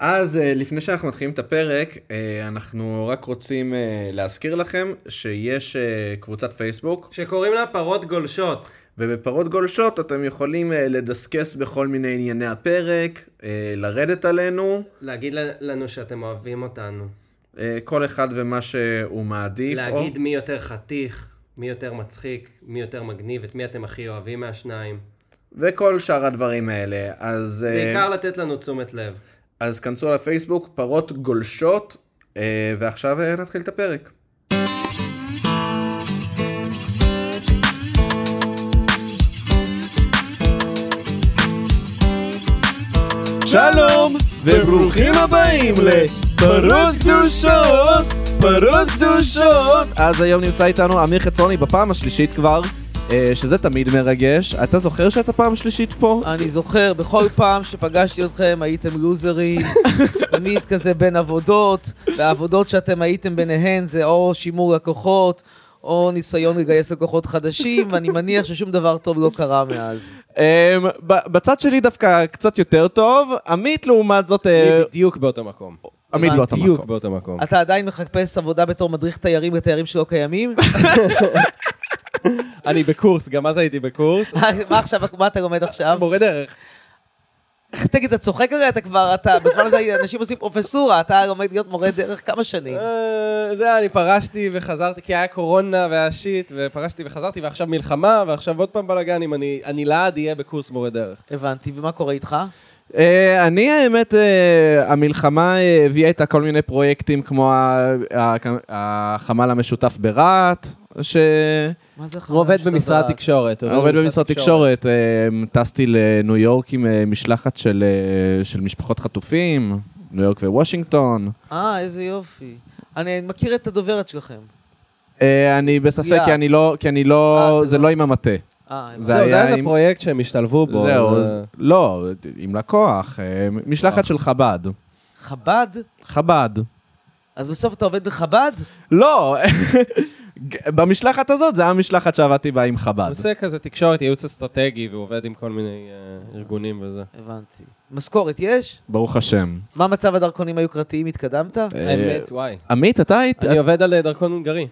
אז אה, לפני שאנחנו מתחילים את הפרק, אה, אנחנו רק רוצים אה, להזכיר לכם שיש אה, קבוצת פייסבוק, שקוראים לה פרות גולשות. ובפרות גולשות אתם יכולים אה, לדסקס בכל מיני ענייני הפרק, אה, לרדת עלינו, להגיד לנו שאתם אוהבים אותנו. אה, כל אחד ומה שהוא מעדיף. או- להגיד מי יותר חתיך, מי יותר מצחיק, מי יותר מגניב, את מי אתם הכי אוהבים מהשניים. אה. וכל שאר הדברים האלה. אז, אה, בעיקר לתת לנו תשומת לב. אז כנסו לפייסבוק, פרות גולשות, אה, ועכשיו אה, נתחיל את הפרק. שלום, וברוכים הבאים לפרות קדושות, פרות קדושות. אז היום נמצא איתנו אמיר חצרוני בפעם השלישית כבר, אה, שזה תמיד מרגש. אתה זוכר שאתה פעם שלישית פה? אני זוכר, בכל פעם שפגשתי אתכם הייתם לוזרים, תמיד כזה בין עבודות, והעבודות שאתם הייתם ביניהן זה או שימור לקוחות, או ניסיון לגייס לקוחות חדשים, ואני מניח ששום דבר טוב לא קרה מאז. אה, ב- בצד שלי דווקא קצת יותר טוב, עמית לעומת זאת... אה, אני בדיוק באותו מקום. עמית לא אתה מקום. בדיוק באותו מקום. אתה עדיין מחפש עבודה בתור מדריך תיירים לתיירים שלא קיימים? אני בקורס, גם אז הייתי בקורס. מה עכשיו, מה אתה לומד אה, עכשיו? מורה דרך. תגיד, אתה צוחק הרי אתה כבר, אתה, בזמן הזה אנשים עושים פרופסורה, אתה לומד להיות מורה דרך כמה שנים. אה, זה היה, אני פרשתי וחזרתי, כי היה קורונה והיה שיט, ופרשתי וחזרתי, ועכשיו מלחמה, ועכשיו עוד פעם בלאגנים, אני אני לעד אהיה בקורס מורה דרך. הבנתי, ומה קורה איתך? אה, אני האמת, אה, המלחמה אה, הביאה איתה כל מיני פרויקטים כמו ה- ה- החמ"ל המשותף ברהט, ש... מה זה הוא עובד במשרד תקשורת. עובד במשרד תקשורת, אה, טסתי לניו יורק עם אה, משלחת של, אה, של משפחות חטופים, ניו יורק ווושינגטון. אה, איזה יופי. אני מכיר את הדוברת שלכם. אה, אני בספק, יעץ. כי אני לא, כי אני אה, לא, אתה זה לא- לא עם המטה. אה, זה זה היה היה איזה עם- פרויקט שהם השתלבו בו. זהו, אה, אז- לא, עם לקוח, אה, משלחת של חב"ד. חב"ד? חב"ד. אז בסוף אתה עובד בחב"ד? לא, במשלחת הזאת, זה המשלחת שעבדתי בה עם הוא חב"ד. עושה כזה תקשורת, ייעוץ אסטרטגי, והוא עובד עם כל מיני אה, ארגונים וזה. הבנתי. משכורת יש? ברוך השם. מה מצב הדרכונים היוקרתיים? התקדמת? אה. האמת, וואי. עמית, אתה היית... אני עובד על אה, דרכון הונגרי.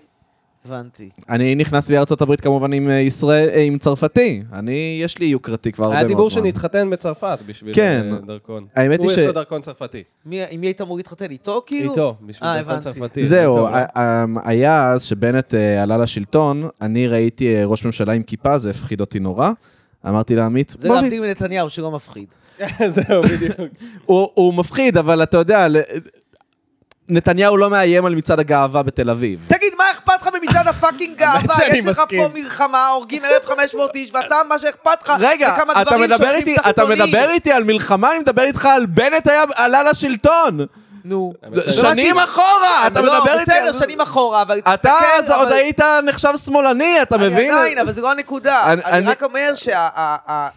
הבנתי. אני נכנסתי לארה"ב כמובן עם אה, ישראל, אה, עם צרפתי. אני, יש לי יוקרתי כבר הרבה מאוד היה זמן. דיבור שנתחתן בצרפת בשביל כן. אה, דרכון. האמת היא הוא ש- יש לו דרכון צרפתי. מי- עם מי היית אמור להתחתן? איתו כאילו? איתו, בשביל אה, דרכון הבנתי. צרפתי. זהו, אה- איתו. ה- ה- היה אז שבנט אה, עלה לשלטון, אני ראיתי אה, ראש ממשלה עם כיפה, זה הפחיד אותי נורא. אמרתי לעמית, זה "בוא נ- להבדיל מנתניהו שלא מפחיד. זהו, בדיוק. הוא הוא מפחיד, אבל אתה יודע, ל- נתניהו לא מאיים על מצעד הגאווה בתל אביב. תגיד, מה אכפת לך במצעד הפאקינג גאווה? שאני יש לך פה מסכים. מלחמה, הורגים 1,500 איש, ואתה, מה שאכפת לך, רגע, זה כמה אתה גברים מדבר שהולכים איתי, אתה תחתונים. מדבר איתי על מלחמה, אני מדבר איתך על בנט היה, עלה לשלטון! נו. שאני- שנים אחורה! אתה לא, מדבר איתי... בסדר, שנים אחורה, אבל תסתכל... אתה אז עוד אבל- היית נחשב שמאלני, אתה מבין? אני עדיין, אבל זו לא הנקודה. אני- אני, אני- רק אומר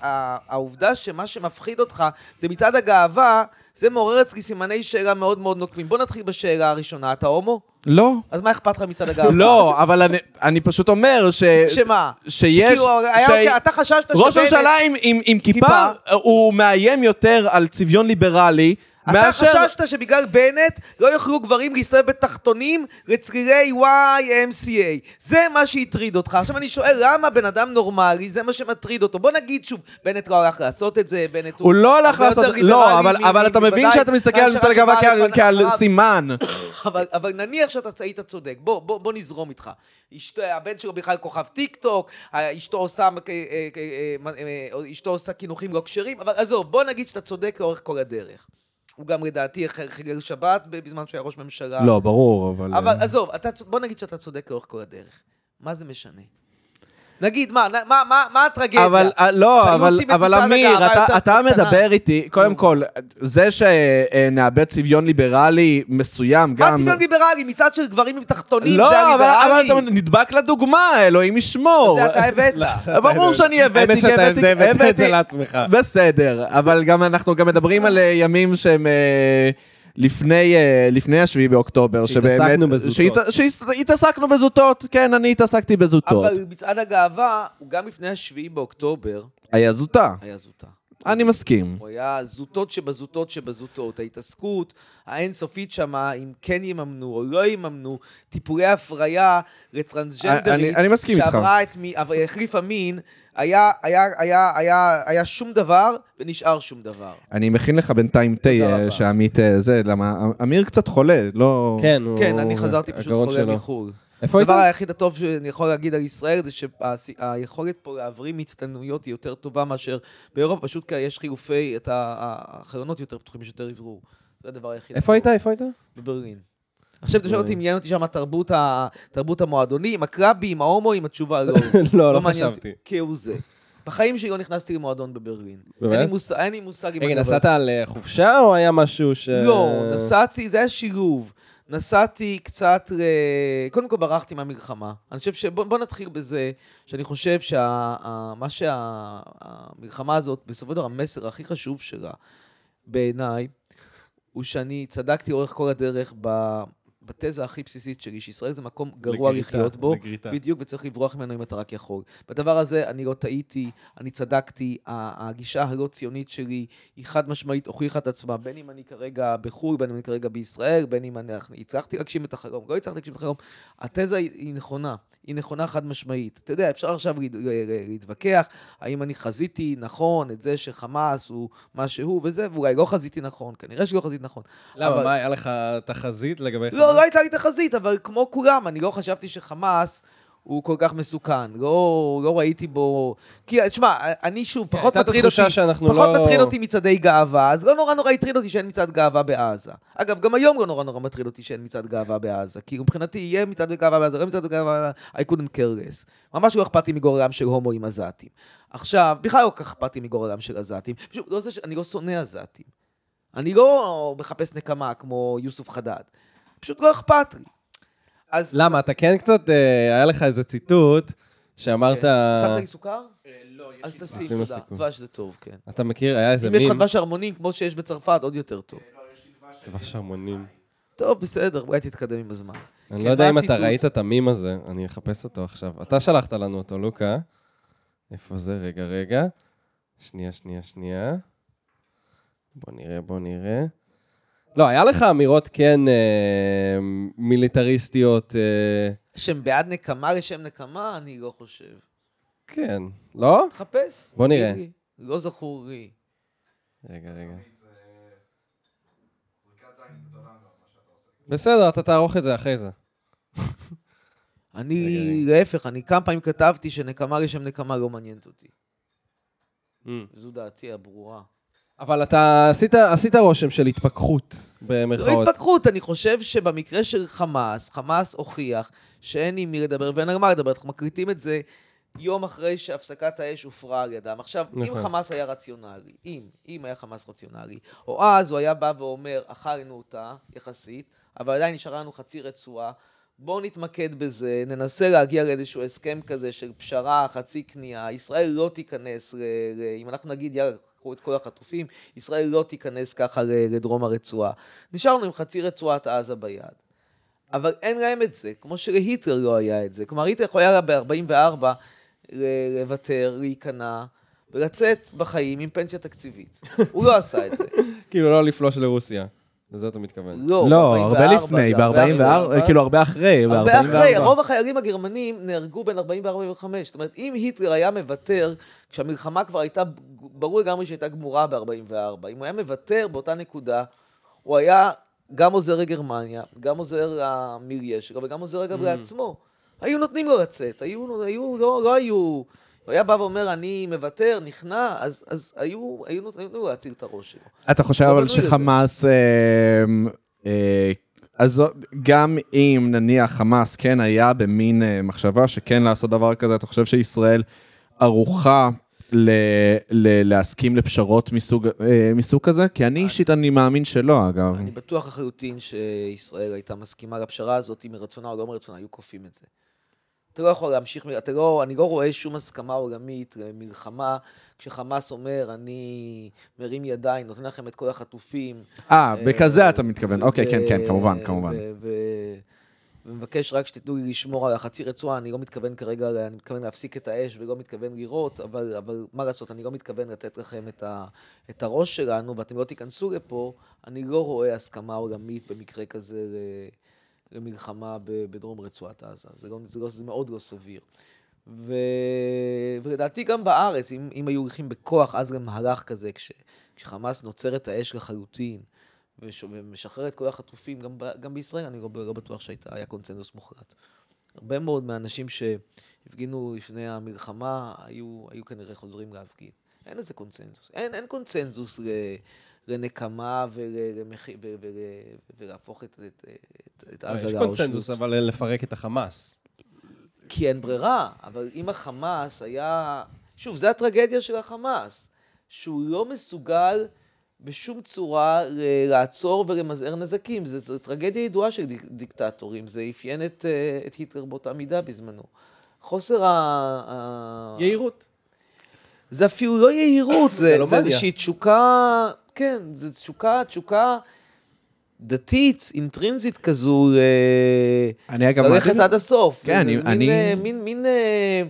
שהעובדה שמה שמפחיד אותך זה מצעד הגאווה, זה מעורר אצלי סימני שאלה מאוד מאוד נוקבים. בוא נתחיל בשאלה הראשונה. אתה הומו? לא. אז מה אכפת לך מצעד הגאווה? לא, אבל אני- אני פשוט אומר ש... שמה? שיש- שכאילו, היה, ש- אוקיי, אתה חששת ראש שבנט- ממשלה עם, עם, עם כיפה, כיפה. הוא מאיים יותר על צביון ליברלי אתה מאשר... חששת שבגלל בנט לא יוכלו גברים להסתובב בתחתונים לצלילי YMCA. זה מה שהטריד אותך. עכשיו אני שואל, למה בן אדם נורמלי, זה מה שמטריד אותו? בוא נגיד שוב, בנט לא הלך לעשות את זה, בנט הוא לא הלך הרבה לעשות... יותר ליברלי לא, אבל, מ- אבל אתה מבין בוודאי שאתה מסתכל על מהשנה מצעד הגאווה שבאה כעל, כעל לפניו. סימן. אבל, אבל נניח שאתה צ- היית צודק, בוא, בוא, בוא נזרום איתך. אשתו, הבן שלו בכלל כוכב טיק טוק, ה- אשתו עושה, מק- אה, אה, אה, אה, אה, אשתו עושה קינוחים לא כשרים, אבל עזוב, בוא נגיד שאתה צודק לאורך כל הדרך. הוא גם לדעתי ח- חילל שבת בזמן שהיה ראש ממשלה. לא, ברור, אבל... אה. אה, אבל עזוב, אתה, צ- בוא נגיד שאתה צודק לאורך כל הדרך. מה זה משנה? נגיד, מה, נ- מה, מה, מה הטרגדיה? אבל אה, לא, שהיו אבל, עושים את אבל מצעד אמיר, הגאווה אתה, יותר אתה קטנה. מדבר איתי, קודם כל, זה שנאבד צביון ליברלי מסוים גם... מה צביון ליברלי? מצעד של גברים עם תחתונים, זה לא, אבל, הליברלי. אבל אתה לא, נדבק לדוגמה, אלוהים ישמור. זה אתה הבאת. אה, ברור שאני הבאתי, האמת שאתה הבאתי- הבאת את זה הבאתי- לעצמך. בסדר, אבל גם אנחנו גם מדברים על אה, ימים שהם אה, לפני אה, לפני השביעי באוקטובר, שהתעסקנו בזוטות. שהת- שהתעסקנו בזוטות, כן, אני התעסקתי בזוטות. אבל מצעד הגאווה, הוא גם לפני השביעי באוקטובר, היה זוטה. היה זוטה. אני מסכים. הוא היה זוטות שבזוטות שבזוטות. ההתעסקות האינסופית שמה, אם כן יממנו או לא יממנו, טיפולי הפריה אני- לטרנסג'נדרית. אני מסכים איתך. שעברה את מי, אבל החליפה מין, היה, היה, היה, היה, היה שום דבר ונשאר שום דבר. אני מכין לך בינתיים תה תודה אה, רבה. שעמית אה, זה, למה אמיר קצת חולה, לא... כן, הוא... כן, אני חזרתי פשוט הגרון חולה שלו. מחו"ל. איפה היית? הדבר היחיד הטוב שאני יכול להגיד על ישראל זה שהיכולת פה להבריא מצטנויות היא יותר טובה מאשר באירופה, פשוט כי יש חילופי, את ה- ה- החלונות יותר פתוחים, יש יותר אוורור. זה הדבר היחיד. איפה היית? איפה היית? אה. בברלין. עכשיו אתה שואל אותי, עניין אותי שם התרבות ה- תרבות המועדונים, הקרבים, ההומואים, התשובה לא. לא, לא מעניין אותי חשבתי. כהוא זה. בחיים שלי לא נכנסתי למועדון בברלין. באמת? אין לי מושג- אין לי מושג אם אני רגע, מדבר על נסעת זה. על אה, חופשה או היה משהו ש... לא, נסעתי, זה היה שילוב. נסעתי קצת, ל... קודם כל ברחתי מהמלחמה. אני חושב ש... בוא, בוא נתחיל בזה, שאני חושב שה- ה- מה שהמלחמה הזאת, בסופו של דבר, המסר הכי חשוב שלה, בעיניי, הוא שאני צדקתי לאורך כל הדרך ב... בתזה הכי בסיסית שלי, שישראל זה מקום גרוע לגריטה, לחיות בו, לגריטה. בדיוק, וצריך לברוח ממנו אם אתה רק יכול. בדבר הזה אני לא טעיתי, אני צדקתי, ה- הגישה הלא ציונית שלי היא חד משמעית הוכיחה את עצמה, בין אם אני כרגע בחו"ל, בין אם אני כרגע בישראל, בין אם אני הצלחתי להגשים את החלום, לא הצלחתי להגשים את החלום, התזה היא, היא נכונה, היא נכונה חד משמעית. אתה יודע, אפשר עכשיו להת- ל- ל- להתווכח, האם אני חזיתי נכון את זה שחמאס הוא מה שהוא וזה, ואולי לא חזיתי נכון, כנראה שלא חזיתי נכון. למה, אבל- מה, היה לך תחזית לגבי... לא, לא הייתה לי תחזית, אבל כמו כולם, אני לא חשבתי שחמאס הוא כל כך מסוכן. לא, לא ראיתי בו... כי, תשמע, אני שוב, פחות כן, הייתה מטריד אותי... תחושה שאנחנו פחות לא- מטריד אותי מצעדי גאווה, אז לא נורא נורא הטריד אותי שאין מצעד גאווה בעזה. אגב, גם היום לא נורא נורא מטריד אותי שאין מצעד גאווה בעזה. כי מבחינתי יהיה מצעד גאווה בעזה, לא יהיה מצעד גאווה, I couldn't care less. ממש לא אכפת לי מגורלם של הומואים עזתים. עכשיו, בכלל לא כל כך אכפת לי מגורלם של עזתים. פשוט, לא זה ש... אני לא שונא עזתים. אני לא מחפש נקמה כמו יוסוף חדד. פשוט לא אכפת לי. אז... למה, אתה כן קצת, אה, היה לך איזה ציטוט שאמרת... שמת לי סוכר? לא, אז שים תשים, לו תודה. סיכוי. דבש זה טוב, כן. אתה מכיר, היה איזה אם יש מים, לך דבש ערמונים כמו שיש בצרפת, עוד יותר טוב. דבש המונים. טוב, בסדר, אולי תתקדם עם הזמן. אני כן, לא יודע מה אם אתה הציטוט? ראית את המים הזה, אני אחפש אותו עכשיו. אתה שלחת לנו אותו, לוקה. איפה זה? רגע, רגע. שנייה, שנייה, שנייה. בוא נראה, בוא נראה. לא, היה לך אמירות כן אה, מיליטריסטיות, אה, שהם בעד נקמה לשם נקמה? אני לא חושב. כן, לא? תחפש. בוא נראה. תגיד לי. לא זכור לי. רגע, רגע. בסדר, אתה תערוך את זה אחרי זה. אני, רגע, להפך, אני כמה פעמים כתבתי שנקמה לשם נקמה לא מעניינת אותי. זו דעתי הברורה. אבל אתה עשית, עשית רושם של התפכחות, לא במרכאות. התפכחות, אני חושב שבמקרה של חמאס, חמאס הוכיח שאין עם מי לדבר ואין על מה לדבר. אנחנו מקליטים את זה יום אחרי שהפסקת האש הופרה על ידם. עכשיו, אם נכון. חמאס היה רציונלי, אם, אם היה חמאס רציונלי, או אז הוא היה בא ואומר, אכלנו אותה, יחסית, אבל עדיין נשארה לנו חצי רצועה. בואו נתמקד בזה, ננסה להגיע לאיזשהו הסכם כזה של פשרה, חצי כניעה. ישראל לא תיכנס, ל- ל- אם אנחנו נגיד, יאללה, קחו את כל החטופים, ישראל לא תיכנס ככה ל- לדרום הרצועה. נשארנו עם חצי רצועת עזה ביד. אבל אין להם את זה, כמו שלהיטלר לא היה את זה. כלומר, היטלר יכול היה ב-44 לוותר, להיכנע, ולצאת בחיים עם פנסיה תקציבית. הוא לא עשה את זה. כאילו, לא לפלוש לרוסיה. לזה אתה מתכוון. לא, לא, הרבה 44, לפני, זה הרבה אחרי. אחרי. ב-44, כאילו הרבה אחרי, הרבה אחרי, ב-44. רוב החיילים הגרמנים נהרגו בין 44 ל-45. זאת אומרת, אם היטלר היה מוותר, כשהמלחמה כבר הייתה, ברור לגמרי שהייתה גמורה ב-44, אם הוא היה מוותר באותה נקודה, הוא היה גם עוזר לגרמניה, גם עוזר למיליה שלו, וגם עוזר Mm. אגב לעצמו. היו נותנים לו לצאת, היו, היו, לא, לא היו... הוא היה בא ואומר, אני מוותר, נכנע, אז, אז היו, היו נותנים לו להציל את הראש שלו. אתה חושב לא אבל בנוי לזה. שחמאס, אה, אה, אז גם אם נניח חמאס כן היה במין אה, מחשבה שכן לעשות דבר כזה, אתה חושב שישראל ערוכה ל, ל, להסכים לפשרות מסוג, אה, מסוג כזה? כי אני אישית אני מאמין שלא, אגב. אני בטוח לחלוטין שישראל הייתה מסכימה לפשרה הזאת, אם מרצונה או לא מרצונה, היו כופים את זה. אתה לא יכול להמשיך, אתה לא, אני לא רואה שום הסכמה עולמית למלחמה, כשחמאס אומר, אני מרים ידיים, נותן לכם את כל החטופים. אה, בכזה אה, אתה מתכוון. ו- אה, אוקיי, כן, כן, כמובן, ו- כמובן. ו- ומבקש רק שתדעו לי לשמור על החצי רצועה, אני לא מתכוון כרגע, אני מתכוון להפסיק את האש ולא מתכוון לירות, אבל, אבל מה לעשות, אני לא מתכוון לתת לכם את, ה, את הראש שלנו, ואתם לא תיכנסו לפה, אני לא רואה הסכמה עולמית במקרה כזה ל, למלחמה ב, בדרום רצועת עזה. זה, לא, זה, לא, זה מאוד לא סביר. ו... ולדעתי גם בארץ, אם, אם היו הולכים בכוח אז למהלך כזה, כש... כשחמאס נוצרת האש לחלוטין וש... ומשחרר את כל החטופים, גם, ב... גם בישראל, אני לא, לא בטוח שהיה קונצנזוס מוחלט. הרבה מאוד מהאנשים שהפגינו לפני המלחמה, היו, היו כנראה חוזרים להפגין. אין איזה קונצנזוס. אין, אין קונצנזוס ל... לנקמה ולמח... ול... ול... ולהפוך את, את, את, את לא, עזה יש לאושוויץ. קונצנזוס, אבל לפרק את החמאס. כי אין ברירה, אבל אם החמאס היה... שוב, זו הטרגדיה של החמאס, שהוא לא מסוגל בשום צורה ל- לעצור ולמזער נזקים. זו- זו טרגדיה ידועה של דיק- דיקטטורים, זה אפיין את, אה, את היטלר באותה מידה בזמנו. חוסר ה... ה- יהירות. זה אפילו לא יהירות, זה, זה מלומניה. איזושהי תשוקה, כן, זו תשוקה, תשוקה דתית, אינטרינזית כזו. אה, אני אגב ללכת עד הסוף. כן, אני- מין, אני- אה, מין, מין, אה,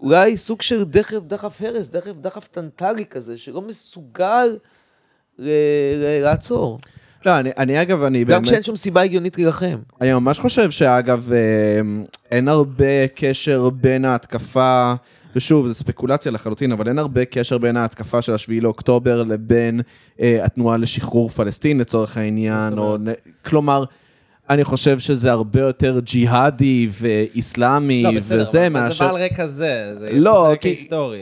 אולי סוג של דחף, דחף הרס, דחף, דחף טנטלי כזה, שלא מסוגל ל, ל, לעצור. לא, אני- אני אגב, אני גם באמת... כשאין שום סיבה הגיונית להילחם. אני ממש חושב שאגב, אה, אין הרבה קשר בין ההתקפה, ושוב, זו ספקולציה לחלוטין, אבל אין הרבה קשר בין ההתקפה של השביעי לאוקטובר לבין אה, התנועה לשחרור פלסטין לצורך העניין, או... נ- כלומר... אני חושב שזה הרבה יותר ג'יהאדי ואיסלאמי לא, בסדר, וזה אבל זה מאשר... בא על רקע זה, זה יש לא, לזה רקע כי- היסטורי.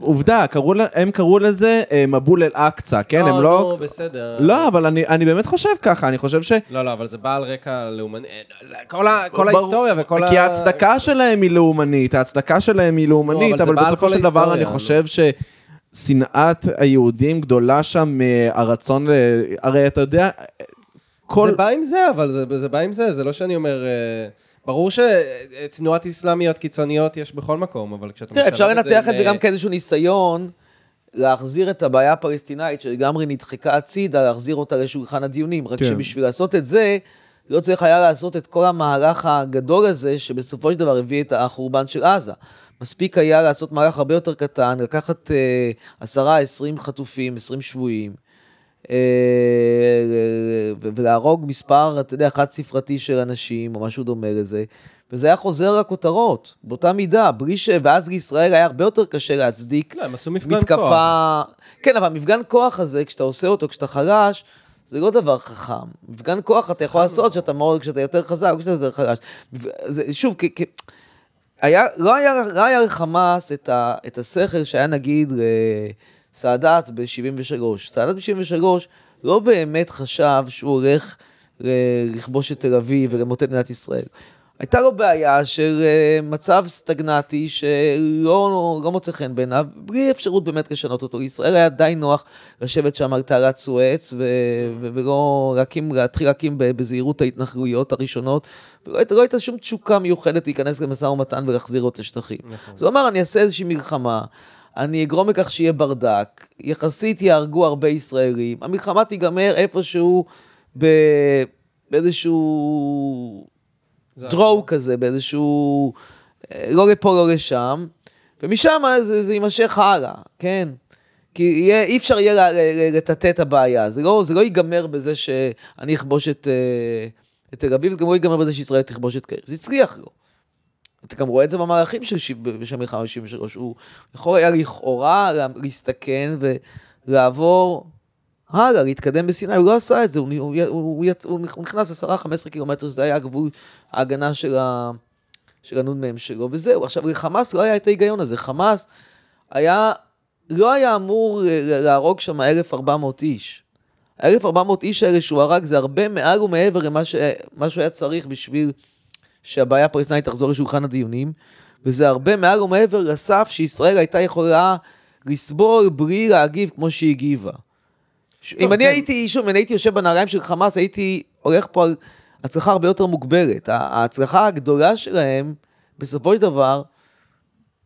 עובדה, קראו לה- הם קראו לזה אה, מבול אל-אקצא, כן? הם נו, לא... בסדר. לא, אבל אני אני באמת חושב ככה, אני חושב ש... לא, לא, אבל זה בא על רקע לאומני. אה, זה כל ה- כל ברור. ההיסטוריה וכל ה... כי ההצדקה שלהם היא לאומנית, ההצדקה שלהם היא לאומנית, לא, אבל זה אבל בא על בסופו כל של דבר ההיסטוריה, אני לא? חושב ששנאת היהודים גדולה שם מהרצון, ל... הרי אתה יודע, כל... זה בא עם זה, אבל זה, זה בא עם זה, זה לא שאני אומר... אה, ברור שתנועת אסלאמיות קיצוניות יש בכל מקום, אבל כשאתה תראה, משלב אפשר לנתח עם, את זה אה, גם כאיזשהו ניסיון להחזיר את הבעיה הפלסטינאית שלגמרי נדחקה הצידה, להחזיר אותה לשולחן הדיונים. רק כן. שבשביל לעשות את זה, לא צריך היה לעשות את כל המהלך הגדול הזה, שבסופו של דבר הביא את החורבן של עזה. מספיק היה לעשות מהלך הרבה יותר קטן, לקחת אה, עשרה, עשרים חטופים, עשרים שבויים, אה, ו- ולהרוג מספר, אתה יודע, חד ספרתי של אנשים, או משהו דומה לזה, וזה היה חוזר לכותרות, באותה מידה, בלי ש... ואז לישראל היה הרבה יותר קשה להצדיק לא, הם עשו מפגן כוח. מתקפה... כן, אבל המפגן כוח הזה, כשאתה עושה אותו, כשאתה חלש, זה לא דבר חכם. מפגן כוח אתה יכול לעשות כשאתה, מאוד, כשאתה יותר חזק, או כשאתה יותר חלש. מפ- זה- שוב, כי... כי- היה, לא, היה, לא היה לחמאס את, ה, את השכל שהיה נגיד אה, לסאדאת ב-73. סאדאת ב-73 לא באמת חשב שהוא הולך ל- לכבוש את תל אביב ולמוטט את מדינת ישראל. הייתה לו בעיה של אה, מצב סטגנטי שלא לא מוצא חן בעיניו, בלי אפשרות באמת לשנות אותו. לישראל היה די נוח לשבת שם על תעלת סואץ ו- ו- ולא להקים, להתחיל להקים ב- בזהירות ההתנחלויות הראשונות, ולא הייתה- לא הייתה שום תשוקה מיוחדת להיכנס למשא ומתן ולהחזיר לו את השטחים. אז הוא אמר, אני אעשה איזושהי מלחמה, אני אגרום לכך שיהיה ברדק, יחסית יהרגו הרבה ישראלים, המלחמה תיגמר איפשהו ב... באיזשהו זה דרואו כזה, באיזשהו... אה, לא לפה, לא לשם, ומשם זה, זה יימשך הלאה, כן? כי יהיה, אי אפשר יהיה ל- ל- ל- לטאטא את הבעיה, זה לא, זה לא ייגמר בזה שאני אכבוש את, אה, את תל אביב, זה גם לא ייגמר בזה שישראל תכבוש את קהיר, זה הצליח לו. אתה גם רואה את זה במהלכים של שיב- של המלחמה ב-73, הוא יכול היה לכאורה לה- להסתכן ולעבור הלאה, להתקדם בסיני, הוא לא עשה את זה, הוא, הוא, הוא, הוא, יצ- הוא נכנס 10-15 קילומטר, שזה היה הגבול ההגנה של, ה, של הנ"מ שלו, וזהו. עכשיו, לחמאס לא היה את ההיגיון הזה, חמאס היה, לא היה אמור ל- ל- להרוג שם 1,400 איש. 1,400 איש האלה שהוא הרג זה הרבה מעל ומעבר למה ש, מה שהוא היה צריך בשביל שהבעיה הפלסטינית תחזור לשולחן הדיונים, וזה הרבה מעל ומעבר לסף שישראל הייתה יכולה לסבול בלי להגיב כמו שהיא הגיבה. ש- אם כן. אני הייתי, שוב, אם אני הייתי יושב בנעליים של חמאס, הייתי הולך פה על הצלחה הרבה יותר מוגברת. ה- ההצלחה הגדולה שלהם, בסופו של דבר,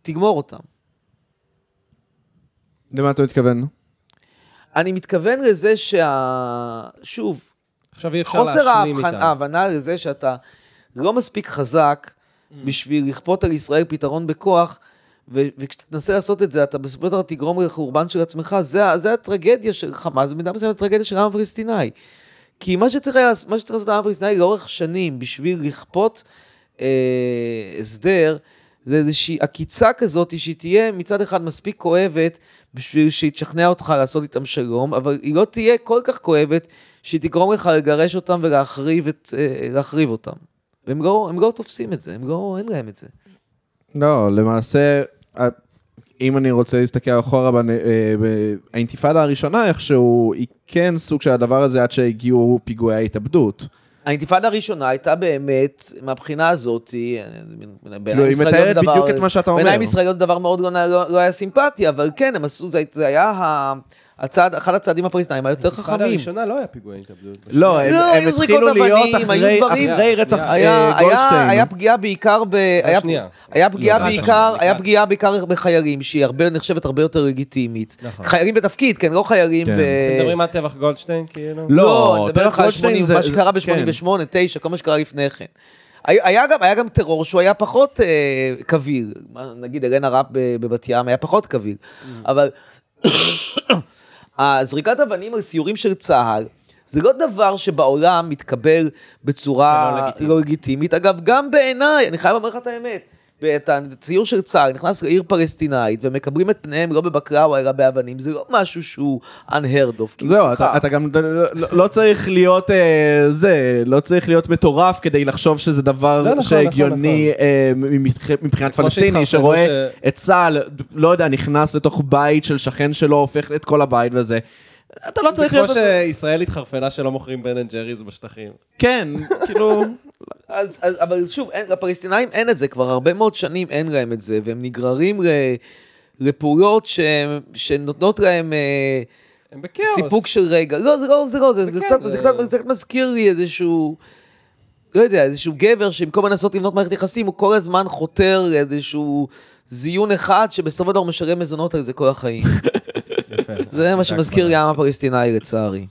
תגמור אותם. למה אתה מתכוון? אני מתכוון לזה שה... שוב, עכשיו אי אפשר חוסר להשלים ההבחנה- איתה. ההבנה לזה שאתה לא מספיק חזק Mm. בשביל לכפות על ישראל פתרון בכוח, ו- וכשאתה תנסה לעשות את זה, אתה בסופו של דבר תגרום לחורבן של עצמך. זה, ה- זה הטרגדיה של חמאס, זה במידה מסוימת הטרגדיה של העם הפלסטיני. כי מה שצריך, היה, מה שצריך לעשות לעם הפלסטיני לאורך שנים בשביל לכפות אה, הסדר, זה איזושהי עקיצה כזאת שהיא תהיה מצד אחד מספיק כואבת בשביל שהיא תשכנע אותך לעשות איתם שלום, אבל היא לא תהיה כל כך כואבת שהיא תגרום לך לגרש אותם ולהחריב את, אה, להחריב אותם. והם לא, הם לא תופסים את זה, הם לא, אין להם את זה. לא, למעשה, אה, אם אני רוצה להסתכל אחורה, בנ- אה, ב- האינתיפאדה הראשונה איכשהו, היא כן סוג של הדבר הזה עד שהגיעו פיגועי ההתאבדות. האינתיפאדה הראשונה הייתה באמת, מהבחינה הזאת, אה, זה מין- בעיניים לא, היא ישראליות מתארת זה דבר- בדיוק את מה שאתה אומר. בעיניים ישראליות זה דבר מאוד לא, לא, לא היה סימפטי, אבל כן, הם עשו, זה, זה היה ה- הצעד, אחד הצעדים הפריסטיים היותר האינתיפאדה חכמים. הראשונה לא היה פיגועי התאבדות. לא, הם, לא, הם היו זריקות התחילו להיות אבנים, אחרי, היו דברים. אחרי רצח אה, היה, גולדשטיין. היה, היה פגיעה בעיקר ב... היה, השנייה. היה פגיעה אה, לא, לקראת בעיקר, השנייה, היה לקראת. פגיעה בעיקר בחיילים, שהיא הרבה, נחשבת הרבה יותר לגיטימית. נכון. חיילים בתפקיד, כן, לא חיילים כן. ב... אתם מדברים על טבח גולדשטיין, כאילו? לא, לא, אני מדבר דרך איתך על גולדשטיין 80, זה- מה זה- שקרה כן. ב-88, 9, כל מה שקרה לפני כן. היה היה גם, היה גם טרור שהוא היה פחות אה, קביל, מה, נגיד אלנה ראפ ב- בבת ים היה פחות קביל, אבל הזריקת אבנים על סיורים של צה"ל, זה לא דבר שבעולם מתקבל זה לא בצורה לגיטימי. לא לגיטימית. אגב, גם בעיניי, אני חייב לומר לך את האמת, את הציור של צה"ל נכנס לעיר פלסטינאית ומקבלים את פניהם לא בבקלאווה אלא באבנים, זה לא משהו שהוא unheard of. כאילו, זהו, סליחה. אתה, אתה גם לא, לא- לא צריך להיות אה, זה, לא צריך להיות מטורף כדי לחשוב שזה דבר לא, נכון, שהגיוני אה, מבח- מבחינת כמו פלסטיני, שהתחרפנו שרואה ש- את צה"ל, לא יודע, נכנס לתוך בית של שכן שלו, הופך את כל הבית וזה. אתה לא זה צריך כמו להיות... שישראל התחרפנה שלא מוכרים בן אנד ג'ריז בשטחים. כן, כאילו... אז, אז, אבל שוב, אין, לפלסטינאים אין את זה, כבר הרבה מאוד שנים אין להם את זה, והם נגררים ל, לפעולות שהם, שנותנות להם אה, הם בכאוס. סיפוק של רגע. לא, זה לא, זה לא, זה, זה, כן, קצת, זה- זה... קצת, זה קצת מזכיר לי איזשהו, לא יודע, איזשהו גבר שבמקום לנסות לבנות מערכת יחסים, הוא כל הזמן חותר לאיזשהו זיון אחד, שבסופו של דבר משלם מזונות על זה כל החיים. יפה. זה מה שמזכיר לי העם הפלסטיני, לצערי.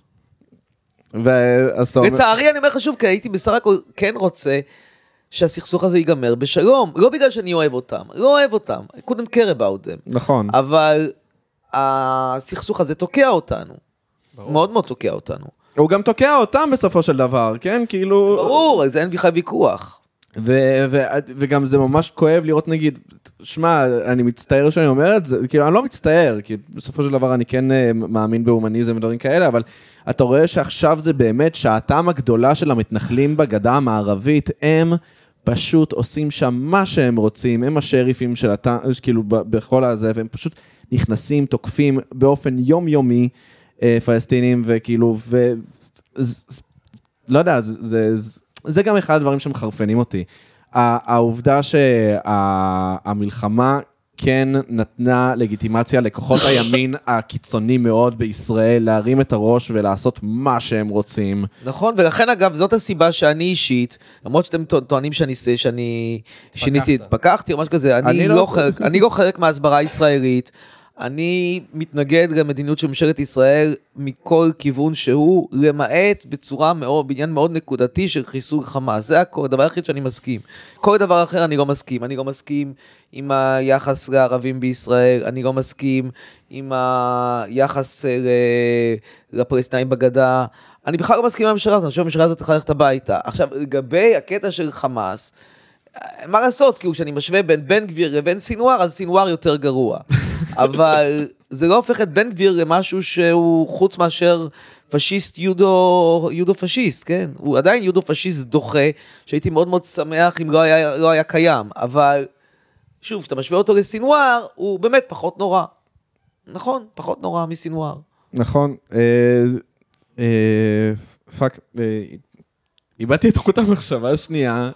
ואז אתה אומר... לצערי, אני אומר לך שוב, כי הייתי בסך הכל כן רוצה שהסכסוך הזה ייגמר בשלום. לא בגלל שאני אוהב אותם, לא אוהב אותם. I couldn't care about them. נכון. אבל הסכסוך הזה תוקע אותנו. מאוד מאוד תוקע אותנו. הוא גם תוקע אותם בסופו של דבר, כן? כאילו... ברור, על זה אין בכלל ויכוח. ו- ו- וגם זה ממש כואב לראות נגיד, שמע, אני מצטער שאני אומר את זה, כאילו אני לא מצטער, כי בסופו של דבר אני כן אה, מאמין בהומניזם ודברים כאלה, אבל אתה רואה שעכשיו זה באמת שעתם הגדולה של המתנחלים בגדה המערבית, הם פשוט עושים שם מה שהם רוצים, הם השריפים של הטנק, כאילו ב- בכל הזה, והם פשוט נכנסים, תוקפים באופן יומיומי אה, פלסטינים, וכאילו, ו... ז- ז- לא יודע, זה, זה, זה, זה גם אחד הדברים שמחרפנים אותי. ה- העובדה שהמלחמה כן נתנה לגיטימציה לכוחות הימין הקיצוני מאוד בישראל להרים את הראש ולעשות מה שהם רוצים. נכון, ולכן אגב, זאת הסיבה שאני אישית, למרות שאתם טוע- טוענים שאני, שאני שיניתי, התפכחתי או משהו כזה, אני, אני לא... לא. חלק, אני לא חלק מההסברה הישראלית, אני מתנגד למדיניות של ממשלת ישראל מכל כיוון שהוא, למעט בצורה מאוד, בעניין מאוד נקודתי של חיסול חמאס, זה הכל, הדבר היחיד שאני מסכים. כל דבר אחר אני לא מסכים, אני לא מסכים עם היחס לערבים בישראל, אני לא מסכים עם היחס אה, ל- לפלסטינאים בגדה. אני בכלל לא מסכים עם הממשלה הזאת, אני חושב שהממשלה הזאת צריכה ללכת הביתה. עכשיו, לגבי הקטע של חמאס, אה, מה לעשות, כאילו כשאני משווה בין בן גביר לבין סינואר, אז סינואר יותר גרוע. אבל זה לא הופך את בן גביר למשהו שהוא חוץ מאשר פשיסט יודו, יודו פשיסט, כן? הוא עדיין יודו פשיסט דוחה, שהייתי מאוד מאוד שמח אם לא היה, לא היה קיים, אבל שוב, כשאתה משווה אותו לסינואר, הוא באמת פחות נורא. נכון, פחות נורא מסינואר. נכון. אה, פאק, אה, איבדתי את חוט המחשבה השנייה.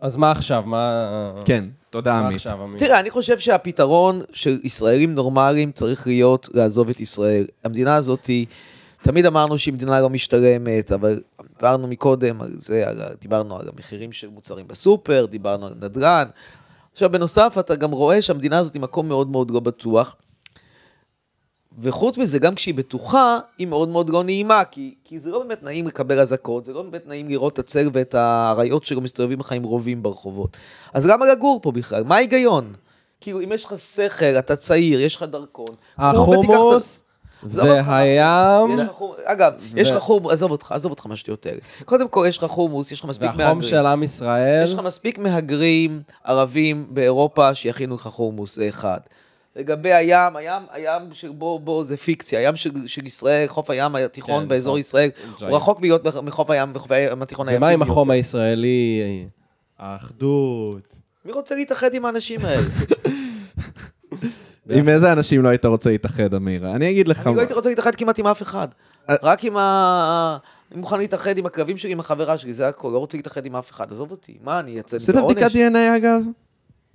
אז מה עכשיו? מה... כן, תודה מה עמית. עכשיו, עמית? תראה, אני חושב שהפתרון של ישראלים נורמליים צריך להיות לעזוב את ישראל. המדינה הזאת היא... תמיד אמרנו שהיא מדינה לא משתלמת, אבל דיברנו מקודם על זה, על, ה- דיברנו על המחירים של מוצרים בסופר, דיברנו על נדל"ן. עכשיו, בנוסף, אתה גם רואה שהמדינה הזאת היא מקום מאוד מאוד לא בטוח, וחוץ מזה, גם כשהיא בטוחה, היא מאוד מאוד לא נעימה, כי, כי זה לא באמת נעים לקבל אזעקות, זה לא באמת נעים לראות את הצל ואת האריות שלו מסתובבים לך עם רובים ברחובות. אז למה לגור פה בכלל? מה ההיגיון? כאילו, אם יש לך שכל, אתה צעיר, יש לך דרכון. אה, קום ותיקח את- החומוס עזוב אותך. והים, יש לך חומוס- אגב, יש לך חומוס, עזוב אותך, עזוב אותך מהשטויות האלה. קודם כל, יש לך חומוס, יש לך מספיק והחום מהגרים. של עם ישראל. יש לך מספיק מהגרים ערבים באירופה שיכינו לך חומוס, זה אחד. לגבי הים, הים, הים שבו בו זה פיקציה, הים של, של ישראל, חוף הים התיכון כן, באזור טוב. ישראל, Enjoy. הוא רחוק מלהיות מח- מחוף הים, מחוף הים התיכון היפים. ומה עם החום ביותר. הישראלי? האחדות. מי רוצה להתאחד עם האנשים האלה? עם איזה אנשים לא היית רוצה להתאחד, אמירה? אני אגיד לך... אני מה. לא הייתי רוצה להתאחד כמעט עם אף אחד. אה. רק עם ה... אני מוכן להתאחד עם הכלבים שלי, עם החברה שלי, זה הכול, לא רוצה להתאחד עם אף אחד, עזוב אותי, מה, אני אצא עשית בדיקת DNA אגב?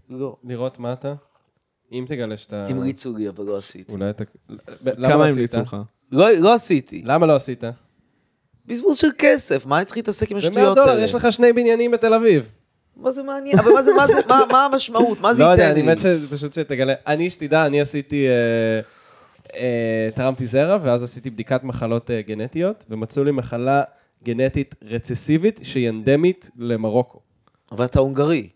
לא. לראות מה אתה? אם תגלה שאתה... המליצו לי, אבל לא עשיתי. אולי אתה... למה לא כמה עשית? המליצו לך? לא לא עשיתי. למה לא עשית? בזבוז של כסף, מה אני צריך להתעסק עם זה השטויות 100 האלה? דולר, יש לך שני בניינים בתל אביב. מה זה מעניין? אבל מה זה, מה זה, מה, מה המשמעות? מה זה לא ייתן יודע, לי? אני מת שפשוט שתגלה. אני, שתדע, אני עשיתי... אה, אה, תרמתי זרע, ואז עשיתי בדיקת מחלות אה, גנטיות, ומצאו לי מחלה גנטית רצסיבית שהיא אנדמית למרוקו. אבל אתה הונגרי.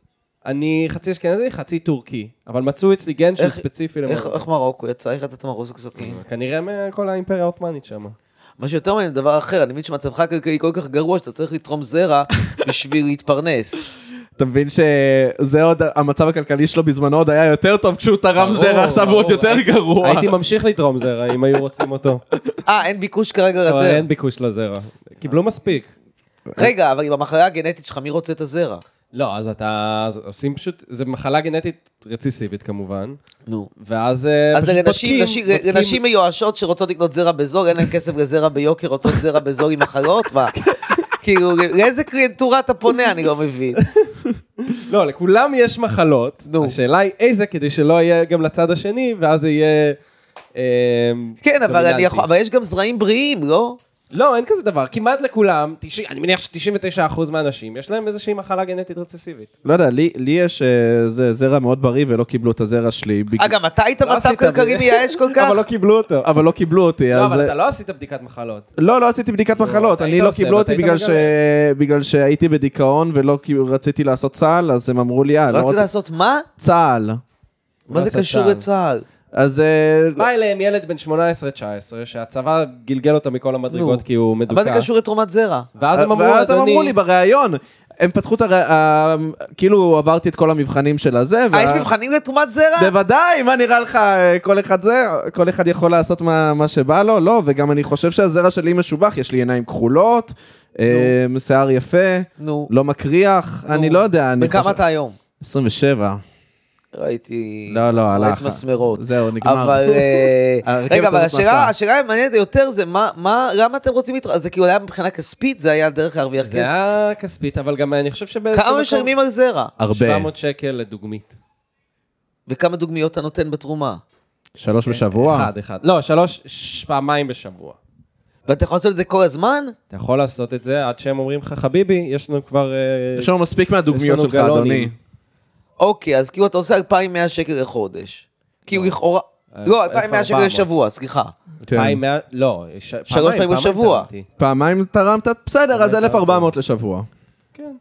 אני חצי אשכנזי, חצי טורקי, אבל מצאו אצלי גן שהוא איך- ספציפי איך, למרוקו. איך מרוקו יצא? איך יצאת מרוסקסוקים? כנראה מכל האימפריה העות'מאנית שם. מה שיותר מעניין, דבר אחר, אני מבין שמצבך הכלכלי כל כך גרוע שאתה צריך לתרום זרע בשביל להתפרנס. אתה מבין שזה עוד, המצב הכלכלי שלו בזמנו עוד היה יותר טוב כשהוא תרם ברור, זרע, עכשיו הוא עוד ברור. יותר הייתי- גרוע. הייתי ממשיך לתרום זרע אם היו רוצים אותו. אה, אין ביקוש כרגע אבל לזרע. לא, אין ביקוש לזרע. קיבלו מספיק. רגע, אבל עם המחלה הגנטית שלך, מי רוצה את הזרע? לא, אז אתה... אז עושים פשוט... זה מחלה גנטית רציסיבית כמובן, נו. ואז אה, אז פשוט לנשים, נשים, בודקים- לנשים מיואשות שרוצות לקנות זרע בזול, אין להן כסף לזרע ביוקר, רוצות זרע בזול עם מחלות? מה? כאילו, לאיזה קליינטורה אתה פונה? אני לא מבין. לא, לכולם יש מחלות. נו. השאלה היא איזה, כדי שלא יהיה גם לצד השני, ואז זה יהיה... אה, כן, אבל אני דומיננטי. יכול- אבל יש גם זרעים בריאים, לא? לא, אין כזה דבר. כמעט לכולם, 90 אני מניח ש-99% מהאנשים, יש להם איזושהי מחלה גנטית רצסיבית. לא יודע, לי לי יש אה, זה- זרע מאוד בריא ולא קיבלו את הזרע שלי. בג- אה, גם אתה היית לא במצב עשית כלכלי ב- מייאש כל כך? אבל לא קיבלו אותו. אבל לא קיבלו אותי, לא, אז... אבל אתה לא עשית בדיקת מחלות. לא, לא עשיתי בדיקת מחלות, אתה אני היית לא עושה, קיבלו אותי ואתה היית בגלל ש- בגלל שהייתי בדיכאון ולא כי- רציתי לעשות צה"ל, אז הם אמרו לי, אה, לא רצית רוצה לעשות מה? צה"ל. מה זה לעשות קשור צה"ל. לצה"ל? אז אה, בא אליהם ילד בן 18-19, שהצבא גלגל אותו מכל המדרגות נו. כי הוא מדוכא. מה זה קשור לתרומת זרע? ואז הם אמרו, אה, ואז הם אמרו אדוני, לי בריאיון, הם פתחו את הר... ה- כאילו עברתי את כל המבחנים של הזה. אה, וה- יש מבחנים לתרומת זרע? בוודאי, מה נראה לך, אה, כל אחד זה, כל אחד יכול לעשות מה, מה שבא לו, לא, וגם אני חושב שהזרע שלי משובח, יש לי עיניים כחולות, אה, שיער יפה, נו. לא מקריח, אני לא יודע, אני בכמה אתה היום? 27. ראיתי... לא, לא, הלך. ראיתי מסמרות. זהו, נגמר. אבל... אה, הרכבת רגע, אבל הזאת נסעה. השאלה השאלה המעניינת יותר זה מה, מה, למה אתם רוצים לתרום? אז זה כאילו היה מבחינה כספית, זה היה דרך להרוויח זה כסף. היה כספית, אבל גם אני חושב שבאיזשהו... כמה מקום- משלמים על זרע? הרבה. 700 שקל לדוגמית. וכמה דוגמיות אתה נותן בתרומה? שלוש בשבוע? אה, אחד, אחד. לא, שלוש, ש- פעמיים בשבוע. ואתה יכול לעשות את זה כל הזמן? אתה יכול לעשות את זה עד שהם אומרים לך, חביבי, יש לנו כבר... אה, יש לנו מספיק מהדוגמיות יש לנו שלך, אדוני. גלונים. אוקיי, אז כאילו אתה עושה 2,100 שקל לחודש. כאילו לכאורה... אה, לא, 2,100 שקל 1,400. לשבוע, סליחה. כן. פעמיים, מאה- לא, ש- פעמיים, פעמים פעמיים בשבוע. טענתי. פעמיים תרמת? בסדר, אז 1,400 לשבוע. כן.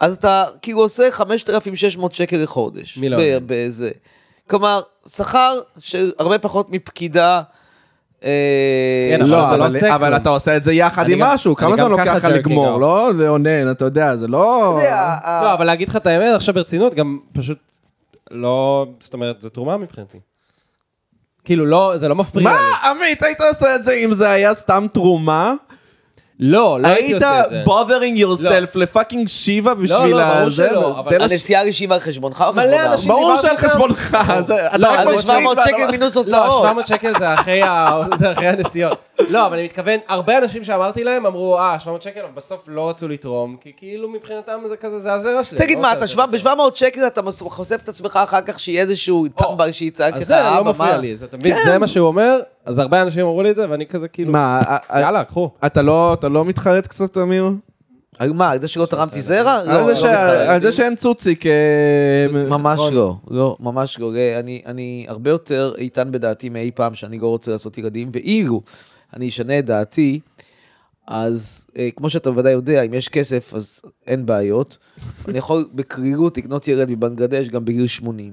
אז אתה כאילו עושה 5,600 שקל לחודש. מי לא ב- יודע? בזה. כלומר, שכר של הרבה פחות מפקידה. אה, כן, אבל לא, אתה לא אבל- עושה אבל כלום. אתה עושה את זה יחד אני עם גם- משהו, אני כמה גם זמן ככה לוקח לך jerky לגמור, גם. לא לאונן, אתה יודע, זה לא... אתה יודע, ה- לא, אבל להגיד לך את האמת, עכשיו ברצינות, גם פשוט לא... זאת אומרת, זה תרומה מבחינתי. כאילו, לא, זה לא מפריע מה, לי. עמית, היית עושה את זה אם זה היה סתם תרומה? לא, לא הייתי היית עושה את זה. bothering yourself לפאקינג שיבה בשביל לא, ברור ה- זה? שלא, אבל- תן לה ש- הנסיעה הרשיבה על חשבונך או חשבונם? אנשים- ברור דיברתי שעל איתם. חשבונך, זה- אתה לא, רק אבל אז זה משלים 700 בה- שקל מינוס לא, הוצאות. 700 שקל זה אחרי ה- זה אחרי הנסיעות. לא, אבל אני מתכוון, הרבה אנשים שאמרתי להם אמרו, אה, 700 שקל, אבל בסוף לא רצו לתרום, כי כאילו מבחינתם זה כזה, זה הזרע שלי. תגיד לא מה, רוצה אתה לתת לך. שבע- ב-700 שקל אתה מוס- חושף את עצמך אחר כך שיהיה איזשהו טמבל שיצעק אז לך, זה לא אבא, מפריע מה? כן. לי, זה- אתה מבין? זה מה שהוא אומר, אז אה, אה, הרבה אנשים אמרו לי את זה, ואני כזה כאילו, מה, א- א- יאללה, קחו. אתה לא אתה לא מתחרט קצת, אמיר? היו מה, זה שלא תרמתי זרע? לא, על זה לא ש- מתחרט. על זה שאין צוציק... אה, ממש חצרון. לא, לא, ממש לא. אה, אני, אני הרבה יותר איתן בדעתי מאי פעם שאני לא רוצה לעשות ילדים, ואילו אני אשנה את דעתי, אז אה, כמו שאתה בוודאי יודע, אם יש כסף אז אין בעיות. אני יכול בקרירות לקנות ילד מבנגדש גם בגיל 80.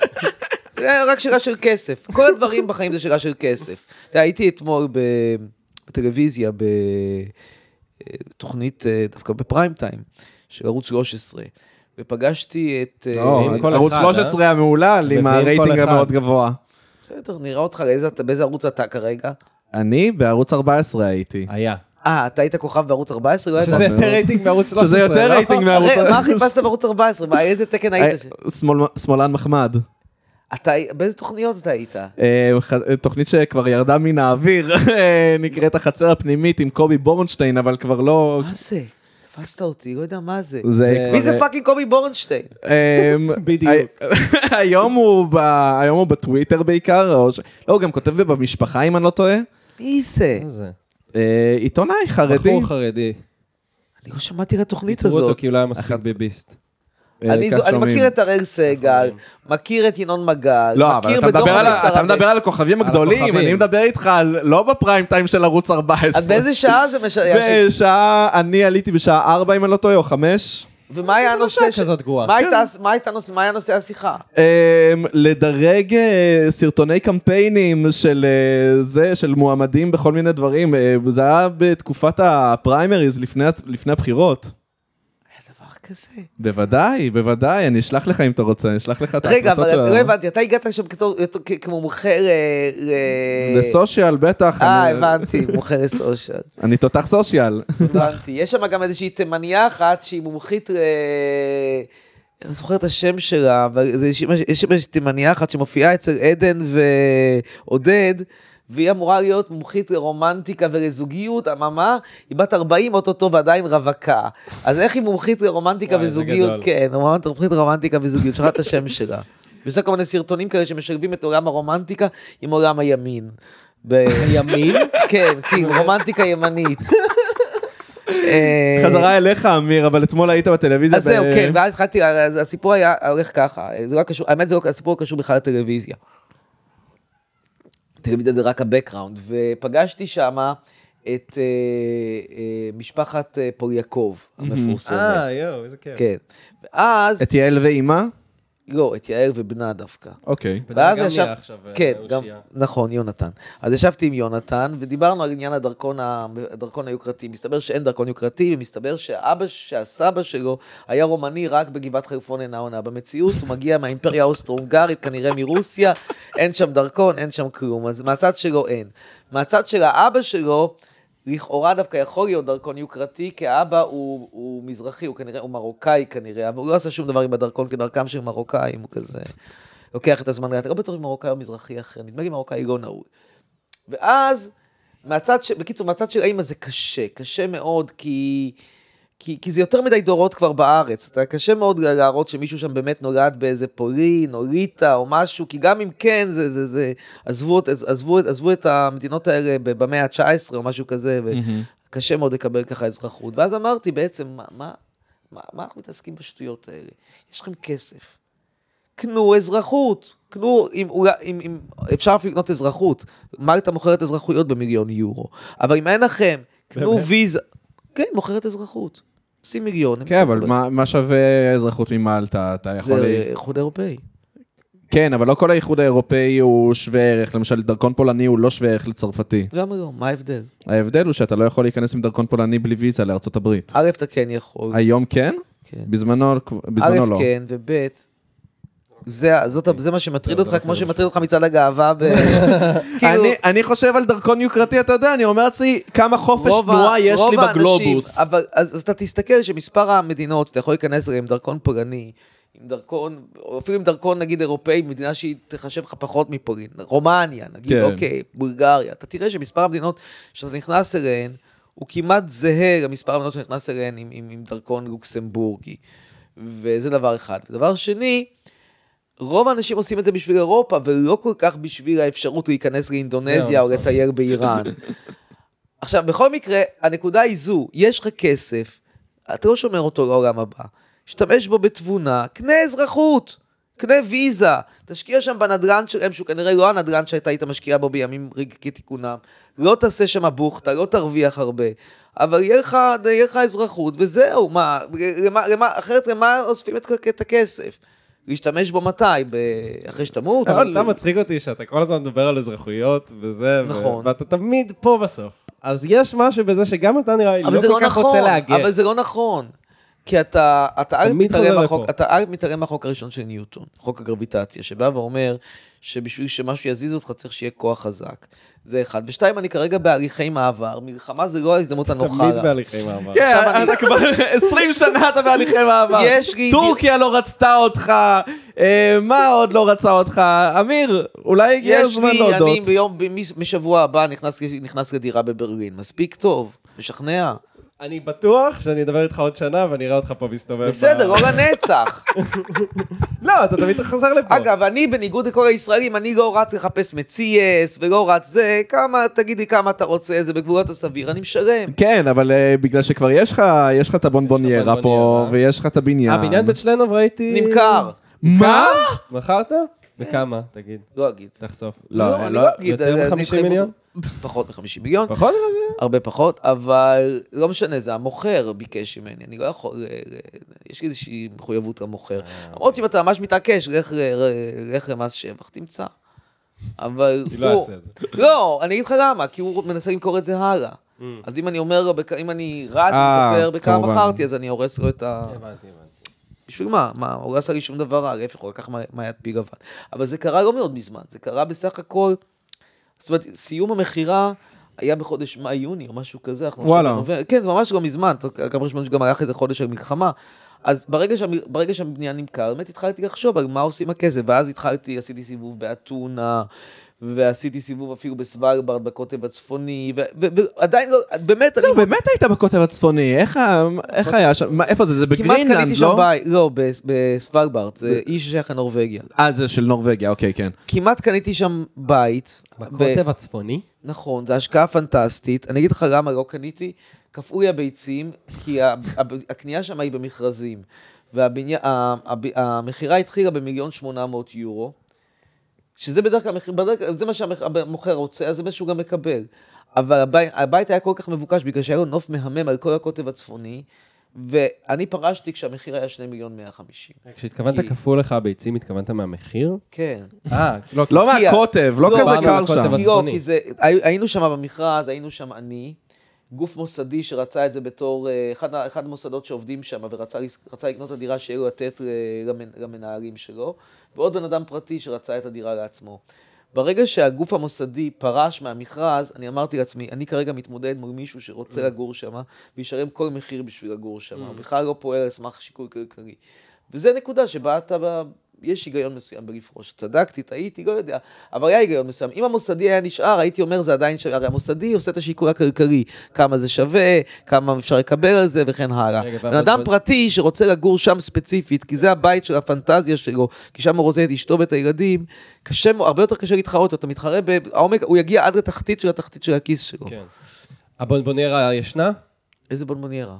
זה היה רק שאלה של כסף. כל הדברים בחיים זה שאלה של כסף. אתה יודע, הייתי אתמול ב... בטלוויזיה, בתוכנית, דווקא בפריים טיים, של ערוץ 13, ופגשתי את... אה, לא, מביאים כל ערוץ אחד, 13 המהולל עם מביאים הרייטינג כל אחד. המאוד גבוה. בסדר, נראה אותך, לאיזה אתה- באיזה ערוץ אתה כרגע? אני בערוץ 14 הייתי. היה. אה, אתה היית כוכב בערוץ 14? לא ידעתי. שזה יותר רייטינג מערוץ 13. שזה יותר לא? רייטינג מערוץ... הרי, מה חיפשת בערוץ 14? מה, איזה תקן היית? ש- אה, שמאל- שמאלן מחמד. אתה, באיזה תוכניות אתה היית? אה, ח- תוכנית שכבר ירדה מן האוויר, אה, נקראת החצר הפנימית עם קובי בורנשטיין, אבל כבר לא... מה זה? תפסת אותי, לא יודע מה זה. זה אה, מי כבר- זה פאקינג קובי בורנשטיין? אמ, בדיוק. הי- היום הוא ב- היום הוא בטוויטר בעיקר, או ש- לא, הוא גם כותב במשפחה אם אני לא טועה. מי זה? מה זה? אה, עיתונאי חרדי. בחור חרדי. אני לא שמעתי על התוכנית פיטרו אותו הזאת. כי הוא לא היה מספיק ביביסט. כאילו, אה, אני כך זו- אני שומעים. נכון. מכיר את הראל סגל, מכיר את ינון מגל, לא, אבל מכיר אתה בדור מדבר על ה- המבצר אתה הבא. מדבר על הכוכבים הגדולים, הכוכבים. אני מדבר איתך על לא בפריים טיים של ערוץ 14. אז באיזה שעה זה משנה? בשעה, אני עליתי בשעה 4 אם אני לא טועה, או 5. ומה היה זה לא הנושא? שעה ש- כזאת גרועה. מה הייתה- מה הייתה נושא- מה היה נושא השיחה? אמ, לדרג אה, סרטוני קמפיינים של אה, זה, של מועמדים בכל מיני דברים. אה, זה היה בתקופת הפריימריז לפני, הת- לפני הבחירות. היה דבר כזה? בוודאי, בוודאי, אני אשלח לך אם אתה רוצה, אני אשלח לך את רגע, ההקלטות אבל של לא ה... הבנתי, אתה הגעת שם כתור- כ- כמומחה ל... ל- לסושיאל בטח, אה, אני- הבנתי, מומחה לסושיאל. אני תותח סושיאל. הבנתי. יש שם גם איזושהי תימניה אחת שהיא מומחית ל... אני לא זוכר את השם שלה, אבל זה- יש שם- יש שם איזושהי תימניה אחת שמופיעה אצל עדן ועודד, והיא אמורה להיות מומחית לרומנטיקה ולזוגיות, אממה, היא בת 40 אוטוטו ועדיין רווקה. אז איך היא מומחית לרומנטיקה וואי, זה וזוגיות? גדול. כן, מומחית לרומנטיקה וזוגיות, שכחת את השם שלה. יש לה כל מיני סרטונים כאלה שמשלבים את עולם הרומנטיקה עם עולם הימין. הימין? כן, כן, רומנטיקה ימנית. אה, חזרה אליך, אמיר, אבל אתמול היית בטלוויזיה. אז זהו, ב- כן, ואז התחלתי, אז הסיפור היה הולך ככה, זה לא קשור, האמת זה לא, הסיפור לא קשור בכלל לטלוויזיה. טלוויזיה זה רק הבקראונד, ופגשתי שמה את אה, אה, משפחת אה, פוליאקוב המפורסמת. אה, יואו, איזה כיף. כן. ואז, את יעל ואימה? לא, את יעל ובנה דווקא. אוקיי. בן אדם גם נהיה עכשיו, אה, כן, גם, אושייה. נכון, יונתן. אז ישבתי עם יונתן, ודיברנו על עניין הדרכון, ה- הדרכון היוקרתי. מסתבר שאין דרכון יוקרתי, ומסתבר שאבא, שהסבא שלו היה רומני רק בגבעת חרפון אינה עונה. במציאות הוא מגיע מהאימפריה האוסטרו-הונגרית, כנראה מרוסיה, אין שם דרכון, אין שם כלום. אז מהצד שלו אין. מהצד של האבא שלו, לכאורה דווקא יכול להיות דרכון יוקרתי, כי האבא הוא, הוא מזרחי, הוא כנראה, הוא מרוקאי כנראה, אבל הוא לא עשה שום דבר עם הדרכון כדרכם של מרוקאים, הוא כזה לוקח את הזמן, אתה לא בטוח אם מרוקאי או מזרחי אחר, נדמה לי מרוקאי לא נהוג. ואז, מהצד ש... בקיצור, מהצד של האימא זה קשה, קשה מאוד, כי... כי, כי זה יותר מדי דורות כבר בארץ, אתה קשה מאוד לה- להראות שמישהו שם באמת נולד באיזה פולין או ליטא או משהו, כי גם אם כן, זה, זה, זה, עזבו, את- עזבו, את- עזבו את המדינות האלה ב- במאה ה-19 או משהו כזה, וקשה מאוד לקבל ככה אזרחות. ואז אמרתי בעצם, מה, מה, מה, מה אנחנו מתעסקים בשטויות האלה? יש לכם כסף. קנו אזרחות, קנו, אם, אולי- אם, אם אפשר אפילו לקנות אזרחות, מלטה מוכרת אזרחויות במיליון יורו, אבל אם אין לכם, קנו ויזה, כן, מוכרת אזרחות, עושים מיליון. הם כן, אבל צריכים מה- מה שווה אזרחות ממלטה? אתה לקבל. יכול... זה ל- איחוד אירופאי. כן, אבל לא כל האיחוד האירופאי הוא שווה ערך. למשל, דרכון פולני הוא לא שווה ערך לצרפתי. למה לא? מה ההבדל? ההבדל הוא שאתה לא יכול להיכנס עם דרכון פולני בלי ויזה לארצות הברית. א', אתה כן יכול. היום כן? כן. בזמנו בזמנו א', לא. כן. כן, וב', זה, זאת, זה מה שמטריד אותך, כמו שמטריד אותך מצעד הגאווה. ב... כאילו, לא. אני- אני חושב על דרכון יוקרתי, אתה יודע, אני אומר לעצמי כמה חופש רוב ה- תנועה יש רוב לי האנשים- בגלובוס. אבל, אז, אז אתה תסתכל שמספר המדינות, אתה יכול להיכנס אליהן עם דרכון פולני, עם דרכון, או אפילו עם דרכון נגיד אירופאי, מדינה שהיא תחשב לך פחות מפולין, רומניה, נגיד, כן. אוקיי, בולגריה, אתה תראה שמספר המדינות שאתה נכנס אליהן, הוא כמעט זהה למספר המדינות שאתה נכנס אליהן עם, עם, עם דרכון לוקסמבורגי. וזה דבר אחד. דבר שני, רוב האנשים עושים את זה בשביל אירופה, ולא כל כך בשביל האפשרות להיכנס כן. לאינדונזיה או לטייל באיראן. עכשיו, בכל מקרה, הנקודה היא זו, יש לך כסף, אתה לא שומר אותו לעולם הבא. השתמש בו בתבונה, קנה אזרחות, קנה ויזה, תשקיע שם בנדלן שלהם, שהוא כנראה לא הנדלן שהייתה היית משקיעה בו בימים רג- כתיקונם. לא תעשה שם בוכטה, לא תרוויח הרבה, אבל יהיה לך, יהיה לך אזרחות, וזהו, מה, למה, למה, אחרת למה אוספים את, את הכסף? להשתמש בו מתי? ב... אחרי שתמות? אבל אתה מצחיק אותי שאתה כל הזמן מדבר על אזרחויות וזה, ו- נכון. ואתה תמיד פה בסוף. אז יש משהו בזה שגם אתה נראה לי לא אבל זה כל לא כך נכון, רוצה להגר. אבל זה לא נכון. כי אתה, אתה א' תמיד מתעלם חוזר מהחוק, לפה. אתה א' מתעלם מהחוק הראשון של ניוטון, חוק הגרביטציה, שבא ואומר שבשביל שמשהו יזיז אותך צריך שיהיה כוח חזק. זה אחד. ושתיים, אני כרגע בהליכי מעבר, מלחמה זה לא ההזדמנות הנוחה. תמיד בהליכי מעבר. כן, עכשיו אני- אתה כבר 20 שנה אתה בהליכי מעבר. יש לי- טורקיה לא רצתה אותך, אה, מה עוד לא רצה אותך? אמיר, אולי הגיע יש הזמן לי, להודות. אני ביום, במי- משבוע הבא נכנס, נכנס לדירה בברלין, מספיק טוב, משכנע. אני בטוח שאני אדבר איתך עוד שנה ואני אראה אותך פה מסתובב. בסדר, ב- לא לנצח. לא, אתה תמיד חוזר לפה. אגב, אני בניגוד לכל הישראלים, אני לא רץ לחפש מציאס ולא רץ זה, כמה, תגיד לי כמה אתה רוצה, זה בגבולות הסביר, אני משלם. כן, אבל אה, בגלל שכבר יש לך, יש לך את הבונבוניירה פה, הבונבוניירה. ויש לך את הבניין. הבניין אה, בית שלנוב ראיתי... אה, נמכר. מה? מכרת? בכמה, תגיד, לא אגיד. תחשוף. לא, אני לא, יותר אה, מ- 50 התחייבות- מיליון? פחות מ-50 מיליון, פחות? אבל- הרבה פחות, אבל לא משנה, זה המוכר ביקש ממני, אני לא יכול, אה, אה, יש לי איזושהי מחויבות אה, למוכר. אוקיי. למרות שאם אתה ממש מתעקש, לך ל- ל- לך למס שבח, תמצא. אבל אני לא הוא- אעשה את זה. Mm. לא, אני אגיד לך למה, כי הוא מנסה למכור את זה הלאה. אז אם אני אומר לו, בכ- אם אני רץ אה, ומספר בכמה כמובן. מכרתי, אז אני הורס לו את ה... הבנתי, הבנתי. בשביל מה? מה, הוא לא עשה לי שום דבר רע, להפך, הוא לקח מה- מהיד פי גוון. אבל זה קרה לא מאוד מזמן, זה קרה בסך הכל... זאת אומרת, סיום המכירה היה בחודש מאי-יוני או משהו כזה. אנחנו עכשיו וואלה. בנובמבר- כן, זה ממש לא מזמן, אתה- גם חשבון שגם היה איזה חודש של מלחמה. אז ברגע, שה, ברגע שהבניין נמכר, באמת התחלתי לחשוב על מה עושים עם הכסף, ואז התחלתי, עשיתי סיבוב באתונה, ועשיתי סיבוב אפילו בסוולברד, בקוטב הצפוני, ו- ו- ועדיין לא, באמת, זהו, באמת היית בקוטב הצפוני, איך ה- איך היה שם, מה- איפה זה? זה כמעט קניתי בגרינלנד, שם לא? בית, לא, בס- בסוולברד, זה איש ששייך לנורבגיה. אה, זה של נורבגיה, אוקיי, כן. כמעט קניתי שם בית. ב- בקוטב הצפוני? נכון, זו השקעה פנטסטית. אני אגיד לך למה לא קניתי, קפאו לי הביצים, כי ה- הב- הקנייה שם היא במכרזים. והמכירה התחילה במיליון שמונה מאות יורו, שזה בדרך כלל, המחיר- בדרך כלל- זה מה שהמוכר רוצה, אז זה מה שהוא גם מקבל. אבל הבית, הבית היה כל כך מבוקש, בגלל שהיה לו נוף מהמם על כל הקוטב הצפוני, ואני פרשתי כשהמחיר היה שני מיליון מאה חמישים. כשהתכוונת כי- כפול לך הביצים, התכוונת מהמחיר? כן. אה, לא, לא כי- מהקוטב, לא לא, כזה באנו קר לקוטב שם. הצפוני. לא, כי זה, הי- היינו שם במכרז, היינו שם אני, גוף מוסדי שרצה את זה בתור, אה, אחד, ה- אחד המוסדות שעובדים שם, ורצה לס- רצה לקנות את הדירה שיהיה לו לתת אה, למנ, למנהלים שלו, ועוד בן אדם פרטי שרצה את הדירה לעצמו. ברגע שהגוף המוסדי פרש מהמכרז, אני אמרתי לעצמי, אני כרגע מתמודד מול מישהו Mm. שרוצה לגור שם, וישלם כל מחיר בשביל לגור שם, הוא בכלל לא פועל על סמך שיקול כלכלי. וזה נקודה שבה אתה, ב- יש היגיון מסוים בלפרוש. צדקתי, טעיתי, לא יודע, אבל היה היגיון מסוים. אם המוסדי היה נשאר, הייתי אומר, זה עדיין שווה. הרי המוסדי עושה את השיקול הכלכלי, כמה זה שווה, כמה אפשר לקבל על זה וכן הלאה. רגע, בן אבל- אדם אבל- פרטי שרוצה לגור שם ספציפית, כי זה הבית של הפנטזיה שלו, כי שם הוא רוצה את אשתו ואת הילדים, קשה, מאוד- הרבה יותר קשה להתחרות, אתה מתחרה בעומק, הוא יגיע עד לתחתית של התחתית של הכיס שלו. כן. הבונבוניירה ישנה? איזה בונבוניירה.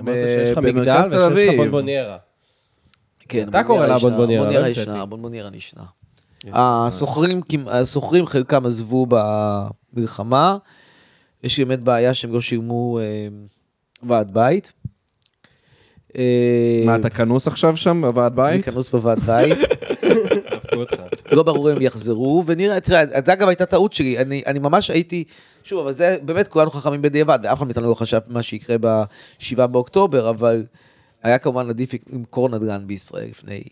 אמרת שיש לך מגדל במרכז תל ושיש לך אביב. בונבוניירה. כן, אתה קורא לה בונבוניירה, לא בונבוניירה המצאתי. ישנה, בונבוניירה נשנה. הסוחרים, כמע- הסוחרים חלקם עזבו במלחמה, יש באמת בעיה שהם לא שילמו אה, ועד בית. אה, מה, אתה כנוס עכשיו שם בוועד אני בית? כנוס בוועד בית. דפקו אותך. אה, לא ברור אם יחזרו, ונראה, תראה, זה אגב הייתה טעות שלי, אני, אני ממש הייתי, שוב, אבל זה באמת כולנו חכמים בדיעבד, ואף אחד מאיתנו לא חשב מה שיקרה ב-7 באוקטובר, אבל היה כמובן עדיף למכור נדל"ן בישראל לפני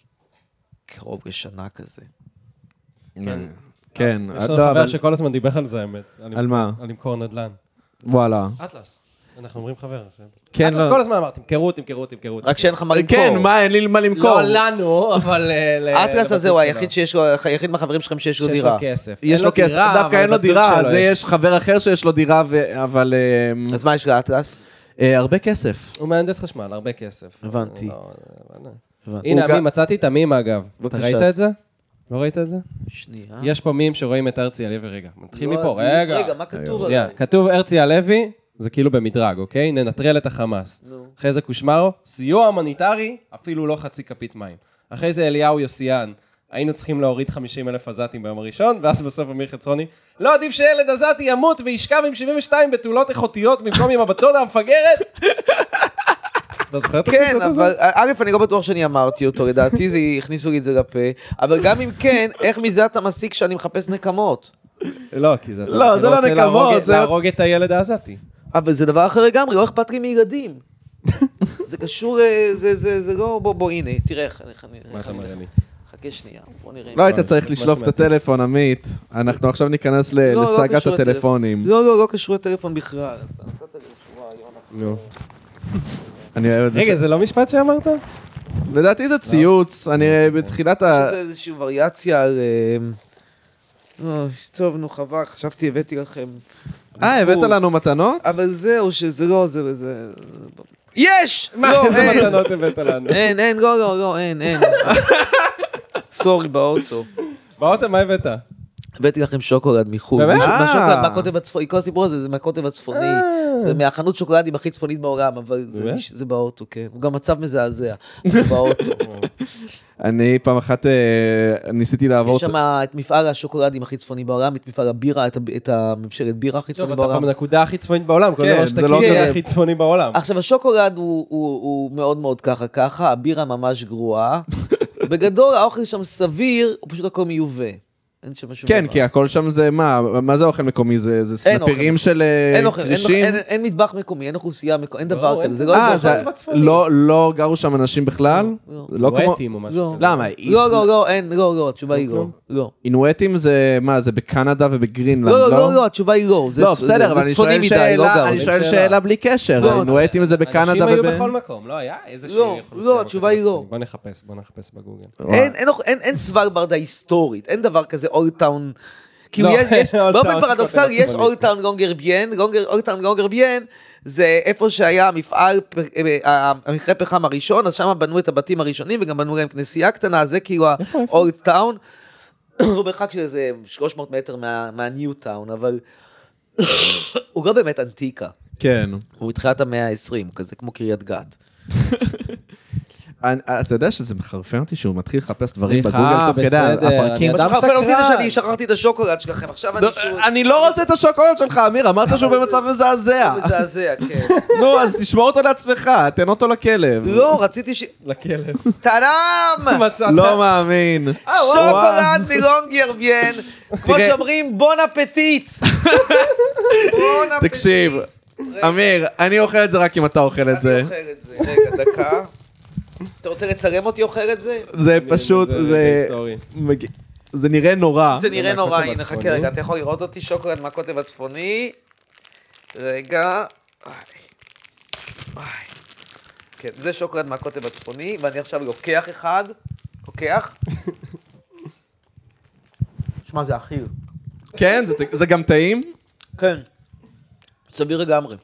קרוב לשנה כזה. כן, יש לא, לנו חבר אבל- שכל הזמן דיבר על זה, האמת. על מה? על למכור נדל"ן. וואלה. אטלס. אנחנו אומרים חבר. כן, אטלס לא. אה, כל הזמן אמר, תמכרו, תמכרו, תמכרו. רק שאין לך מה למכור. כן, מה, אין לי מה למכור. לא לנו, אבל... אה, ל- האטלס לבת הזה הוא שלו. היחיד שיש לו, היחיד מהחברים שלכם שיש לו שיש לו כן. דירה. כסף. יש אין לו כסף, דירה, דווקא אבל אין לו לבת זוג דירה, שלו אז יש חבר אחר שיש לו דירה, ו- אבל אמ, אז מה יש לאטלס? אה, הרבה כסף. הוא מהנדס חשמל, הרבה כסף. הבנתי. לא, אבל- הבנתי. הנה, הוא גם- עמי, מצאתי את המים אגב. אתה בבקשה. ראית את זה? לא ראית את זה? שנייה. יש פה מים שרואים את הרצי הלוי, רגע, נתחיל לא, מפה, עדיף. רגע. רגע, מה כתוב שנייה, עליי? כתוב הרצי הלוי, זה כאילו במדרג, אוקיי? ננטרל את החמאס. נו. אחרי זה קושמרו, סיוע הומניטרי, אפילו לא חצי כפית מים. אחרי זה אליהו יוסיאן, היינו צריכים להוריד 50 אלף עזתים ביום הראשון, ואז בסוף אמיר חצרוני, לא עדיף שילד עזתי ימות וישכב עם 72 בתולות איכותיות במקום עם הבטונה המפגרת? אתה זוכר את כן, הציטוט הזה? אבל א', אני לא בטוח שאני אמרתי אותו, לדעתי זה, הכניסו לי את זה לפה, אבל גם אם כן, איך מזה אתה מסיק שאני מחפש נקמות? לא, כי זה... לא, אני זה לא רוצה נקמות, להרוג- זה- להרוג את הילד העזתי. אבל זה דבר אחר לגמרי, לא אכפת לי מילדים. זה קשור, אה, זה, זה, זה לא, בוא, בוא, הנה, תראה איך אני... איך אני- מה איך אתה אני- מראה לי? חכה שנייה, בוא נראה. לא היית מה- צריך מה לשלוף את שמעתי. הטלפון, עמית. אנחנו עכשיו ניכנס ל- לא, לא לסאגת קשור הטלפונים. לא, לא, לא קשור לטלפון בכלל. אתה נתת לי שורה, יונה. נו. אני אוהב את זה. רגע, ש- זה לא משפט שאמרת? לדעתי זה ציוץ, אני אה, בתחילת ה... לא, שזה איזושהי וריאציה על... אה, אוי, טוב, נו, חבל, חשבתי הבאתי לכם. אה, הבאת זכות. לנו מתנות? אבל זהו, שזה לא, זה... זה- יש! מה, לא, איזה אין. מתנות הבאת לנו? אין, אין, לא, לא, לא, אין, אין. סורי, באוטו. באוטו, מה הבאת? הבאתי לכם שוקולד מחו"ל. באמת? מישהו- אה. מהשוקולד, מהקוטב הצפוני, כל הסיפור הזה זה מהקוטב הצפוני. זה מהחנות שוקולדים הכי צפונית בעולם, אבל זה- באמת? זה באוטו, כן. הוא גם מצב מזעזע, זה באוטו. אני פעם אחת אה, ניסיתי לעבור... יש שם את מפעל השוקולדים הכי צפוני בעולם, את מפעל הבירה, את ה- את הממשלת בירה הכי טוב, צפוני לא, אתה פה בעולם. בנקודה הכי צפונית בעולם, כל כן, דבר זה שאתה לא כאילו כזה. הכי צפוני נכון. בעולם. עכשיו, השוקולד הוא- הוא הוא מאוד מאוד ככה ככה, הבירה ממש גרועה. בגדול, האוכל שם סביר, הוא פשוט הכל מיובא. אין שם שום דבר. כן, כי הכל שם זה מה? מה זה אוכל מקומי? זה זה אין אוכל סנפירים מקומי. של אה, אין אוכל, אין- כרישים? אין- אין מטבח מקומי, אין אוכלוסייה מקומית, אין לא, דבר כזה, זה לא אה, איזה... זה- אוכל בצפון. לא- לא גרו שם אנשים בכלל? לא. לא כמו... וואטים או משהו לא. כזה. למה? לא, לא, לא, אין, לא, לא, התשובה היא לא. כלום? לא. אינואטים זה מה? זה בקנדה ובגרינלנד, לא, לא? לא, לא, לא, התשובה היא לא. זה- לא, זה- בסדר, זה אבל אני צפוני שואל מדי, לא שאלה, גרו. אני שואל שאלה. שאלה בלי לא, קשר. האינואטים זה בקנדה אנשים וב... היו בכל מקום, לא היה איזושהי לא, אוכלוסייה לא, התשובה היא בצפון. לא. בוא נחפש, בוא נחפש בגוגל. אין- אין- אין- אין סוואלברד ההיסטורית, אין דבר כזה אולד טאון. כאילו לא, יש, יש- אולד באופן טאון, פרדוקסלי כל כך יש אולד טאון גונגר ביין, גונגר- אולד טאון גונגר ביין זה איפה שהיה המפעל, פ- אה, אה, המכרה פחם הראשון, אז שם בנו את הבתים הראשונים וגם בנו להם כנסייה קטנה, זה כאילו האולד טאון. הוא מרחק של איזה 300 מטר מה- מהניו טאון, אבל הוא לא באמת אנטיקה, כן. הוא מתחילת המאה ה-20, כזה כמו קריית גת. אני- אתה יודע שזה מחרפן אותי שהוא מתחיל לחפש דברים סליחה, בגוגל תוך כדי בסדר, הפרקים. אני מה אדם שחרפן אותי זה סקרן. שאני שכחתי את השוקולד שלכם, עכשיו אני אה. לא, שוב... אני לא רוצה את השוקולד שלך, אמיר, אמרת שהוא במצב מזעזע. מזעזע, כן. נו, אז תשמור אותו לעצמך, תן אותו לכלב. לא, רציתי ש... לכלב. טענם! לא מאמין. אה, שוקולד מלונגרביין, כמו תראה- שאומרים בון אפטיט. בון אפטיט. תקשיב, אמיר, אני אוכל את זה רק אם אתה אוכל את אני זה. אוכל את זה. רגע, דקה. אתה רוצה לצלם אותי אוכל את זה? זה פשוט, זה- זה זה... היסטורי. מג- זה נראה נורא. זה נראה מהקוטב נורא, הנה, הצפוני. חכה רגע, אתה יכול לראות אותי? שוקולד מהקוטב הצפוני. רגע. איי. איי. כן, זה שוקולד מהקוטב הצפוני, ואני עכשיו לוקח אחד, לוקח. שמע, זה אכיל. כן, זה- זה גם טעים? כן. סביר לגמרי.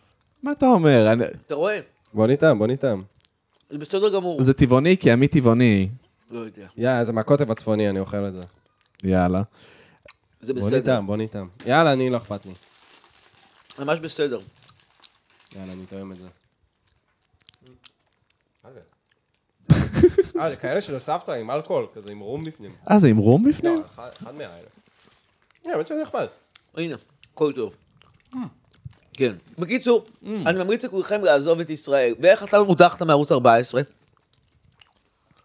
מה אתה אומר? אני- אתה רואה? בוא ניתן, בוא ניתן. זה בסדר גמור. זה טבעוני, כי עמית טבעוני. לא יודע. יא, זה מהקוטב הצפוני, אני אוכל את זה. יאללה. זה בוא בסדר. ניתן, בוא ניתן. יאללה, אני, לא אכפת לי. ממש בסדר. יאללה, אני תואם את זה. אה, זה כאלה של הסבתא עם אלכוהול, כזה עם רום בפנים. אה, זה עם רום בפנים? אחד אחד מהאלה. אה, האמת שזה נחמד. הנה, הכל טוב. כן. בקיצור, Mm. אני ממליץ לכולכם לעזוב את ישראל. ואיך אתה הודחת מערוץ 14?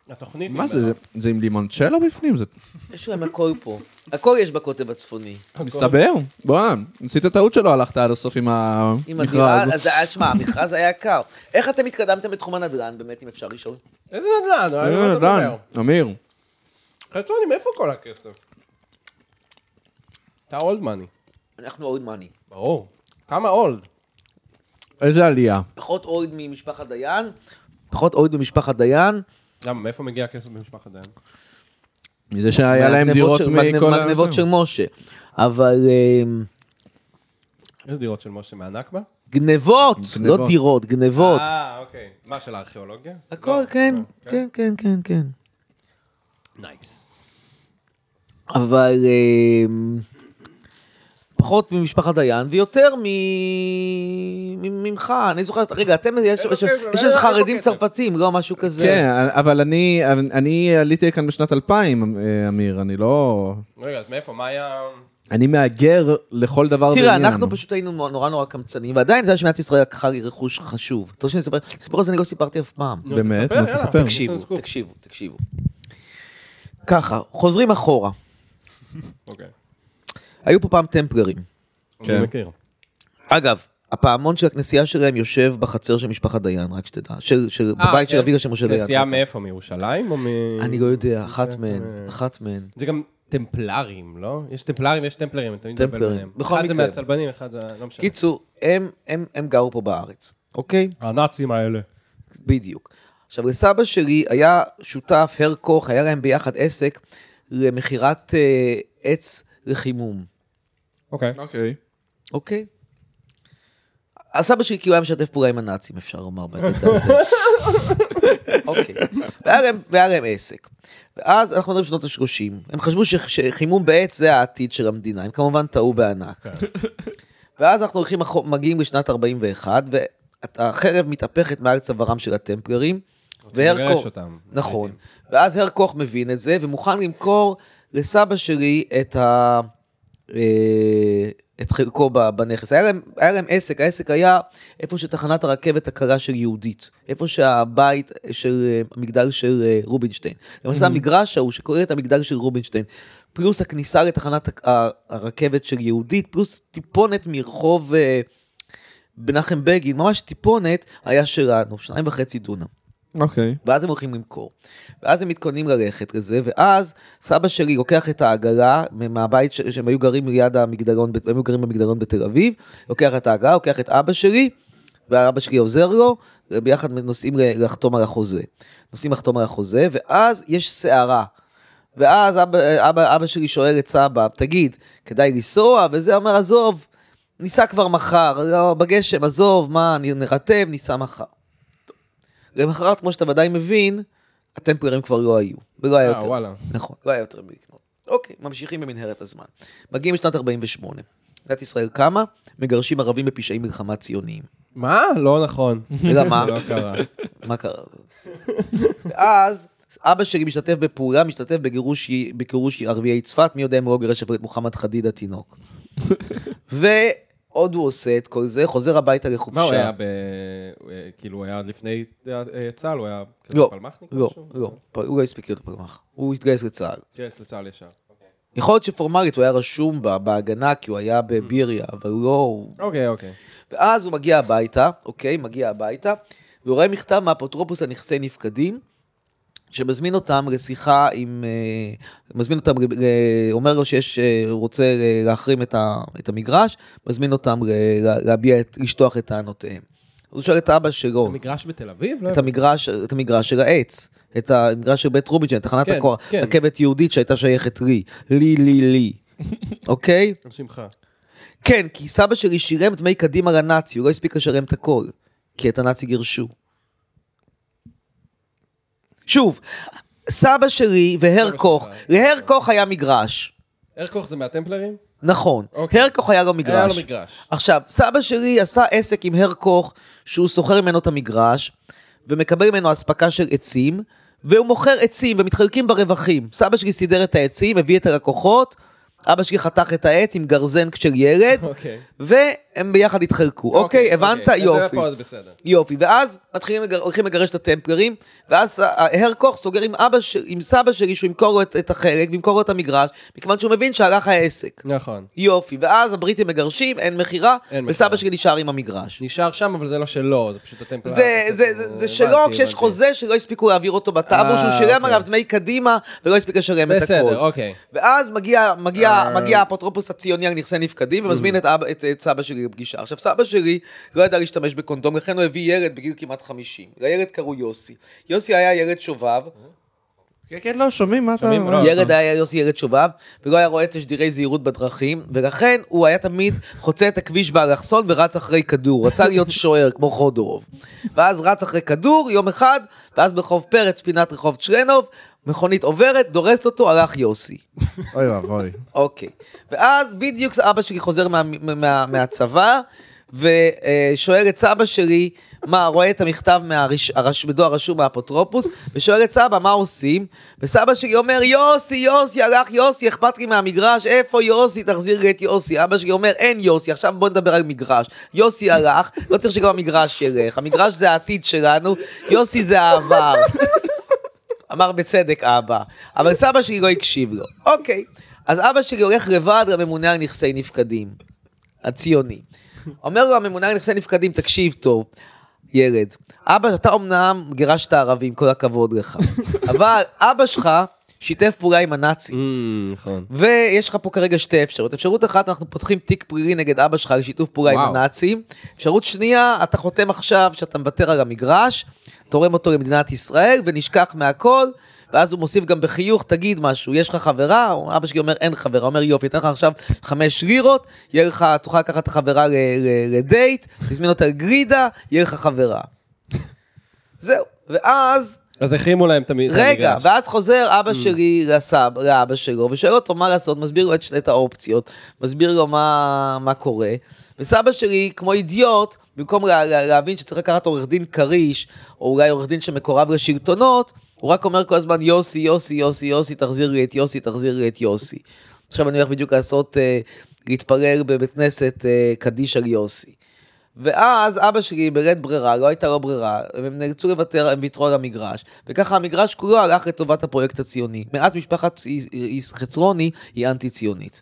התוכנית... מה זה, זה- זה עם לימונצ'לו בפנים? זה יש להם הכל פה. הכל יש בקוטב הצפוני. מסתבר. בוא'נה, עשית טעות שלא הלכת עד הסוף עם עם הדירה, המכרז. אז אה, שמע, המכרז היה יקר. איך אתם התקדמתם בתחום הנדל"ן, באמת, אם אפשר לשאול? איזה נדל"ן? אה, על מה אתה דן, לא מדבר? אמיר. חצרוני, מאיפה כל הכסף? אתה אולד מאני. אנחנו אולד מאני. ברור. כמה אולד? איזה עלייה. פחות אולד ממשפחת דיין, פחות אולד ממשפחת דיין. למה, מאיפה מגיע הכסף במשפחת דיין? מזה שהיה להם מהגנבות דירות של- מכל מהגנבות של האנשים. משה. אבל אמ, יש דירות של משה מהנכבה? גנבות, גנבות. לא דירות, גנבות. אה, אוקיי. מה, של הארכיאולוגיה? הכל, לא, כן, כן. כן, כן, כן, כן. נייס. אבל אמ, פחות ממשפחת דיין ויותר מ... מ- ממך. אני זוכר, רגע, אתם, יש לו יש- קשר, יש אין לו לך חרדים קשר. צרפתים, לא משהו כזה. כן, אבל אני, אני עליתי כאן בשנת 2000, אה, אמיר, אני לא... רגע, אז מאיפה? מה היה... אני מהגר לכל דבר ועניין. תראה, אנחנו פשוט היינו מו- נורא נורא קמצנים, ועדיין זה היה שמדינת ישראל לקחה לי רכוש חשוב. אתה רוצה שאני אספר? סיפור הזה אני לא סיפרתי אף פעם. נו, באמת? תספר, נו, יאללה. תספר. יש לנו תקשיבו, סקופ. תקשיבו, תקשיבו. ככה, חוזרים אחורה. אוקיי. היו פה פעם טמפגרים. כן. אני מכיר. אגב, הפעמון של הכנסייה שלהם יושב בחצר של משפחת דיין, רק שתדע. של, של, אה, בבית של כן. אביו של משה דיין. אוקיי. נסיעה מאיפה? מירושלים או מ... אני לא יודע, אחת אה, מהן, אה. אחת מהן. זה גם טמפלרים, לא? יש טמפלרים ויש טמפלרים, אני תמיד טמפלרים. מבלבל ביניהם. בכל אחד זה מקרה. מהצלבנים, אחד זה... לא משנה. קיצור, הם, הם, הם גרו פה בארץ, אוקיי? הנאצים האלה. בדיוק. עכשיו, לסבא שלי היה שותף, הר קוך, היה להם ביחד עסק למכירת אה, עץ לחימום, אוקיי. אוקיי. אוקיי? הסבא שלי כאילו היה משתף פעולה עם הנאצים, אפשר לומר בקטע הזה. אוקיי. והיה להם- והיה להם עסק. ואז אנחנו מדברים שנות ה-30. הם חשבו ש- שחימום בעץ זה העתיד של המדינה, הם כמובן טעו בענק. ואז אנחנו הולכים, אחו- מגיעים לשנת 41, והחרב מתהפכת מעל צווארם של הטמפלרים, והר לגרש קוך, אותם. נכון. לעיתים. ואז הר קוך מבין את זה, ומוכן למכור לסבא שלי את ה... אה, את חלקו ב- בנכס. היה להם, היה להם עסק, העסק היה איפה שתחנת הרכבת הקלה של יהודית, איפה שהבית של אה, המגדל של אה, רובינשטיין. למעשה המגרש ההוא שכולל את המגדל של רובינשטיין, פלוס הכניסה לתחנת הק- ה- הרכבת של יהודית, פלוס טיפונת מרחוב אה, מנחם בגין, ממש טיפונת, היה שלנו, שניים וחצי דונם. אוקיי. ואז הם הולכים למכור. ואז הם מתכוננים ללכת לזה, ואז סבא שלי לוקח את העגלה מהבית ש- שהם היו גרים ליד המגדלון, ב- הם היו גרים במגדלון בתל אביב, לוקח את העגלה, לוקח את אבא שלי, ואבא שלי עוזר לו, ביחד נוסעים ל- לחתום על החוזה. נוסעים לחתום על החוזה, ואז יש סערה. ואז אבא, אבא, אבא שלי שואל את סבא, תגיד, כדאי לנסוע? וזה אומר, עזוב, ניסע כבר מחר, לא, בגשם, עזוב, מה, נ- נרטב, ניסע מחר. למחרת, כמו שאתה ודאי מבין, הטמפלרים כבר לא היו, ולא היה אה, יותר. וואלה. נכון, לא היה יותר מי לקנות. אוקיי, ממשיכים במנהרת הזמן. מגיעים לשנת 48. מדינת ישראל קמה, מגרשים ערבים בפשעי מלחמה ציוניים. מה? לא נכון. אלא מה? לא קרה. מה קרה? ואז אבא שלי משתתף בפעולה, משתתף בגירוש, בגירוש ערביי צפת, מי יודע אם הוא לא גירש אפילו את מוחמד חדיד התינוק. ועוד הוא עושה את כל זה, חוזר הביתה לחופשה. מה הוא היה ב... הוא היה- כאילו, הוא היה עוד לפני אה, צה"ל, הוא היה כזה לא, פלמחניק? לא, משהו? לא, הוא לא הספיק להיות פלמ"ח, הוא התגייס לצה"ל. התגייס לצה"ל ישר. אוקיי. יכול להיות שפורמלית הוא היה רשום בה- בהגנה כי הוא היה בביריה, אבל הוא לא, הוא אוקיי, אוקיי. ואז הוא מגיע הביתה, אוקיי, מגיע הביתה, והוא רואה מכתב מהאפוטרופוס על נכסי נפקדים, שמזמין אותם לשיחה עם... אה, מזמין אותם, ל- ל- אומר לו שיש... אה, הוא רוצה אה, להחרים את, ה, את המגרש, מזמין אותם ל- לה- להביע את... לשטוח את טענותיהם. אז הוא שואל את אבא שלו, המגרש בתל אביב? לא את המגרש, את המגרש של העץ. את המגרש של בית רובינשטיין, תחנת כן, הכוח, כן. רכבת יהודית שהייתה שייכת לי, לי, לי, לי, אוקיי? על שמך. כן, כי סבא שלי שילם דמי קדימה לנאצי, הוא לא הספיק לשלם את הכל, כי את הנאצי גירשו. שוב, סבא שלי והר סבא קוך, שלך. להר קוך היה מגרש, ארקוך זה מהטמפלרים? נכון, אוקיי. הר קוך היה לו מגרש. היה לו מגרש. עכשיו, סבא שלי עשה עסק עם הר קוך, שהוא שוכר ממנו את המגרש, ומקבל ממנו אספקה של עצים, והוא מוכר עצים, ומתחלקים ברווחים. סבא שלי סידר את העצים, הביא את הלקוחות, אבא שלי חתך את העץ עם גרזן של ילד, אוקיי. והם ביחד התחלקו, אוקיי? הבנת? אוקיי. אז יופי. זה פה אז בסדר. יופי, ואז מתחילים, לגר- הולכים לגרש את הטמפלרים, ואז ה- הר קוך סוגר עם אבא, ש- עם סבא שלי שהוא ימכור לו את, את החלק וימכור לו את המגרש, מכיוון שהוא מבין שהלך העסק. נכון. יופי, ואז הבריטים מגרשים, אין מכירה, אין וסבא מכירה. שלי נשאר עם המגרש. נשאר שם, אבל זה לא שלו, זה פשוט הטמפלר. זה, זה, זה, זה שלו הבנתי, כשיש הבנתי. חוזה שלא הספיקו להעביר אותו בטאבו, אה, שהוא שילם אוקיי. עליו דמי קדימה ולא הספיק לשלם את הכל. בסדר, אוקיי. אה. ואז מגיע, מגיע, מגיע האפוטרופוס הציוני על נכסי נפקדים Mm. ומזמין את, אבא, את, את סבא שלי לפגישה. עכשיו, סבא שלי לא ידע להשתמש בקונדום, לכן הוא הביא ילד בגיל כמעט 50. לילד קראו יוסי. יוסי היה ילד שובב, כן, כן, לא, שומעים, מה אתה... שומעים, מה- לא. ילד היה יוסי ילד שובב, ולא היה רואה תשדירי זהירות בדרכים, ולכן הוא היה תמיד חוצה את הכביש באלכסון ורץ אחרי כדור. רצה להיות שוער, כמו חודורוב. ואז רץ אחרי כדור, יום אחד, ואז ברחוב פרץ, פינת רחוב צ'רנוב, מכונית עוברת, דורסת אותו, הלך יוסי. אוי ואבוי. אוקיי. ואז בדיוק אבא שלי חוזר מה, מה, מהצבא, ושואל את סבא שלי, מה, רואה את המכתב מהרש, הרש, בדואר רשום מהאפוטרופוס, ושואל את סבא, מה עושים? וסבא שלי אומר, יוסי, יוסי, הלך יוסי, אכפת לי מהמגרש, איפה יוסי, תחזיר לי את יוסי. אבא שלי אומר, אין יוסי, עכשיו בוא נדבר על מגרש. יוסי הלך, לא צריך שגם המגרש ילך, המגרש זה העתיד שלנו, יוסי זה העבר. אמר בצדק אבא, אבל סבא שלי לא הקשיב לו. אוקיי, אז אבא שלי הולך לבד לממונה על נכסי נפקדים, הציוני. אומר לו הממונה על נכסי נפקדים, תקשיב טוב, ילד, אבא, אתה אמנם גירשת ערבים, כל הכבוד לך, אבל אבא שלך שיתף פעולה עם הנאצים. Mm, אמ, נכון. ויש לך פה כרגע שתי אפשרויות. אפשרות אחת, אנחנו פותחים תיק פלילי נגד אבא שלך על שיתוף פעולה עם וואו. הנאצים. אפשרות שנייה, אתה חותם עכשיו שאתה מוותר על המגרש, תורם אותו למדינת ישראל ונשכח מהכל, ואז הוא מוסיף גם בחיוך, תגיד משהו, יש לך חברה? הוא- אבא שלי אומר, אין חברה. הוא אומר, יופי, אתן לך עכשיו חמש לירות, יהיה לך, תוכל לקחת את החברה ל- ל- לדייט, תזמין אותה לגרידה, יהיה לך חברה. זהו, ואז... אז החרימו להם את המ- את רגע, המגרש. ואז חוזר אבא שלי לסב, לאבא שלו, ושואל אותו מה לעשות, מסביר לו את, שני- את האופציות, מסביר לו מה, מה קורה, וסבא שלי, כמו אידיוט, במקום לה, לה, להבין שצריך לקחת עורך דין כריש, או אולי עורך דין שמקורב לשלטונות, הוא רק אומר כל הזמן, יוסי, יוסי, יוסי, יוסי, תחזיר לי את יוסי, תחזיר לי את יוסי. עכשיו אני הולך בדיוק לעשות, אה, להתפלל בבית כנסת אה, קדיש על יוסי. ואז אבא שלי בלית ברירה, לא הייתה לו ברירה, הם נאלצו לוותר, הם ויתרו על המגרש. וככה המגרש כולו הלך לטובת הפרויקט הציוני. מאז משפחת צי- אה, חצרוני היא אנטי-ציונית.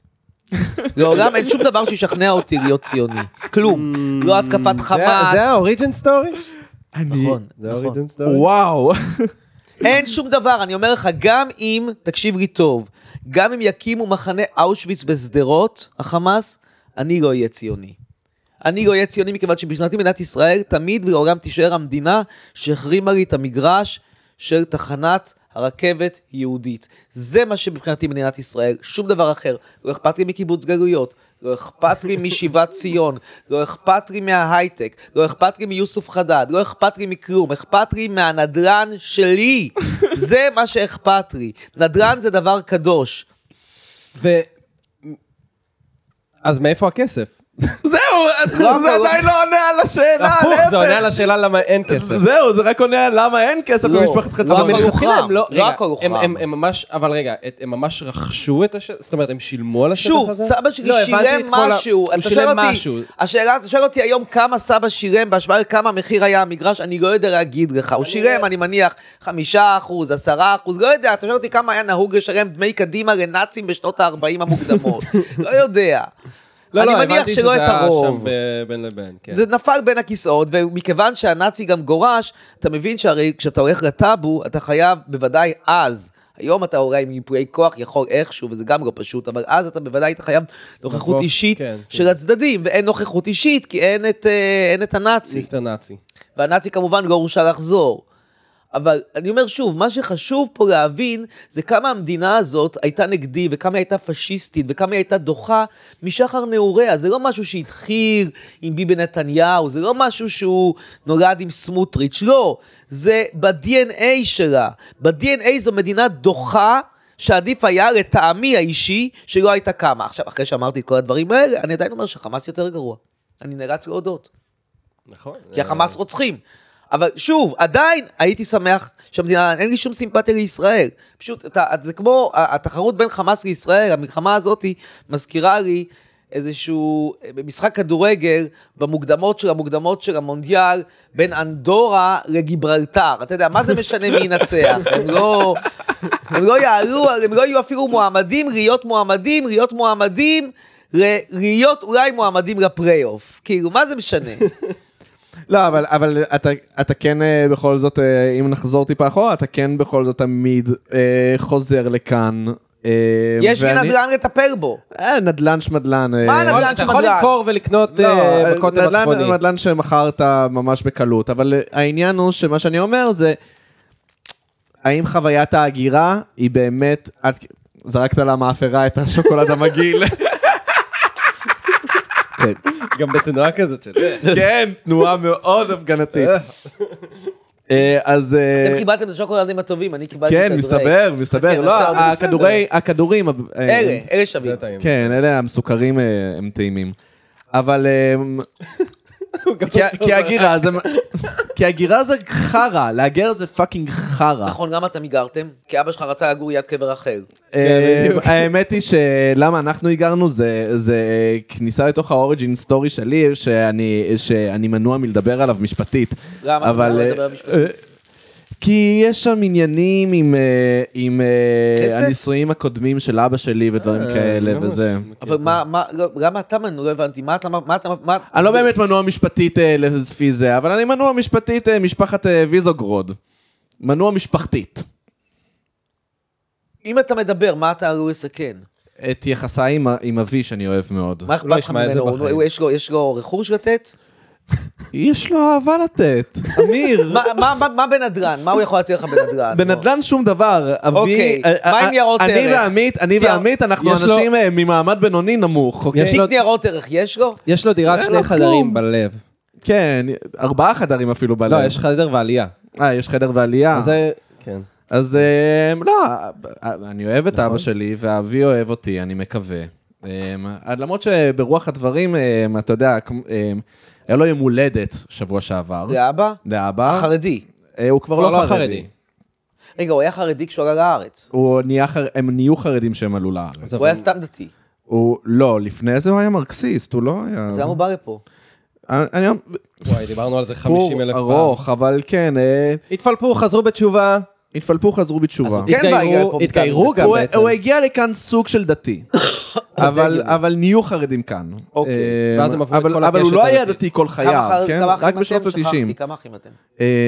לעולם אין שום דבר שישכנע אותי להיות ציוני. כלום. לא התקפת Mm, זה ה- זה חמאס. האוריג'ן סטורי? אני... נכון, זה נכון. האוריג'ן סטורי? וואו. אין שום דבר, אני אומר לך, גם אם, תקשיב לי טוב, גם אם יקימו מחנה אושוויץ בשדרות, החמאס, אני לא אהיה ציוני. אני לא אהיה ציוני מכיוון שבשנתי מדינת ישראל תמיד ולעולם תישאר המדינה שהחרימה לי את המגרש של תחנת הרכבת יהודית. זה מה שמבחינתי מדינת ישראל, שום דבר אחר. לא אכפת לי מקיבוץ גלויות, לא אכפת לי משיבת ציון, לא אכפת לי מההייטק, לא אכפת לי מיוסוף חדד, לא אכפת לי מכלום, אכפת לי מהנדלן שלי. זה מה שאכפת לי. נדלן זה דבר קדוש. ו... אז מאיפה הכסף? זהו, לא, זה לא. עדיין לא עונה על השאלה, הפוך, זה עונה על להפך. השאלה למה אין כסף. זהו, זה רק עונה על למה אין כסף לא. במשפחת לא, אבל חצרוני. הוא מלכתחילה חם. הם לא, לא רגע, הכל הוא הם- חם. הם הם ממש, אבל רגע, את- הם ממש רכשו את השטח? זאת אומרת, הם שילמו על השטח שוב, הזה? סבא שלי לא, הבנתי שילם את כל ה- משהו, הוא אתה שואל שילם אותי, משהו. השאלה, אתה שואל אותי היום כמה סבא שילם בהשוואה לכמה המחיר היה המגרש, אני לא יודע להגיד לך, הוא לא- שילם, אני מניח, חמישה אחוז, עשרה אחוז, לא יודע, אתה שואל אותי כמה היה נהוג לשלם דמי קדימה לנאצים בשנות ה-40 המוקדמות, לא יודע. לא, לא, אני מניח הבנתי שלא שזה את היה הרוב. שם ב- בין לבין, כן. זה נפל בין הכיסאות, ומכיוון שהנאצי גם גורש, אתה מבין שהרי כשאתה הולך לטאבו, אתה חייב, בוודאי אז, היום אתה אולי עם ייפויי כוח יכול איכשהו, וזה גם לא פשוט, אבל אז אתה בוודאי היית חייב נוכחות לבוא, אישית כן, של כן. הצדדים, ואין נוכחות אישית, כי אין את, אה, אין את הנאצי. מיסטר נאצי. והנאצי כמובן לא הורשה לחזור. אבל אני אומר שוב, מה שחשוב פה להבין זה כמה המדינה הזאת הייתה נגדי וכמה היא הייתה פשיסטית וכמה היא הייתה דוחה משחר נעוריה. זה לא משהו שהתחיל עם ביבי נתניהו, זה לא משהו שהוא נולד עם סמוטריץ', לא. זה ב-DNA שלה. ב-DNA זו מדינה דוחה. שעדיף היה לטעמי האישי שלא הייתה קמה. עכשיו, אחרי שאמרתי את כל הדברים האלה, אני עדיין אומר שחמאס יותר גרוע. אני נאלץ להודות. נכון. כי החמאס רוצחים. אבל שוב, עדיין הייתי שמח שהמדינה, אין לי שום סימפתיה לישראל. פשוט, אתה, זה כמו ה- התחרות בין חמאס לישראל, המלחמה הזאת מזכירה לי איזשהו אה, משחק כדורגל במוקדמות של המוקדמות של המונדיאל בין אנדורה לגיברלטר. אתה יודע, מה זה משנה מי ינצח? הם לא, הם לא יעלו, הם לא יהיו אפילו מועמדים להיות מועמדים, להיות מועמדים, ל- להיות אולי מועמדים לפלייאוף. כאילו, מה זה משנה? לא, אבל- אבל אתה- אתה כן אה, בכל זאת, אה, אם נחזור טיפה אחורה, אתה כן בכל זאת תמיד אה, חוזר לכאן. אה, יש לי ואני- נדל"ן לטפל בו. אה, נדלן שמדלן. אה, מה נדל"ן? אתה יכול שמדלן. למכור ולקנות לא, אה, בכותל נדל"ן- הצפוני. נדל"ן שמכרת ממש בקלות, אבל אה, העניין הוא שמה שאני אומר זה, האם חוויית ההגירה היא באמת, את זרקת על המאפרה את השוקולד המגעיל. כן. גם בתנועה כזאת של... כן, תנועה מאוד הפגנתית. אה, אז... אה, אתם קיבלתם את השוקולדים הטובים, אני קיבלתי את כן, הדרייק. מסתבר, מסתבר. חכה, לא, השר, בסדר. הכדורי, הכדורים... אה, אלה, אלה שווים. זה טעים. כן, אלה המסוכרים אה, הם טעימים. אבל... אמ, כי ה- כי הגירה זה... כי הגירה זה חרא, להגר זה פאקינג חרא. נכון, גם אתם היגרתם, כי אבא שלך רצה לגור ליד קבר רחל. כן, אה, האמת היא שלמה אנחנו היגרנו זה, זה אה, כניסה לתוך האוריג'ין סטורי שלי שאני, שאני מנוע מלדבר עליו משפטית. למה? אבל... למה אה, לדבר משפטית? כי יש שם עניינים עם, אה, עם אה, כסף? הנישואים הקודמים של אבא שלי ודברים כאלה אה, ממש. וזה. אבל מה, מה, לא, למה אתה מנוע? לא הבנתי, מה אתה, מה אתה, מה... אה, אני לא באמת מנוע משפטית אה, לפי זה, אבל אני מנוע משפטית אה, משפחת אה, ויזוגרוד. מנוע משפחתית. אם אתה מדבר, מה אתה עלול לסכן? את יחסיי עם, ה- עם אבי שאני אוהב מאוד. מה לא אכפת לך ישמע את זה ממנו? הוא- בחיים. הוא- יש לו- יש לו רכוש לתת? יש לו אהבה לתת, אמיר. מה- מה- מה- מה בנדל"ן? מה הוא יכול להציע לך בנדל"ן? בנדל"ן שום דבר, אבי... אוקיי, אה, מה אה, עם ניירות אני ערך? ועמית, אני תראה, ועמית, אנחנו יש לו- אנשים אה, ממעמד בינוני נמוך, אוקיי? יש לו- תיק ניירות ערך יש לו? יש לו לא, דירת שני חדרים בלב. כן, ארבעה חדרים אפילו בלב. לא, יש חדר ועלייה. אה, יש חדר ועלייה. אז זה... כן. אז אה, לא, אה, אני אוהב את אבא שלי, ואבי אוהב אותי, אני מקווה. אה, עד למרות שברוח הדברים, אה, אתה יודע, כמו- אה, היה לו יום הולדת שבוע שעבר. לאבא? לאבא. החרדי. אה, הוא כבר כבר לא לא חרדי. חרדי. רגע, הוא היה חרדי כשהוא עלה לארץ. הוא נהיה חר- הם נהיו חרדים שהם עלו לארץ. זה- הוא היה סתם דתי. הוא, לא, לפני זה הוא היה מרקסיסט, הוא לא היה... אז למה הוא בא לפה? אני- אני אומר, וואי, דיברנו על זה 50 סיפור אלף פעם. ארוך, אבל כן, אה, התפלפו, חזרו בתשובה. התפלפו, חזרו אז בתשובה. הוא כן בא התגיירו- הגיע לפה מטעם התגיירו דתי. גם הוא- בעצם. הוא הגיע לכאן סוג של דתי, אבל אבל נהיו חרדים כאן. אוקיי. אה, ואז הם עברו את אבל- כל אבל הוא הקשת לא היה הדתית. דתי כל כמה חייו, חר- כן? כמה אחים רק בשנות אתם? ה-90. אה, שכחתי, כמה אחים אתם?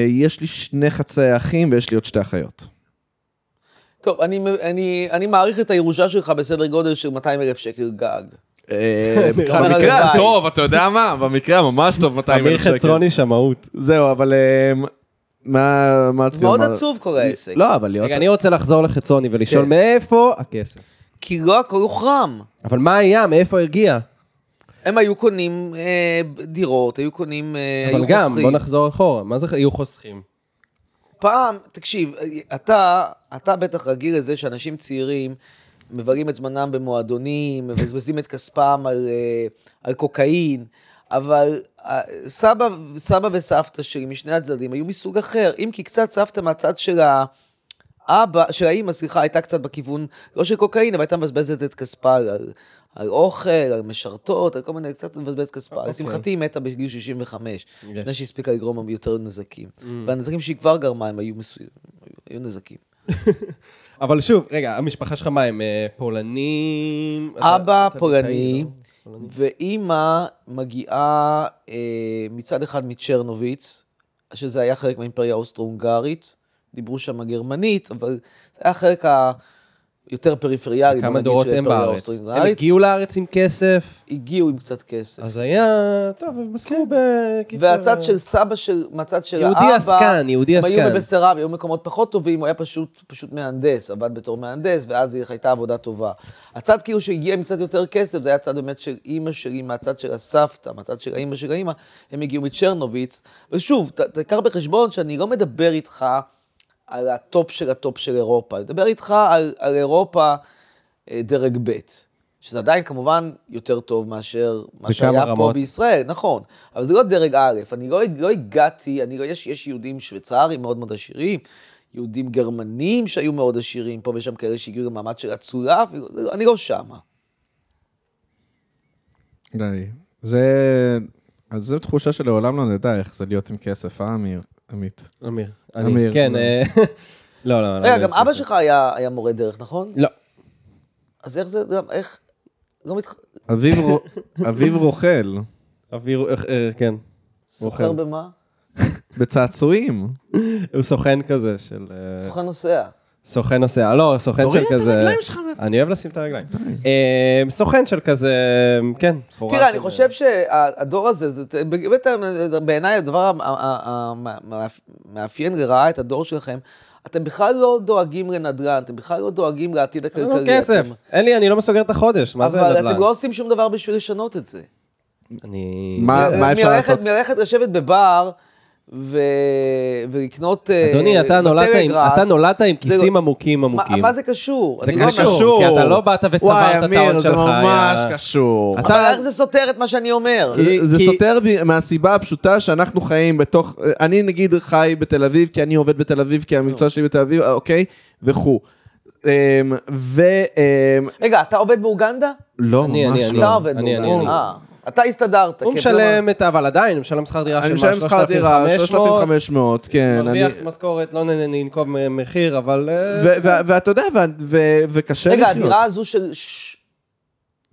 יש לי שני חצי אחים ויש לי עוד שתי אחיות. טוב, אני- אני- אני מעריך את הירושה שלך בסדר גודל של 200 אלף שקל גג. אה, הלוואי. במקרה הטוב, אתה יודע מה? במקרה הממש טוב, 200 אמיר אלף שקל. חצרוני שמאות. לא זהו, אבל אה, מה מה זה רציתי מאוד לומר? עצוב כל העסק. לא, אבל להיות... רגע, אני רוצה לחזור לחצרוני כן. ולשאול מאיפה הכסף. כי לא הכל הוחרם. אבל מה היה? מאיפה הרגיע? הם היו קונים אה, דירות, היו קונים, אה, אבל היו גם, חוסכים. בוא נחזור אחורה. מה זה היו חוסכים? פעם, תקשיב, אה, אתה, אתה בטח רגיל לזה שאנשים צעירים מבלים את זמנם במועדונים, מבזבזים את כספם על, אה, על קוקאין, אבל אה, סבא, סבא וסבתא שלי משני הצדדים היו מסוג אחר, אם כי קצת סבתא מהצד של ה... אבא, של האימא, סליחה, הייתה קצת בכיוון, לא של קוקאין, אבל הייתה מבזבזת את כספה על, על, על אוכל, על משרתות, על כל מיני, קצת מבזבזת כספה. Okay. לשמחתי היא מתה בגיל 65, לפני שהיא הספיקה לגרום יותר נזקים. והנזקים שהיא כבר גרמה, הם היו מסוימים, היו נזקים. אבל שוב, רגע, המשפחה שלך מה הם? אה, פולנים? אתה- אבא אתה לא? פולני, ליטאי, ואימא מגיעה אה, מצד אחד מצ'רנוביץ, שזה היה חלק מהאימפריה האוסטרו-הונגרית, דיברו שם גרמנית, אבל זה היה החלק היותר לא? פריפריאלי, בוא כמה נגיד, דורות של הם האימפריה בארץ? הם האוסטרו-הונגרית. הגיעו לארץ עם כסף, הגיעו עם קצת כסף. אז היה... טוב, הם עסקו בקיצור... כן. אה, והצד של סבא, של, מהצד של יהודי האבא, עסקן, יהודי הם היו עסקן. בבשריו, היו מקומות פחות טובים, הוא היה פשוט, פשוט מהנדס, עבד בתור מהנדס, ואז היא הייתה עבודה טובה. הצד כאילו שהגיע עם קצת יותר כסף, זה היה הצד באמת של אימא שלי, מהצד של הסבתא, מהצד של האימא של האימא, הם הגיעו מצ'רנוביץ. ושוב, ת- תקח בחשבון שאני לא מדבר איתך על הטופ של הטופ של אירופה, אני מדבר איתך על, על אירופה אה, דרג ב'. שזה עדיין כמובן יותר טוב מאשר מה בכמה שהיה פה רמות. בישראל, נכון. אבל זה לא דרג א', אני לא, לא הגעתי, אני לא, יש, יש יהודים שוויצרים מאוד מאוד עשירים, יהודים גרמנים שהיו מאוד עשירים, פה ושם כאלה שהגיעו למעמד של אצולה, אפילו, זה לא- אני לא שמה. די. זה... אז זו תחושה שלעולם לא נדע איך זה להיות עם כסף, אה, אמיר? עמית. אמיר. אני- אמיר, כן, זה- אה, לא, לא. לא, רגע, לא, גם אבא שלך היה, היה מורה דרך, נכון? לא. אז איך זה, גם איך, לא מתח... אביב רו- אביב רוכל, אוויר, אה, אה, כן. סוחר במה? בצעצועים. הוא סוכן כזה של... אה, סוחר נוסע. סוכן נוסע, לא, סוכן של כזה... תוריד את כן, הרגליים שלך. אני אוהב לשים את הרגליים. אה, סוכן של כזה, כן, סחורה. תראה, של- אני חושב שהדור הזה, זה באמת בעיניי הדבר המאפיין לרעה את הדור שלכם, אתם בכלל לא דואגים לנדל"ן, אתם בכלל לא דואגים לעתיד אין לו הכלכלי. כסף. אתם- אין לי, אני לא מסוגר את החודש, מה זה אבל נדל"ן? אתם לא עושים שום דבר בשביל לשנות את זה. אני... מה מה אפשר מלכת- לעשות? מלכת לשבת בבר ו... ולקנות אה, אדוני, אתה נולדת עם- בטלגראס. אתה נולדת עם זה לא- כיסים עמוקים מה, עמוקים. מה זה קשור? זה אני לא- קשור. כי אתה לא באת וצברת את וואי, אמיר, האות זה שלך, ממש יא- קשור. אתה- אבל איך זה סותר את מה שאני אומר? כי- זה כי- סותר בי- מהסיבה הפשוטה שאנחנו חיים בתוך, אני נגיד חי בתל אביב, כי אני עובד בתל אביב, כי המקצוע שלי בתל אביב, אה, אוקיי, וכו'. אמ, ו... אמ, רגע, אתה עובד באוגנדה? לא, אני- ממש אני- לא. אתה עובד אני- אני- באוגנדה. אני. אה, אתה הסתדרת. הוא כן, משלם את, אבל עדיין, הוא משלם שכר דירה של אני מה? משלם שכר דירה, 3,500, 3,500, כן. אני- מרוויח את המשכורת, לא נ- ננקוב מ- מחיר, אבל... אה, ו- ו- ואתה יודע, ו- ו- כלומר- וקשה רגע, לחיות. הדירה הזו של... ש-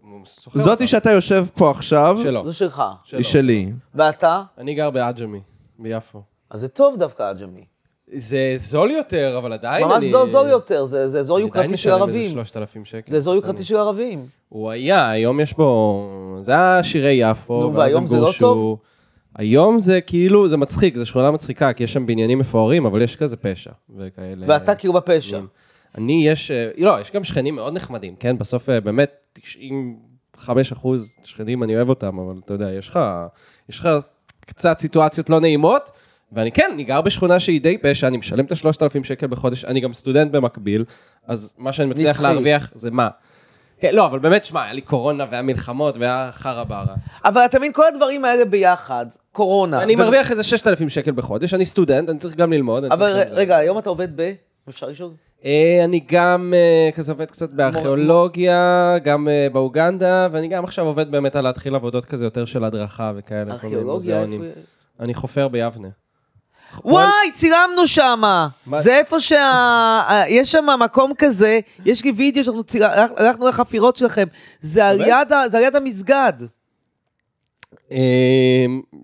הוא שוכר אותה. זאתי שאתה יושב פה עכשיו, שלו. זו שלך. שלו. היא שלי. ואתה? אני גר בעג'מי, ביפו. אז זה טוב דווקא, עג'מי. זה זול יותר, אבל עדיין ממש אני... זול זול יותר, זה זה אזור אני עדיין יוקרתי של משלם איזה אה, ערבים. 3,000 שקל. זה אזור בסדר. יוקרתי של ערבים. הוא היה, היום יש בו... זה היה שירי יפו, נו, ואז והיום הם זה לא גורשו. טוב? היום זה כאילו, זה מצחיק, זו שכונה מצחיקה, כי יש שם בניינים מפוארים, אבל יש כזה פשע. וכאלה... ואתה כאילו בפשע. כן. אני יש, אה, לא, יש גם שכנים מאוד נחמדים, כן? בסוף אה, באמת 95 אחוז שכנים, אני אוהב אותם, אבל אתה יודע, יש לך, יש לך קצת סיטואציות לא נעימות, ואני כן, אני גר בשכונה שהיא די פשע, אני משלם את ה-3,000 שקל בחודש, אני גם סטודנט במקביל, אז מה שאני מצליח נצחי. להרוויח זה מה? כן, לא, אבל באמת, שמע, היה לי קורונה והיה מלחמות והיה חרא ברא. אבל אתה מבין, כל הדברים האלה ביחד, קורונה. אני ו- מרוויח איזה 6,000 שקל בחודש, אני סטודנט, אני צריך גם ללמוד. אני אבל צריך גם זה. כן. רגע, היום אתה עובד ב... אפשר לשאול? אה, אני גם אה, כזה עובד קצת בארכיאולוגיה, גם אה, באוגנדה, ואני גם עכשיו עובד באמת על להתחיל עבודות כזה יותר של הדרכה וכאלה. כל מיני ארכיאולוגיה? מוזיאונים. איפה- אני חופר ביבנה. וואי, צילמנו שמה. מה- זה איפה שה... ה- יש שם מקום כזה, יש לי וידאו שאנחנו צילמנו, הלכנו לחפירות שלכם. זה על יד ה- זה על יד המסגד. אה,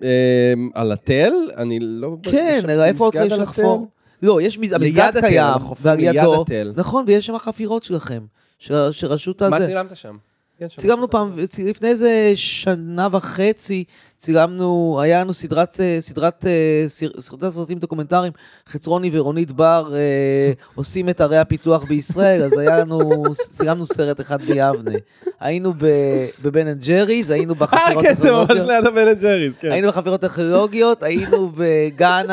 אה, על התל? אני לא... כן, יש שם אלא איפה עוד מסגד יש על לחפור? התל? לא, יש מז- המסגד התל, קיים, אנחנו חופרים ועל ליד ידו. התל. נכון, ויש שם חפירות שלכם, של- של רשות מה הזה. צילמת שם? כן, שם. צילמנו פעם, צ- לפני איזה שנה וחצי, צילמנו, היה לנו סדרת, אה, סדרת, אה, סר- סרטי סרטים דוקומנטריים, חצרוני ורונית בר אה, עושים את ערי הפיתוח בישראל, אז היה לנו, צילמנו סרט אחד ביבנה. היינו ב- בבן אנד ג'ריז, היינו בחפירות כן, זה ממש ארכיאולוגיות. ליד הבן אנד ג'ריס, כן. היינו בחפירות ארכיאולוגיות, היינו בגן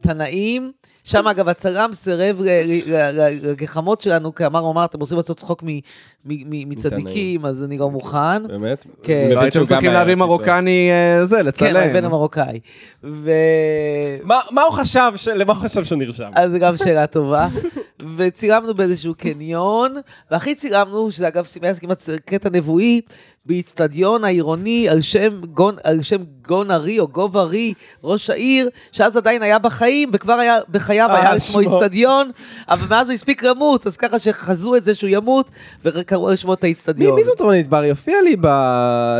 התנאים. שם אגב הצלם סירב ל- ל- ל- לגחמות שלנו, כי אמר, הוא אמר, אתם רוצים לעשות צחוק מ- מ- מ- מצדיקים, אז אני לא מוכן. באמת? כן. זה מבין לא, הייתם שהוא גם צריכים היה להביא פתאום. מרוקני אה, זה, כן, הבן לצלם. המרוקאי. ו... מה מה הוא חשב, ש- למה הוא חשב שנרשם? אז זו גם שאלה טובה. וצילמנו באיזשהו קניון, והכי צילמנו, שזה אגב סימס כמעט קטע נבואי, באיצטדיון העירוני על שם גון, על שם גון ארי או גוב ארי, ראש העיר, שאז עדיין היה בחיים, וכבר היה בחייו אה, היה על לשמו שמו. איצטדיון, אבל מאז הוא הספיק למות, אז ככה שחזו את זה שהוא ימות, וקראו על שמו את מי האיצטדיון. מי זאת רונית בר? יופיע לי ב...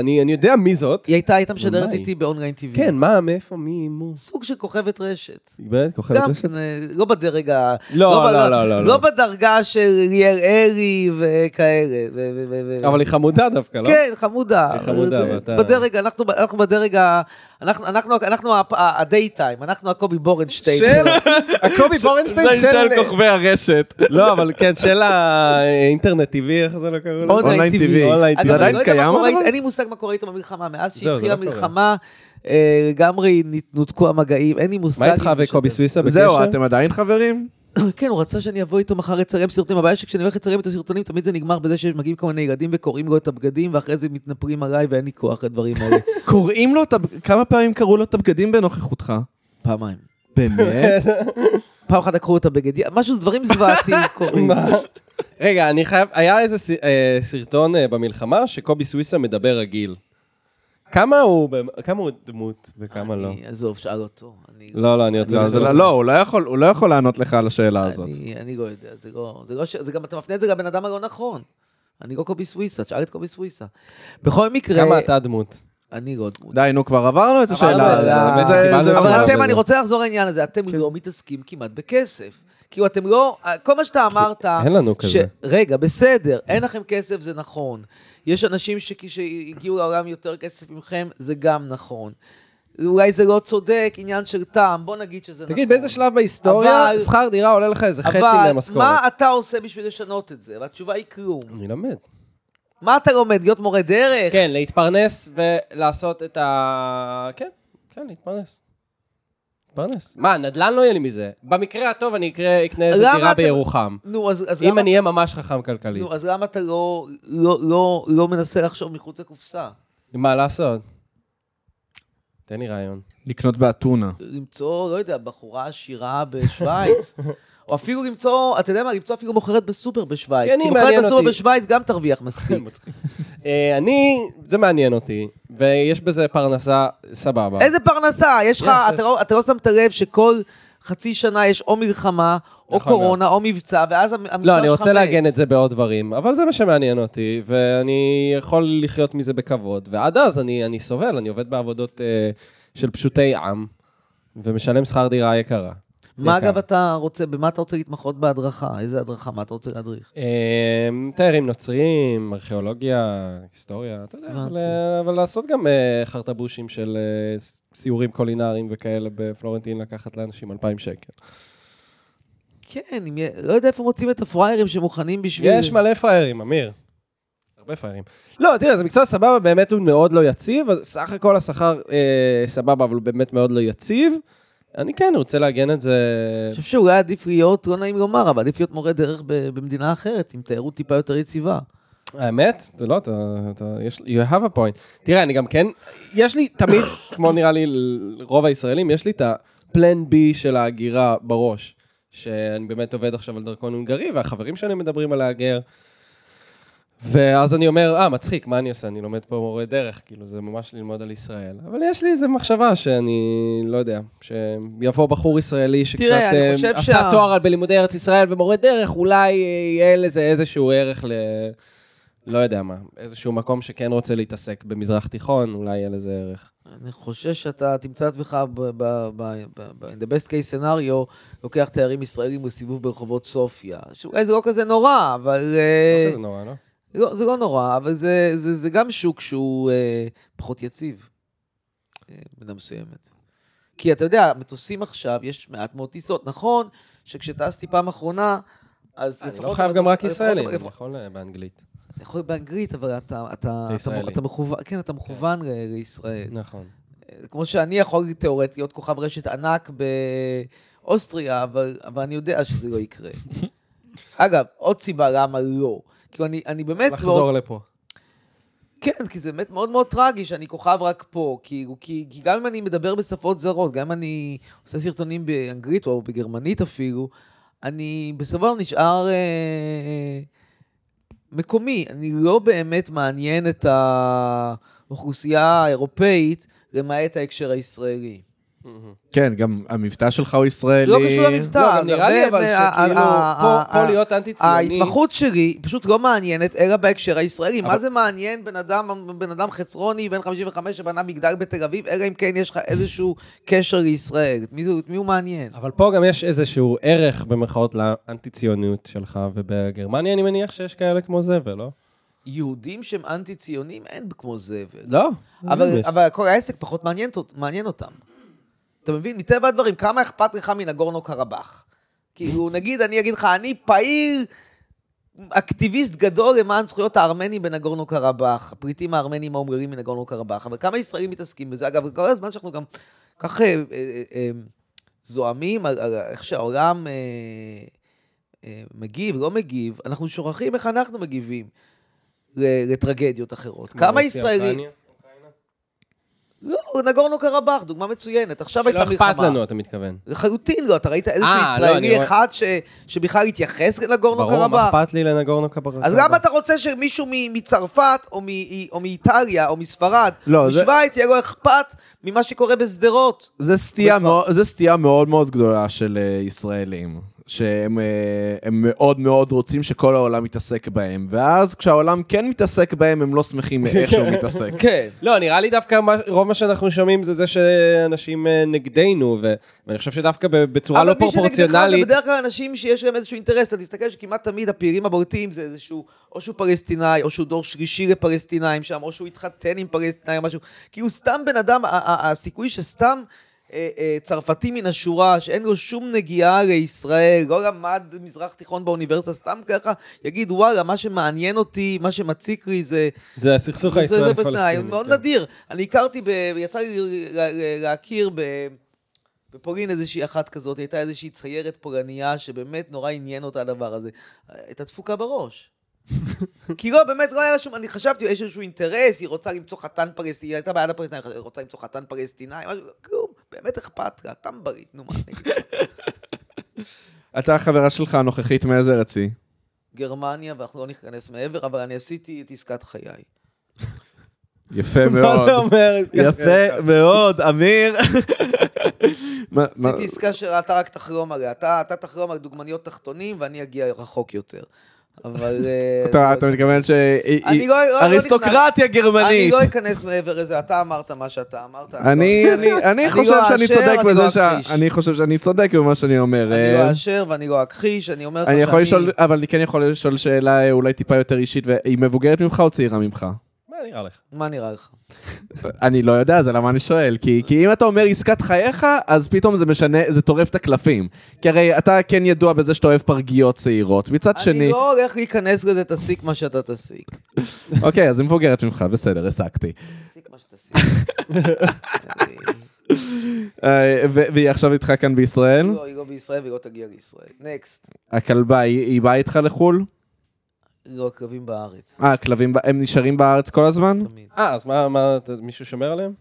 אני אני יודע מי זאת. היא הייתה, הייתה ומה משדרת היא? איתי באונליין TV. כן, מה, מאיפה, מי, מו? סוג של כוכבת רשת. היא באמת כוכבת גם רשת? כן, אה, לא בדרג ה... לא, ב- לא, לא, לא, לא לא. בדרגה של ליאל ארי וכאלה. ו- ו- ו- ו- אבל היא חמודה דווקא, לא? כן, חמודה. היא חמודה, אה, אבל אתה- בדרג, אנחנו ב- אנחנו בדרג ה... אנחנו- אנחנו- אנחנו הדייטיים, אנחנו הקובי בורנשטיין. של שלו. אה, הקובי בורנשטיין של... כוכבי הרשת. לא, אבל כן, של האינטרנט טבעי, איך זה לא קראו לו? אונליין אונליין TV. TV. אונליין אגב, TV. זה אני עדיין לא יודע מה קיים, קורה הדבר איתה- הזה? אין לי מושג מה קורה איתו במלחמה, מאז זהו, זה שהתחילה לא קורה. המלחמה, אה, לגמרי נת- נותקו המגעים, אין לי מושג. מה איתך אם זה וקובי שווה. סוויסה בקשר? זהו, אתם עדיין חברים? כן, הוא רצה שאני אבוא איתו מחר לצלם סרטונים. הבעיה שכשאני הולך לצלם את הסרטונים, תמיד זה נגמר בזה שמגיעים כל מיני ילדים וקוראים לו את הבגדים, ואחרי זה מתנפלים עליי ואין לי כוח לדברים האלה. קוראים לו את ה... כמה פעמים קראו לו את הבגדים בנוכחותך? פעמיים. באמת? פעם אחת לקחו את הבגד, משהו, דברים זוועתיים קורים. מה? רגע, אני חייב... היה איזה ס- אה, סרטון אה, במלחמה שקובי סוויסה מדבר רגיל. כמה הוא במ- כמה הוא דמות וכמה לא? אני- עזוב, שאל אותו. אני- לא, לא, אני רוצה... לא, זה לשאול לא- אותך. לא, הוא לא יכול- הוא לא יכול לענות לך על השאלה הזאת. אני אני לא יודע, זה לא... זה לא ש- זה גם, אתה מפנה את זה לבן אדם הלא נכון. אני לא קובי סוויסה, תשאל את קובי סוויסה. בכל מקרה, כמה אתה דמות? אני לא דמות. די, נו, כבר עברנו את השאלה את זה, האמת הזאת. שקיבלנו זה- זה את ממש- השאלה אבל זה אתם, לא. אני רוצה לחזור לעניין הזה, אתם כן. לא מתעסקים כמעט בכסף. כאילו, אתם לא... כל מה שאתה אמרת... אין לנו ש... כזה. רגע, בסדר, אין לכם כסף, זה נכון. יש אנשים ש- שהגיעו לעולם יותר כסף מכם, זה גם נכון. אולי זה לא צודק, עניין של טעם, בוא נגיד שזה נכון. תגיד, באיזה שלב בהיסטוריה אבל- שכר דירה עולה לך איזה חצי אבל מהמשכורת? מה אתה עושה בשביל לשנות את זה? והתשובה היא כלום. אני למד. מה אתה לומד? להיות מורה דרך? כן, להתפרנס ולעשות את ה... כן, כן, להתפרנס. להתפרנס. מה, נדל"ן לא יהיה לי מזה. במקרה הטוב אני אקרה- אקנה איזה למה דירה אתה- בירוחם. נו, אז, אז אם למה... אני אהיה ממש חכם כלכלית. נו, אז למה אתה לא, לא, לא, לא מנסה לחשוב מחוץ לקופסה? מה לעשות? תן לי רעיון. לקנות באתונה. למצוא, לא יודע, בחורה עשירה בשוויץ. או אפילו למצוא, אתה יודע מה, למצוא אפילו מוכרת בסופר בשוויץ. כן, כי היא מוכרת מעניין בסופר אותי. בשוויץ גם תרוויח מספיק. אה, אני, זה מעניין אותי, ויש בזה פרנסה סבבה. איזה פרנסה? יש לך, יש, אתה לא- אתה לא שמת לב שכל חצי שנה יש או מלחמה, או נכון קורונה, או מבצע, ואז המ- המבצע שלך מת. לא, אני רוצה לעגן את זה בעוד דברים, אבל זה מה שמעניין אותי, ואני יכול לחיות מזה בכבוד, ועד אז אני, אני סובל, אני עובד בעבודות אה, של פשוטי עם, ומשלם שכר דירה יקרה. מה יקר. אגב אתה רוצה, במה אתה רוצה להתמחות בהדרכה? איזה הדרכה? מה אתה רוצה להדריך? אה, תיירים נוצרים, ארכיאולוגיה, היסטוריה, אתה יודע, אבל, אה, אבל לעשות גם אה, חרטבושים של אה, ס- סיורים קולינריים וכאלה בפלורנטין, לקחת לאנשים 2,000 שקל. כן, אם יהיה- לא יודע איפה מוצאים את הפראיירים שמוכנים בשביל... יש מלא פראיירים, אמיר. הרבה פראיירים. לא, תראה, זה מקצוע סבבה, באמת הוא מאוד לא יציב, אז סך הכל השכר אה, סבבה, אבל הוא באמת מאוד לא יציב. אני כן רוצה לעגן את זה. אני חושב שאולי עדיף להיות, לא נעים לומר, אבל עדיף להיות מורה דרך ב- במדינה אחרת, עם תיירות טיפה יותר יציבה. האמת? אתה לא, אתה, אתה, יש, you have a point. תראה, אני גם כן, יש לי תמיד, כמו נראה לי ל- רוב הישראלים, יש לי את הפלן בי של ההגירה בראש. שאני באמת עובד עכשיו על דרכון הונגרי, והחברים שלי מדברים על להגר. ואז אני אומר, אה, מצחיק, מה אני עושה? אני לומד פה מורה דרך, כאילו, זה ממש ללמוד על ישראל. אבל יש לי איזו מחשבה שאני, לא יודע, שיבוא בחור ישראלי שקצת תראה, אני אה, חושב עשה שה- תואר על- בלימודי ארץ ישראל ומורה דרך, אולי אה, יהיה לזה איזשהו ערך ל... לא יודע מה, איזשהו מקום שכן רוצה להתעסק במזרח תיכון, אולי יהיה לזה ערך. אני חושש שאתה תמצא את עצמך ב- ב- ב- ב- ב- in the best case scenario, לוקח תיירים ישראלים בסיבוב ברחובות סופיה. שאולי זה לא כזה נורא, אבל... אה, לא כזה נורא, לא? לא, זה לא נורא, אבל זה, זה, זה גם שוק שהוא אה, פחות יציב, אה, במידה מסוימת. כי אתה יודע, מטוסים עכשיו, יש מעט מאוד טיסות. נכון שכשטסתי פעם אחרונה, אז אני לפחות... לא חייב גם המטוס- רק לפחות- ישראלים, אני לפחות- יכול אה, באנגלית. אתה יכול באנגלית, אבל אתה, אתה, אתה, ישראלי. אתה מכוון, כן, אתה מכוון ל- לישראל. נכון. אה, כמו שאני יכול תיאורטית להיות כוכב רשת ענק באוסטריה, אבל, אבל אני יודע שזה לא יקרה. אגב, עוד סיבה למה לא. כאילו, אני, אני באמת לחזור לפה. כן, כי זה באמת מאוד מאוד טרגי שאני כוכב רק פה. כאילו, כי, כי גם אם אני מדבר בשפות זרות, גם אם אני עושה סרטונים באנגלית או בגרמנית אפילו, אני בסופו של דבר נשאר אה, אה, מקומי. אני לא באמת מעניין את האוכלוסייה האירופאית, למעט ההקשר הישראלי. כן, גם המבטא שלך הוא ישראלי. לא קשור למבטא. לא, אז גם נראה לי הרבה אבל מה- שכאילו, ה- פה- ה- פה ה- להיות אנטי-ציוני... ההתמחות שלי היא פשוט לא מעניינת, אלא בהקשר הישראלי. אבל- מה זה מעניין בן אדם, בן אדם חצרוני, בן 55 שבנה מגדל בתל אביב, אלא אם כן יש לך איזשהו קשר לישראל. את מי, זה- את מי הוא מעניין? אבל פה גם יש איזשהו ערך במרכאות לאנטי-ציוניות שלך, ובגרמניה אני מניח שיש כאלה כמו זבל, לא? יהודים שהם אנטי-ציונים, אין כמו זבל. לא. אבל, אבל כל העסק פחות מעניין, אות- מעניין אותם. אתה מבין? מטבע הדברים, כמה אכפת לך מנגורנו קרבאח? כאילו, נגיד, אני אגיד לך, אני פעיל, אקטיביסט גדול למען זכויות הארמנים בנגורנו קרבאח, הפליטים הארמנים האומללים מנגורנו קרבאח, אבל כמה ישראלים מתעסקים בזה? אגב, כל הזמן שאנחנו גם כך אה, אה, אה, זועמים על, על איך שהעולם אה, אה, מגיב, לא מגיב, אנחנו שוכחים איך אנחנו מגיבים ל- לטרגדיות אחרות. כמה ישראלים... לא, נגורנו קרבאח, דוגמה מצוינת. עכשיו שלא הייתה מלחמה. אכפת לנו, אתה מתכוון. לחלוטין לא, אתה ראית איזשהו אה, לא, אני ישראלי רואה- אחד ש- שבכלל התייחס לנגורנו ברור, מה קרבאח. אכפת לי לנגורנו קברבאח? לא אז למה אתה רוצה שמישהו מ- מצרפת, או, מ- או מאיטליה, או מספרד, לא, או זה- משוויץ, יהיה לו אכפת ממה שקורה בשדרות? זה סטייה, וכבר- מאוד, זה סטייה מאוד מאוד גדולה של אה, ישראלים, שהם אה, הם מאוד מאוד רוצים שכל העולם יתעסק בהם, ואז כשהעולם כן מתעסק בהם, הם לא שמחים מאיך שהוא מתעסק. כן. לא, נראה לי דווקא מה- רוב מה שאנחנו שומעים זה זה שאנשים אה, נגדנו, ו- ואני חושב שדווקא ב- בצורה לא אבל מי שנגדך זה פרופורציונלית, בדרך כלל אנשים שיש להם איזשהו אינטרס. אתה תסתכל שכמעט תמיד הפעילים הבולטים זה איזשהו, או שהוא פלסטינאי, או שהוא דור שלישי לפלסטינאים שם, או שהוא התחתן עם פלסטינאי או משהו. כאילו סתם בן אדם, ה- ה- הסיכוי שסתם... אה, אה, צרפתי מן השורה, שאין לו שום נגיעה לישראל, לא למד מזרח תיכון באוניברסיטה, סתם ככה, יגיד, וואלה, מה שמעניין אותי, מה שמציק לי זה זה הסכסוך זה- זה הישראלי כן. כן. בסדר, פלסטיני. מאוד נדיר. אני הכרתי, ב- יצא לי ל- ל- להכיר ב- בפולין איזושהי אחת כזאת, הייתה איזושהי ציירת פולניה שבאמת נורא עניין אותה הדבר הזה. את התפוקה בראש. כי לא, באמת, לא היה לה שום, אני חשבתי, יש איזשהו אינטרס, היא רוצה למצוא חתן פלסטיני, היא הייתה בעד הפלסטיני, היא רוצה למצוא חתן פלסטיני, משהו, כלום, באמת אכפת לה, טמברית, נו מה, אני אגיד. אתה, החברה שלך הנוכחית, מאיזה ארץ היא? גרמניה, ואנחנו לא ניכנס מעבר, אבל אני עשיתי את עסקת חיי. יפה מה מאוד. זה אומר? כן. יפה אה, מאוד, אמיר. מה- מה- עשיתי עסקה שאתה רק תחלום עליה. אתה אתה תחלום על דוגמניות תחתונים, ואני אגיע רחוק יותר. אבל... אה, אתה לא אתה יודע. מתכוון ש... אני לא- לא- לא נכנס- אריסטוקרטיה אני גרמנית. לא אכנס מעבר לזה, אתה אמרת מה שאתה אמרת. אני, לא- אני, אני לא חושב שאני אאשר, צודק אני בזה לא ש... אכחיש. אני חושב שאני צודק במה שאני אומר. אני אה, לא אאשר ואני לא אכחיש, אני אומר לך שאני... אני יכול לשאול, אבל אני כן יכול לשאול שאלה אה, אולי טיפה יותר אישית, והיא מבוגרת ממך או צעירה ממך? מה נראה לך? מה נראה לך? אני לא יודע, זה למה אני שואל, כי, כי אם אתה אומר עסקת חייך, אז פתאום זה משנה, זה טורף את הקלפים. כי הרי אתה כן ידוע בזה שאתה אוהב פרגיות צעירות. מצד אני שני, לא הולך להיכנס לזה, תסיק מה שאתה תסיק. אוקיי, אז היא מבוגרת ממך, בסדר, הסקתי. תסיק מה שתסיק. אה, ו- והיא עכשיו איתך כאן בישראל? לא, היא לא בישראל והיא לא תגיע לישראל. נקסט. הכלבה, היא, היא באה איתך לחו"ל? לא, הכלבים בארץ. אה, הכלבים, ב- הם נשארים בארץ כל הזמן? תמיד. אה, אז מה, מה, אתה- מישהו שומר עליהם?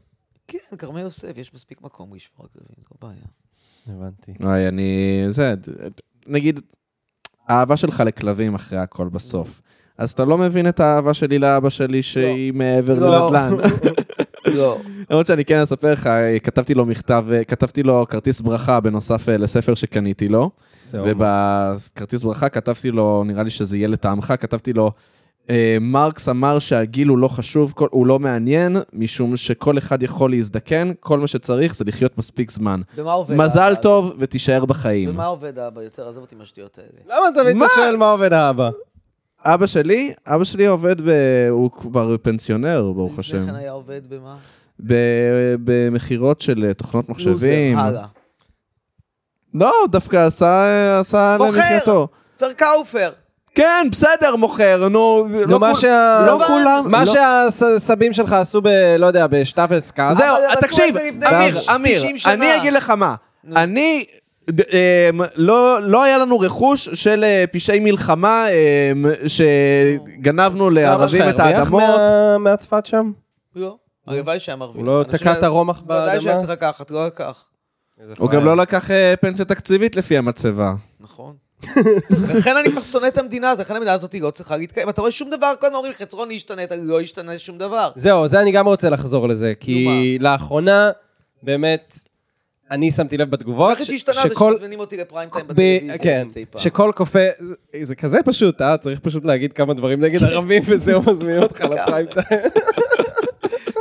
כן, כרמי יוסף, יש מספיק מקום לשמור על כלבים, זו בעיה. הבנתי. וואי, אני... זה... נגיד, האהבה שלך לכלבים אחרי הכל בסוף. אז אתה לא מבין את האהבה שלי לאבא שלי שהיא מעבר לא. לנדל"ן. לא. למרות שאני כן אספר לך, אה, כתבתי לו מכתב, אה, כתבתי לו כרטיס ברכה בנוסף אה, לספר שקניתי לו, ובכרטיס ברכה כתבתי לו, נראה לי שזה יהיה לטעמך, כתבתי לו, אה, מרקס אמר שהגיל הוא לא חשוב, כל- הוא לא מעניין, משום שכל אחד יכול להזדקן, כל מה שצריך זה לחיות מספיק זמן. במה עובד מזל האבא? טוב ותישאר בחיים. במה עובד האבא יותר? עזוב אותי עם השטויות האלה. למה אתה תמיד מה? שואל מה עובד האבא? אבא שלי, אבא שלי עובד ב... הוא כבר פנסיונר, ברוך השם. לפני כן היה עובד במה? ב- במכירות של אה, תוכנות מחשבים. לוזר, הלאה. לא, דווקא עשה, עשה מוכר! למחייתו. פרקאופר. כן. כן, בסדר, מוכר, נו, נו, מה כול- שה... לא אבל- כולם... מה לא- שהסבים שלך עשו ב... לא יודע, בשטאפלס קאט. זהו, אבל הם עשו תקשיב, את זה לפני אמיר, 90 אמיר, שנה. אני אגיד לך מה. אני... ד- אמ, לא, לא היה לנו רכוש של אה, פשעי מלחמה אמ, שגנבנו לערבים את האדמות. מהצפת שם? לא. הלוואי שהיה מרוויח. הוא לא אני חושב תקע את הרומח ש- ודאי שהיה באדמה? צריך לקחת, לא לקח. הוא גם לא לקח אה, פנסיה תקציבית לפי המצבה. נכון. לכן אני כבר שונא את המדינה, אז לכן המדינה הזאת היא לא צריכה להתקיים. אתה רואה שום דבר, כל הזמן אומרים, חצרון ישתנה, אתה לא ישתנה שום דבר. זהו, זה אני גם רוצה לחזור לזה, כי לאחרונה, באמת, אני שמתי לב בתגובות, הכי לא ש- שהשתנה זה שכל... שמזמינים אותי לפריים טיים ב- בטלוויזיה. כן, מדי פעם. שכל קופה, זה- זה כזה פשוט, אה? צריך פשוט להגיד כמה דברים נגד ערבים, וזהו, מזמין אותך לפריים טיים.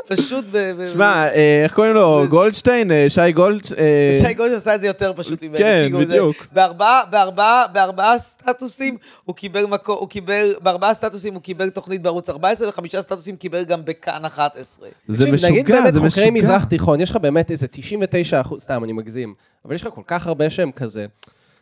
פשוט ב... ב- שמע, אה, איך קוראים לו? גולדשטיין? אה, שי אה, גולדשטיין? שי גולדשטיין עשה את זה יותר פשוט ממני. כן, כאילו זה- בדיוק. בארבעה, בארבעה, בארבעה סטטוסים הוא קיבל מקום, הוא קיבל, בארבעה סטטוסים הוא קיבל תוכנית בערוץ 14, וחמישה סטטוסים קיבל גם בכאן 11. זה תקשיב, נגיד משוגע, באמת זה חוקרי משוגע. מזרח תיכון, יש לך באמת איזה 99 אחוז, סתם, אני מגזים, אבל יש לך כל כך הרבה שהם כזה,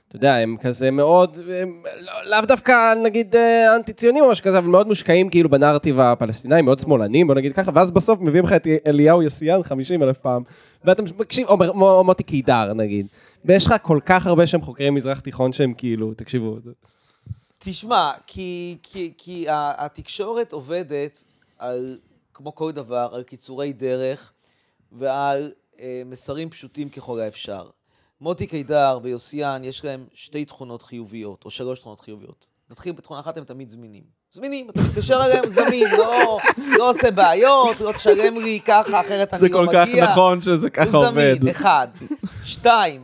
אתה יודע, הם כזה מאוד, הם לא- לאו דווקא נגיד אה, אנטי-ציונים או משהו כזה, אבל מאוד מושקעים כאילו בנרטיב הפלסטיני, מאוד שמאלנים, בוא נגיד ככה, ואז בסוף מביאים לך את אליהו יסיאן 50 אלף פעם, ואתה מקשיב, או, מ- או, או מוטי קידר נגיד, ויש לך כל כך הרבה שהם חוקרי מזרח תיכון שהם כאילו, תקשיבו, זה- תשמע, כי, כי, כי ה- התקשורת עובדת על, כמו כל דבר, על קיצורי דרך ועל אה, מסרים פשוטים ככל האפשר. מוטי קידר ויוסיאן, יש להם שתי תכונות חיוביות, או שלוש תכונות חיוביות. נתחיל בתכונה אחת, הם תמיד זמינים. זמינים, אתה מתקשר אליהם, זמין, לא, לא עושה בעיות, לא תשלם לי ככה, אחרת אני זה לא כל מגיע. כך נכון שזה ככה הוא עובד. זמין, אחד. שתיים,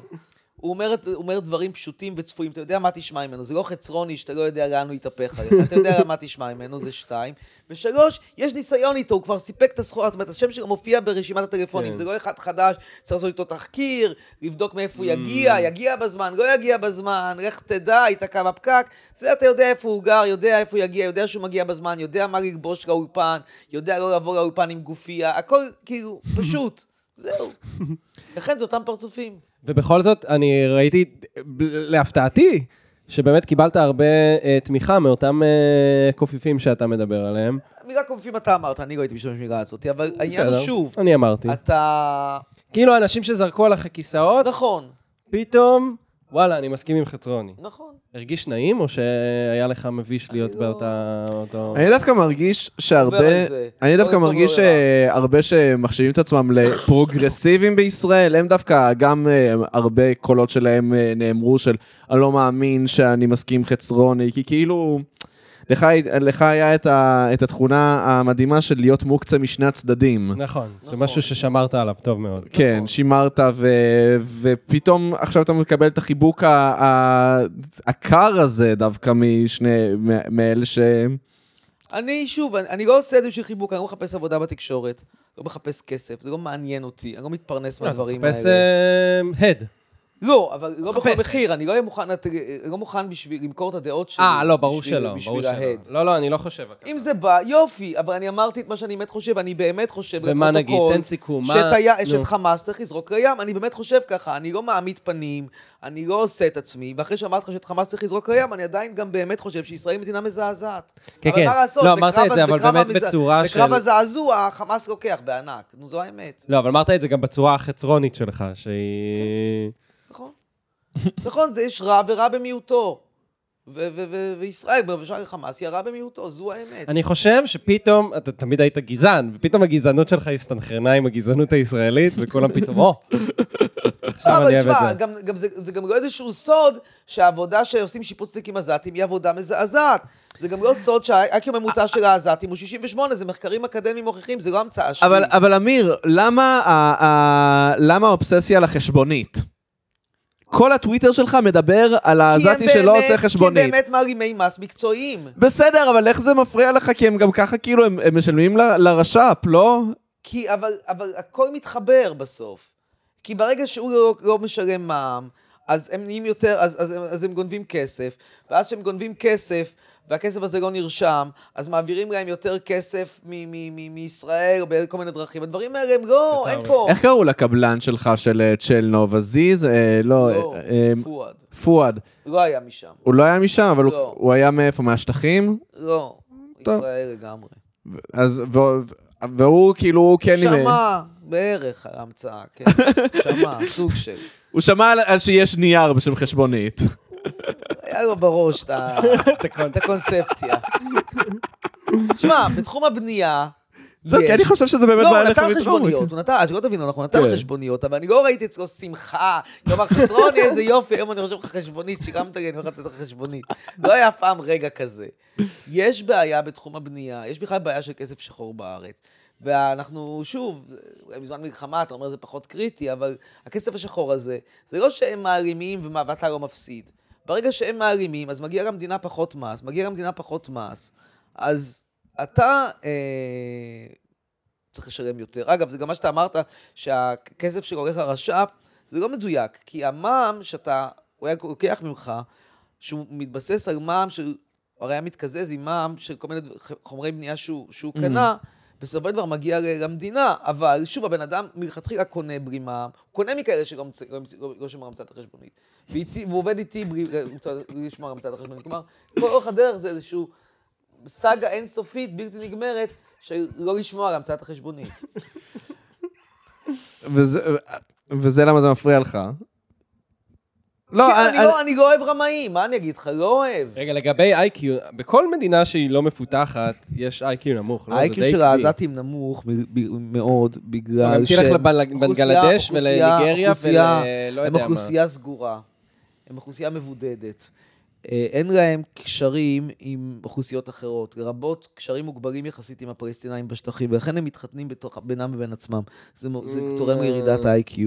הוא אומר, את- הוא אומר דברים פשוטים וצפויים, אתה יודע מה תשמע ממנו, זה לא חצרוני שאתה לא יודע לאן הוא יתהפך עליך, אתה יודע מה תשמע ממנו, זה שתיים. ושלוש, יש ניסיון איתו, הוא כבר סיפק את הסחורה, זאת אומרת, השם שלו מופיע ברשימת הטלפונים, כן. זה לא אחד חדש, צריך לעשות איתו תחקיר, לבדוק מאיפה הוא Mm. יגיע, יגיע בזמן, לא יגיע בזמן, לך תדע, ייתקע בפקק, זה אתה יודע איפה הוא גר, יודע איפה הוא יגיע, יודע שהוא מגיע בזמן, יודע מה ללבוש לאולפן, יודע לא לבוא לאולפן עם גופייה, הכל כאילו, פשוט, זהו. לכן זה אותם פרצופים. ובכל זאת, אני ראיתי, ב- להפתעתי, שבאמת קיבלת הרבה אה, תמיכה מאותם אה, קופיפים שאתה מדבר עליהם. מילה קומפים אתה אמרת, אני לא הייתי משתמש במילה הזאת, אבל העניין הוא בסדר, שוב, אני אמרתי. אתה... כאילו האנשים שזרקו עליך כיסאות, נכון, פתאום, וואלה, אני מסכים עם חצרוני. נכון. הרגיש נעים, או שהיה לך מביש להיות באותה... אותו- אני דווקא מרגיש נכון. עובר שהרבה, על זה. אני דווקא דוקטור מרגיש גוררה. שהרבה שמחשיבים את עצמם לפרוגרסיבים בישראל, הם דווקא גם אה, הרבה קולות שלהם אה, נאמרו של אני לא מאמין שאני מסכים עם חצרוני, כי כאילו... לך, לך היה את, ה, את התכונה המדהימה של להיות מוקצה משני הצדדים. נכון, זה משהו ששמרת עליו טוב מאוד. כן, שימרת, ו... ופתאום עכשיו אתה מקבל את החיבוק ה... ה... הקר הזה דווקא משני, מ- מאלה ש... אני, שוב, אני, אני לא עושה את זה בשביל חיבוק, אני לא מחפש עבודה בתקשורת, לא מחפש כסף, זה לא מעניין אותי, אני לא מתפרנס מהדברים מחפש האלה. אה, הד. לא, אבל לא בכל מחפש. מחיר, אני לא אהיה מוכן, לת- לא מוכן בשביל למכור את הדעות שלי. אה, לא, ברור בשביל- שלא. ברור בשביל שלא. ההד. לא, לא, אני לא חושב. ככה. אם זה בא, יופי, אבל אני אמרתי את מה שאני באמת חושב, אני באמת חושב... ומה נגיד? לפרוטוקול, תן סיכום, מה- שאת, היה, נו. שאת חמאס צריך לזרוק לים, אני באמת חושב ככה, אני לא מעמיד פנים, אני לא עושה את עצמי, ואחרי שאמרתי לך שאת חמאס צריך לזרוק לים, אני עדיין גם באמת חושב שישראל היא מדינה מזעזעת. כן, אבל כן. מה לעשות, לא, אמרת בקרב את זה, ה- אבל בקרב באמת בצורה בקרב של- הזעזוע, חמאס לוקח בענק, נו, זו האמת, לא, אבל אמרת את זה גם בצורה החצרונית שלך, שהיא... נכון? נכון, זה יש רע ורע במיעוטו. ו- ו- ו- וישראל, במשל חמאס, היא הרע במיעוטו, זו האמת. אני חושב שפתאום, אתה תמיד היית גזען, ופתאום הגזענות שלך הסתנכרנה עם הגזענות הישראלית, וכולם פתאום, או, לא, עכשיו אני אבל אוהב תשמע, את זה. גם, גם זה, זה גם לא איזשהו סוד שהעבודה שעושים שיפוצניקים עזתים היא עבודה מזעזעת. זה גם לא סוד שהאקיו הממוצע של העזתים הוא 68, זה מחקרים אקדמיים מוכיחים, זה לא המצאה שלי. אבל, אבל אמיר, למה, ה- ה- למה האובססיה לחשבונית? כל הטוויטר שלך מדבר על כי הם העזתי שלא באמת- עושה כי הם חשבונית. באמת מערימי מס מקצועיים. בסדר, אבל איך זה מפריע לך? כי הם גם ככה כאילו, הם, הם משלמים ל- לרש"פ, לא? כי, אבל, אבל הכל מתחבר בסוף. כי ברגע שהוא לא, לא משלם מע"מ, אז הם נהיים יותר, אז, אז, הם- אז הם גונבים כסף, ואז כשהם גונבים כסף, והכסף הזה לא נרשם, אז מעבירים להם יותר כסף מ- מ- מ- מישראל, או בכל מיני דרכים. הדברים האלה הם לא, אין פה. איך קראו לקבלן שלך של אה, צ'לנוב? עזיז? אה, לא, לא, אה, אה, פואד. פואד. לא היה משם. הוא לא היה משם, אבל הוא- לא. הוא היה מאיפה? מהשטחים? לא. טוב. ישראל לגמרי. אז, והוא- והוא כאילו, הוא כן... שמע בערך על ההמצאה, כן. שמע, סוג של. הוא שמע על- על שיש נייר בשם חשבונית. היה לו בראש את ה- את הקונספציה. שמע, בתחום הבנייה... זהו, כי יש- אני חושב שזה באמת לא, בעיה הוא נתן לחשבונית. חשבוניות, הוא נתן, אז שלא תבינו, אנחנו נתן כן. חשבוניות, אבל אני לא ראיתי אצלו שמחה. כלומר, חסרוני, איזה יופי, היום אני חושב לך חשבונית, שילמת לי, אני הולך לתת לך חשבונית. לא היה אף פעם רגע כזה. יש בעיה בתחום הבנייה, יש בכלל בעיה של כסף שחור בארץ. ואנחנו, שוב, אולי בזמן מלחמה, אתה אומר זה פחות קריטי, אבל הכסף השחור הזה, זה לא שהם מערימים ומה- ואתה לא מפסיד. ברגע שהם מערימים, אז מגיע למדינה פחות מס, מגיע למדינה פחות מס, אז אתה אה, צריך לשלם יותר. אגב, זה גם מה שאתה אמרת, שהכסף שהולך לרש"פ, זה לא מדויק, כי המע"מ שאתה, הוא היה לוקח ממך, שהוא מתבסס על מע"מ של, הרי היה מתקזז עם מע"מ של כל מיני דבר- חומרי בנייה שהוא, שהוא קנה, בסופו של דבר מגיע ל- למדינה, אבל שוב, הבן אדם מלכתחילה קונה בלי מע"מ, הוא קונה מכאלה שלא מצ- לא מצ- לא- לא שמר המצאת החשבונית, ואיתי- והוא עובד איתי בלי אה, בלי לשמור המצאת החשבונית. כלומר, כל אורך הדרך זה איזשהו סאגה אינסופית, בלתי נגמרת, של לא לשמוע על המצאת החשבונית. וזה- וזה למה זה מפריע לך. כן, לא, אני לא- אני לא אוהב רמאים, מה אני אגיד לך? לא אוהב. רגע, לגבי איי-קיו, בכל מדינה שהיא לא מפותחת, יש איי-קיו נמוך, לא? זה האיי-קיו די של עקבי. העזתים נמוך מ- ב- מאוד, לא, גם בגלל תלך שהם לבנגלדש אוכלוסייה- ולניגריה אוכלוסייה- ולא הם לא יודע מה. אוכלוסייה סגורה, הם אוכלוסייה מבודדת. אה, אין להם קשרים עם אוכלוסיות אחרות, לרבות קשרים מוגבלים יחסית עם הפלסטינאים בשטחים, ולכן הם מתחתנים בתוך- בינם ובין עצמם. זה מו- זה תורם לירידת ה-IQ.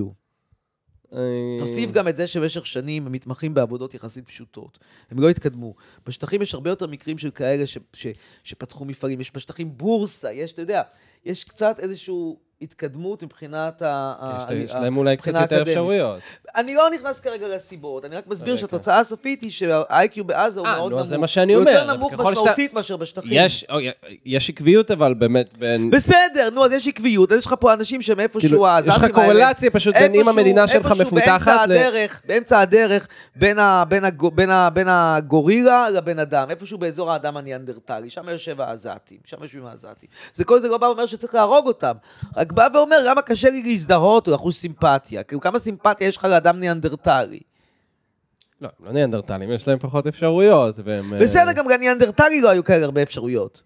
אה, תוסיף גם את זה שבמשך שנים הם מתמחים בעבודות יחסית פשוטות. הם לא התקדמו. בשטחים יש הרבה יותר מקרים של כאלה ש, ש, שפתחו מפעלים. יש בשטחים בורסה, יש, אתה יודע, יש קצת איזושהי התקדמות מבחינת ה... יש- ה- יש ה- להם אולי קצת אה, מבחינה יותר אקדמית. אפשרויות. אני לא נכנס כרגע לסיבות, אני רק מסביר רגע. שהתוצאה הסופית היא שה-IQ בעזה הוא אה, מאוד נו, נמוך. אז זה מה שאני הוא אומר, יותר נמוך ככל שאתה- משמעותית מאשר בשטחים. יש, אוי, יש עקביות, אבל באמת, בין... בסדר, נו, אז יש עקביות, אז יש לך פה אנשים שהם איפשהו כאילו, יש העזתים האלה. לך קורלציה פשוט בין אם איפשהו- המדינה שלך איפשהו מפותחת באמצע הדרך, באמצע הדרך, בין ה- בין הגו- בין ה- בין הגורילה לבן אדם, איפשהו באזור האדם הניאנדרטלי, שם יושב העזתים, שם יושבים העזתים. זה כל זה לא בא ואומר שצריך להרוג אותם, רק רק בא ואומר, למה קשה לי להזדהות או לחוש סימפתיה? כאילו, כמה סימפתיה יש לך לאדם ניאנדרטלי? לא, הם לא ניאנדרטלים, יש להם פחות אפשרויות, והם... אה, בסדר, גם לניאנדרטלי לא היו כאלה הרבה אפשרויות.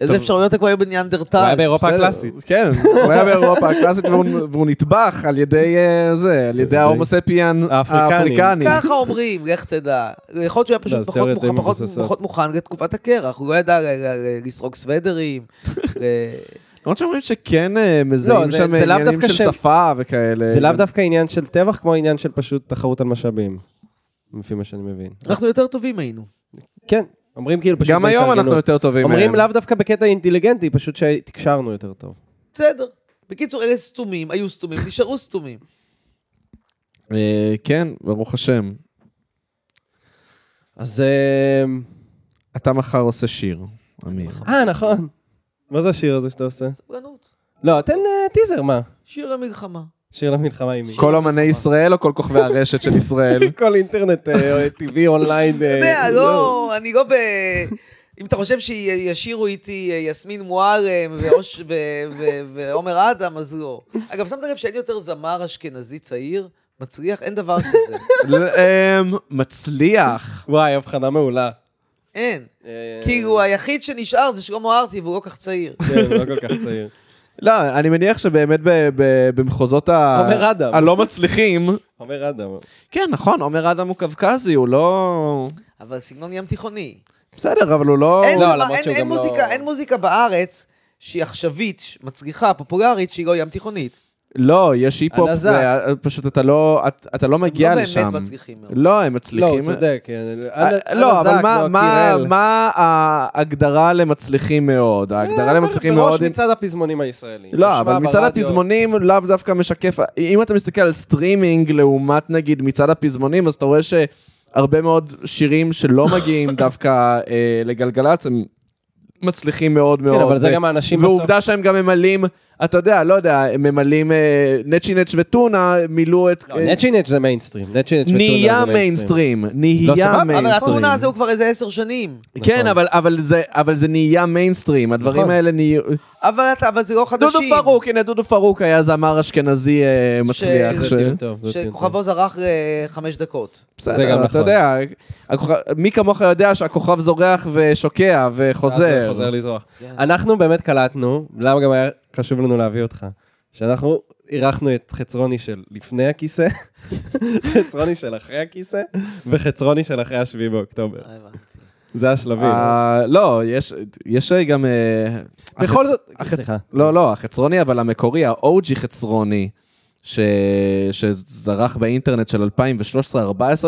איזה טוב, אפשרויות כבר היו הוא היה בניאנדרטלי? באירופה בסדר. הקלאסית. כן, הוא היה באירופה הקלאסית והוא והוא נטבח על ידי אה, זה, על ידי ההומוספיאן האפריקנים. האפריקני. ככה אומרים, לך תדע. יכול להיות שהוא היה פשוט לא, פחות הסטריות מוכן- די פחות- מבוססות. פחות מוכן לתקופת הקרח, הוא לא ידע ל- ל- ל- לסרוק סוודרים. ל- למרות שאומרים שכן אה, מזהים לא, זה- שם זה לאו עניינים דווקא של של- שפה וכאלה. זה לאו דווקא עניין של טבח, כמו עניין של פשוט תחרות על משאבים. לפי מה שאני מבין. אנחנו יותר טובים היינו. כן, אומרים כאילו פשוט... גם היום אנחנו בהתארגנות. יותר טובים אומרים מהם. לאו דווקא בקטע אינטליגנטי, פשוט שתקשרנו יותר טוב. בסדר. בקיצור, אלה סתומים, היו סתומים, נשארו סתומים. אה, כן, ברוך השם. אז... אה, אתה מחר עושה שיר, אמיר. אה, נכון. מה זה השיר הזה שאתה עושה? סבלנות. לא, תן אה, טיזר, מה? שיר המלחמה. שיר למלחמה עם מי. כל אומני ישראל או כל כוכבי הרשת של ישראל? כל אינטרנט, אה, טבעי, אונליין. אה, אתה יודע, לא, אני לא ב... אם אתה חושב שישירו איתי אה, יסמין מועלם ואוש- ו- ו- ועומר אדם, אז לא. אגב, שמת לב שאין יותר זמר אשכנזי צעיר? מצליח? אין דבר כזה. ל- אמ, מצליח. וואי, הבחנה מעולה. אה, אין. אה, כאילו, היחיד שנשאר זה שלמה ארצי, והוא לא כך צעיר. כן, לא כל כך צעיר. לא, אני מניח שבאמת ב- ב- במחוזות ה- עומר אדם. הלא מצליחים. אומר אדם. לא, כן, נכון, עומר אדם הוא קווקזי, הוא לא... אבל סגנון ים תיכוני. בסדר, אבל הוא לא... אין, לא, דבר- למרות אין, שהוא אין, גם לא- מוזיקה, אין מוזיקה בארץ שהיא עכשווית, מצליחה, פופולרית, שהיא לא ים תיכונית. לא, יש היפ-הופ, הנזק. פשוט אתה לא, את- אתה לא מגיע לא לשם. באמת מצליחים מאוד. לא, הם לא, מצליחים. הוא צודק. כן. אה, אנ- לא, אנזק, אבל מה- לא, מה- קירל. מה ההגדרה למצליחים מאוד? ההגדרה למצליחים מאוד... אה, בראש מצעד הפזמונים הישראלי. לא, אבל מצעד הפזמונים לאו דווקא משקף, אם אתה מסתכל על סטרימינג לעומת נגיד מצעד הפזמונים, אז אתה רואה שהרבה מאוד שירים שלא מגיעים דווקא אה, לגלגלצ, הם מצליחים מאוד מאוד. כן, אבל זה ו- גם האנשים ועובדה שהם גם ממלאים, אתה יודע, לא יודע, הם ממלאים אה, נצ'י נצ' וטונה, מילאו את... אה, נצ'י נצ' לא, זה מיינסטרים. נצ'י נצ' וטונה זה נהיה מיינסטרים. מיינסטרים, נהיה סבבה, מיינסטרים. אבל הטונה הזה הוא כבר איזה עשר שנים. כן, נכון. אבל, אבל, זה, אבל זה נהיה מיינסטרים, הדברים נכון. האלה נהיו... אבל, אתה- אבל זה לא חדשים. דודו פרוק, הנה דודו פרוק היה זמר אשכנזי אה, מצליח. זה ש- טיעון טוב, זה טיעון טוב. שכוכבו זרח אה, חמש דקות. זה גם בסדר, אתה נכון. יודע, הכוכב- מי כמוך יודע שהכוכב זורח ושוקע חוזר. וחוזר. אה, חוזר לזרוח. אה. אנחנו באמת קלטנו, למה גם היה חשוב לנו להביא אותך, שאנחנו אירחנו את חצרוני של לפני הכיסא, חצרוני של אחרי הכיסא, וחצרוני של אחרי השביעי באוקטובר. אה, הבנתי. זה השלבים. אה, לא, יש- יש גם... אה, בכל החצ- זאת, סליחה. לא, לא, החצרוני, אבל המקורי, ה-OG חצרוני, ש- שזרח באינטרנט של 2013-2014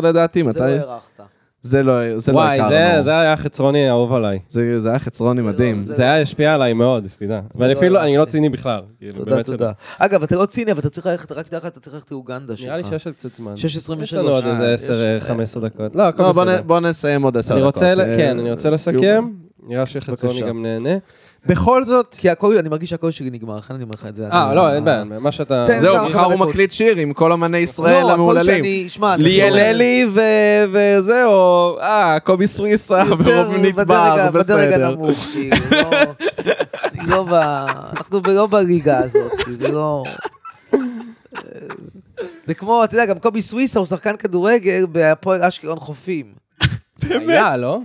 לדעתי, זה מתי? לא הארכת. זה לא זה לא וואי, הכרנו. זה- זה היה חצרוני האהוב עליי. זה- זה היה חצרוני מדהים. זה זה היה השפיע עליי מאוד, שתדע. ואני לא אפילו, הלכתי. אני לא ציני בכלל. כאילו, תודה, באמת שלא. תודה. אגב, אתה לא ציני, אבל אתה צריך ללכת, רק תדע לך, אתה צריך ללכת לאוגנדה שלך. נראה לי שיש עוד קצת זמן. שש עשרים יש לנו עוד ושלוש. איזה אה, 10-15 דקות. לא, הכל לא, בוא נ- בסדר. בוא נסיים עוד עשר אני דקות. רוצה, אה, ל- כן, אני רוצה לסכם. נראה שחצרוני בבקשה. גם נהנה. בכל זאת... כי הכל, אני מרגיש שהכל שלי נגמר, לכן אני אומר לך את זה. אה, אני- לא, אין בעיה, מה שאתה... תן. זהו, זה מחר הוא הרחבה מקליט שיר עם כל אמני ישראל כן, לא, הכל המהוללים. שאני, שמע, זה ליאל כאילו- אלי ו- וזהו, אה, קובי סוויסה יותר ורוב נדבר, בדרג- בדרג בסדר. הנמוך, כאילו, לא- אני לא ב... אנחנו ב- לא בליגה הזאת, זה לא... זה כמו, אתה יודע, גם קובי סוויסה הוא שחקן כדורגל בהפועל אשקלון חופים. היה, לא?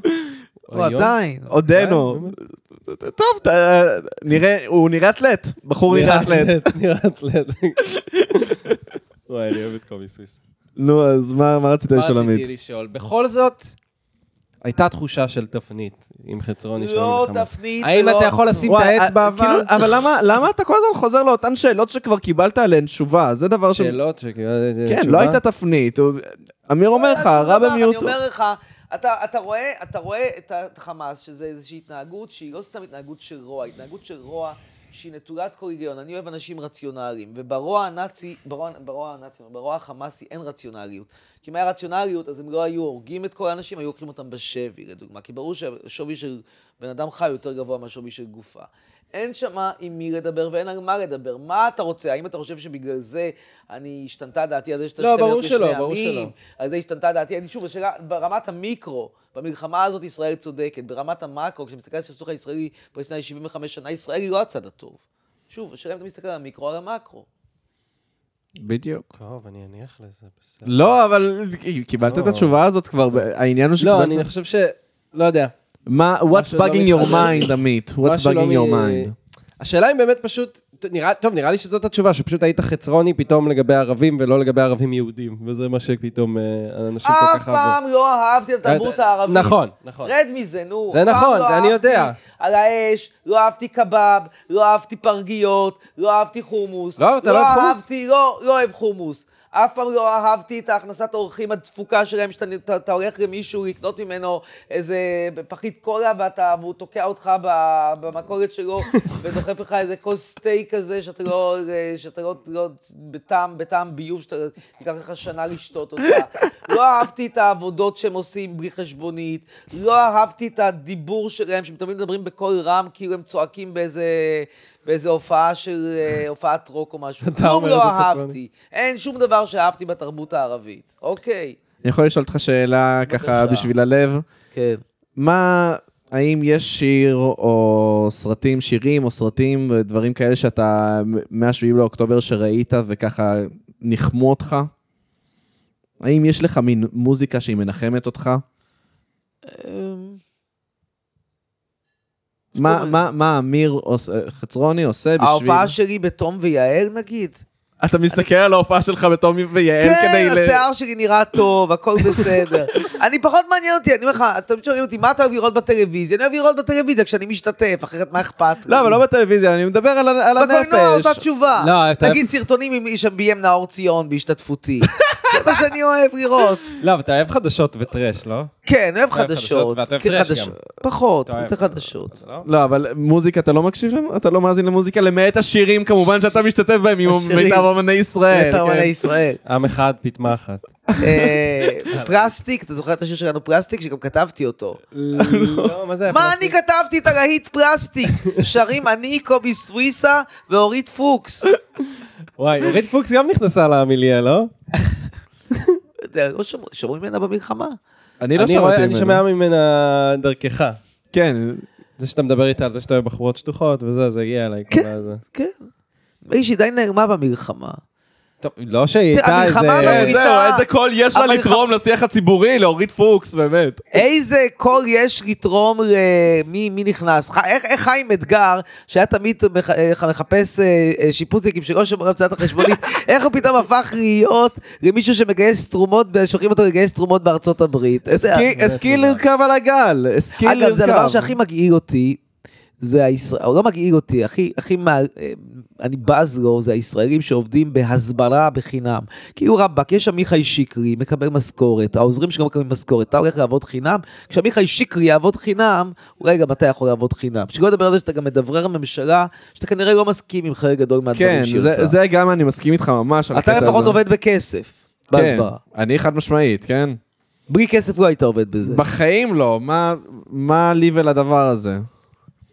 הוא היום? עדיין. עודנו. כן, טוב, אתה- נראה, הוא נראה אתלט, בחור נראה אתלט. נראה אתלט. וואי, אני אוהב את קובי סוויס. נו, אז מה מה רצית מה לשאול רציתי עמית? לשאול? בכל זאת, הייתה תשושה של תפנית עם חצרוני של לא המלחמה. תפנית האם ולא- אתה יכול לשים את וואי, האצבע אה, אבל? כאילו, אבל למה- למה אתה כל הזמן חוזר לאותן שאלות שכבר קיבלת עליהן תשובה? זה דבר ש... שאלות שקיבלת כן, תשובה? לא הייתה תפנית. הוא- אמיר אומר לך, שום רע דבר, במיעוט. אה, אני אומר לך, אתה, אתה, רואה, אתה רואה את החמאס, שזה איזושהי התנהגות שהיא לא סתם התנהגות של רוע, התנהגות של רוע שהיא נטולת כל היגיון. אני אוהב אנשים רציונליים, וברוע הנאצי, ברוע, ברוע הנאצי, ברוע החמאסי אין רציונליות. כי אם היה רציונליות, אז הם לא היו הורגים את כל האנשים, היו לוקחים אותם בשבי, לדוגמה. כי ברור שהשווי של בן אדם חי הוא יותר גבוה מהשווי של גופה. אין שמה עם מי לדבר ואין על מה לדבר. מה אתה רוצה? האם אתה חושב שבגלל זה אני השתנתה דעתי על זה שצריך לא, שתי ברור מדינות לשני שלא, ברור עמים? שלא. על זה השתנתה דעתי. אני שוב, השאלה, ברמת המיקרו, במלחמה הזאת ישראל צודקת. ברמת המקרו, כשאתה מסתכל על הסכסוך הישראלי פלסטיני 75 שנה, ישראל היא לא הצד הטוב. שוב, השאלה אם אתה מסתכל על המיקרו, על המקרו. בדיוק. טוב, אני אניח לזה, בסדר. לא, אבל קיבלת את לא. התשובה הזאת כבר, ב- העניין הוא לא, אני שקיבלת... חושב ש... לא יודע. מה, what's משהו לא bugging your מתחבר. mind, עמית? What's משהו לא bugging your מ- mind? השאלה אם באמת פשוט, ת- נראה, טוב, נראה לי שזאת התשובה, שפשוט היית חצרוני פתאום לגבי ערבים ולא לגבי ערבים יהודים, וזה מה שפתאום אה, אנשים כל אף כך אהבו. אה, פעם לא אהבתי את התרבות הערבית. נכון, נכון. רד מזה, נו. זה אף פעם נכון, לא זה אני אהבתי יודע. על האש, לא אהבתי קבב, לא אהבתי פרגיות, לא אהבתי חומוס. לא, אתה לא אוהב חומוס? אהבתי, לא, לא אוהב חומוס. אף פעם לא אהבתי את הכנסת האורחים, התפוקה שלהם, שאתה אתה- אתה הולך למישהו לקנות ממנו איזה פחית קולה ואתה, והוא תוקע אותך ב- במכולת שלו ודוחף לך איזה כוס סטייק כזה שאתה לא, שאתה לא, לא בטעם, בטעם ביוב, שאתה ייקח לך שנה לשתות אותה. לא אהבתי את העבודות שהם עושים בלי חשבונית, לא אהבתי את הדיבור שלהם, שהם תמיד מדברים בקול רם, כאילו הם צועקים באיזה, באיזה הופעה של, אה, הופעת רוק או משהו. אתה כלום אומר לא את זה, אהבתי. אין שום דבר שאהבתי בתרבות הערבית. אוקיי. אני יכול לשאול אותך שאלה ככה בבקשה. בשביל הלב? כן. מה, האם יש שיר או סרטים, שירים או סרטים, דברים כאלה שאתה מ-7 לאוקטובר שראית וככה ניחמו אותך? האם יש לך מין מוזיקה שהיא מנחמת אותך? אמ, מה, מה, מה אמיר עוש- חצרוני עושה בשביל... ההופעה שלי בתום ויעל נגיד? אתה מסתכל על ההופעה שלך בתומי ויעל כדי כן, ל... השיער שלי נראה טוב, הכל בסדר. אני פחות מעניין אותי, אני אומר לך, אתם שואלים אותי, מה אתה אוהב לראות בטלוויזיה? אני אוהב לראות בטלוויזיה כשאני משתתף, אחרת מה אכפת לי? לא, אבל לא בטלוויזיה, אני מדבר על, ה- על הנפש. בקולנוע אותה תשובה. לא, אתה- נגיד סרטונים עם איש ביים נאור ציון בהשתתפותי. זה מה שאני אוהב לראות. לא, אבל אתה אוהב חדשות וטרש, לא? כן, אוהב אוהב חדשות. חדשות, ואתה אוהב כן, טראש חדשות. גם. פחות, אתה אוהב. יותר חדשות. לא? לא, אבל מוזיקה אתה לא מקשיב לנו? אתה לא מאזין למוזיקה? למעט השירים כמובן שאתה משתתף בהם עם השירים. מיטב אמני ישראל. אתה כן. אומר לישראל. עם אחד, פיטמה אחת. אה, פלסטיק, אתה זוכר את השיר שלנו פלסטיק? שגם כתבתי אותו. לא, מה זה? מה אני כתבתי את הרהיט פלסטיק? שרים אני, קובי סוויסה ואורית פוקס. וואי, אורית פוקס גם נכנסה למיליה, לא? אתה יודע, לא שמעו- שמעו ממנה במלחמה. אני לא אני רואה- שמעתי אני ממנו. שומע ממנה דרכך. כן, זה שאתה מדבר איתה על זה שאתה אוהב בחורות שטוחות וזה, זה הגיע אליי. כל כן. הזה. כן. מישהי די נעלמה במלחמה. טוב, לא שהיא הייתה איזה... המלחמה לא כן, מורידה. זהו, איזה קול יש לה אבל- לתרום לשיח הציבורי, להוריד פוקס, באמת. איזה קול יש לתרום למי מי נכנס? ח- איך איך חיים אתגר, שהיה תמיד מח- אה, מחפש אה, אה, שיפוצניקים שלא שומרים המצאת החשבונית, איך הוא פתאום הפך להיות למישהו שמגייס תרומות, שולחים אותו לגייס תרומות בארצות הברית? אתה יודע. הסכיל- הסכיל לרכב על הגל, הסכיל לרכב. אגב, זה הדבר שהכי מגעיל אותי, זה הישראל, או לא מגעיל אותי, הכי, הכי, מה- אה, אני בז לו, זה הישראלים שעובדים בהסברה בחינם. כאילו רבאק, יש עמיחי שיקרי, מקבל משכורת, העוזרים שלו מקבלים משכורת, אתה הולך לעבוד חינם, כשעמיחי שיקרי יעבוד חינם, אולי גם אתה יכול לעבוד חינם. שלא לדבר על זה שאתה גם מדברר ממשלה, שאתה כנראה לא מסכים עם חלק גדול כן, מהדברים שהיא זה- עושה. זה גם אני מסכים איתך ממש. על אתה הקטע לפחות הזה. עובד בכסף, כן, בהסברה. אני חד משמעית, כן? בלי כסף לא היית עובד בזה. בחיים לא, מה- מה לי ולדבר הזה?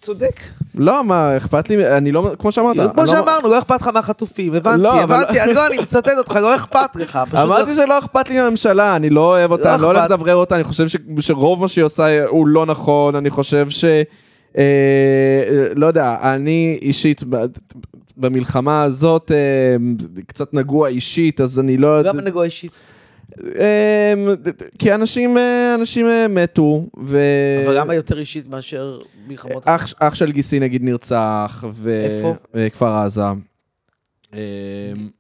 צודק. לא, מה, אכפת לי, אני לא, כמו שאמרת. אני כמו לא- שאמרנו, לא אכפת לך מהחטופים, הבנתי, לא, אבל- הבנתי, אני לא, אני מצטט אותך, לא אכפת לך, פשוט לא- אמרתי שלא אכפת לי מהממשלה, אני לא אוהב אותה, לא אני לא הולך אכפת. לדברר אותה, אני חושב ש- שרוב מה שהיא עושה הוא לא נכון, אני חושב ש... אה, לא יודע, אני אישית ב- במלחמה הזאת אה, קצת נגוע אישית, אז אני לא... למה נגוע אישית? אה, כי אנשים, אה, אנשים אה, מתו, ו... אבל למה יותר אישית מאשר מלחמות? אה, אח, אח של גיסי נגיד נרצח, ו... איפה? אמ, אה, כפר עזה. אה,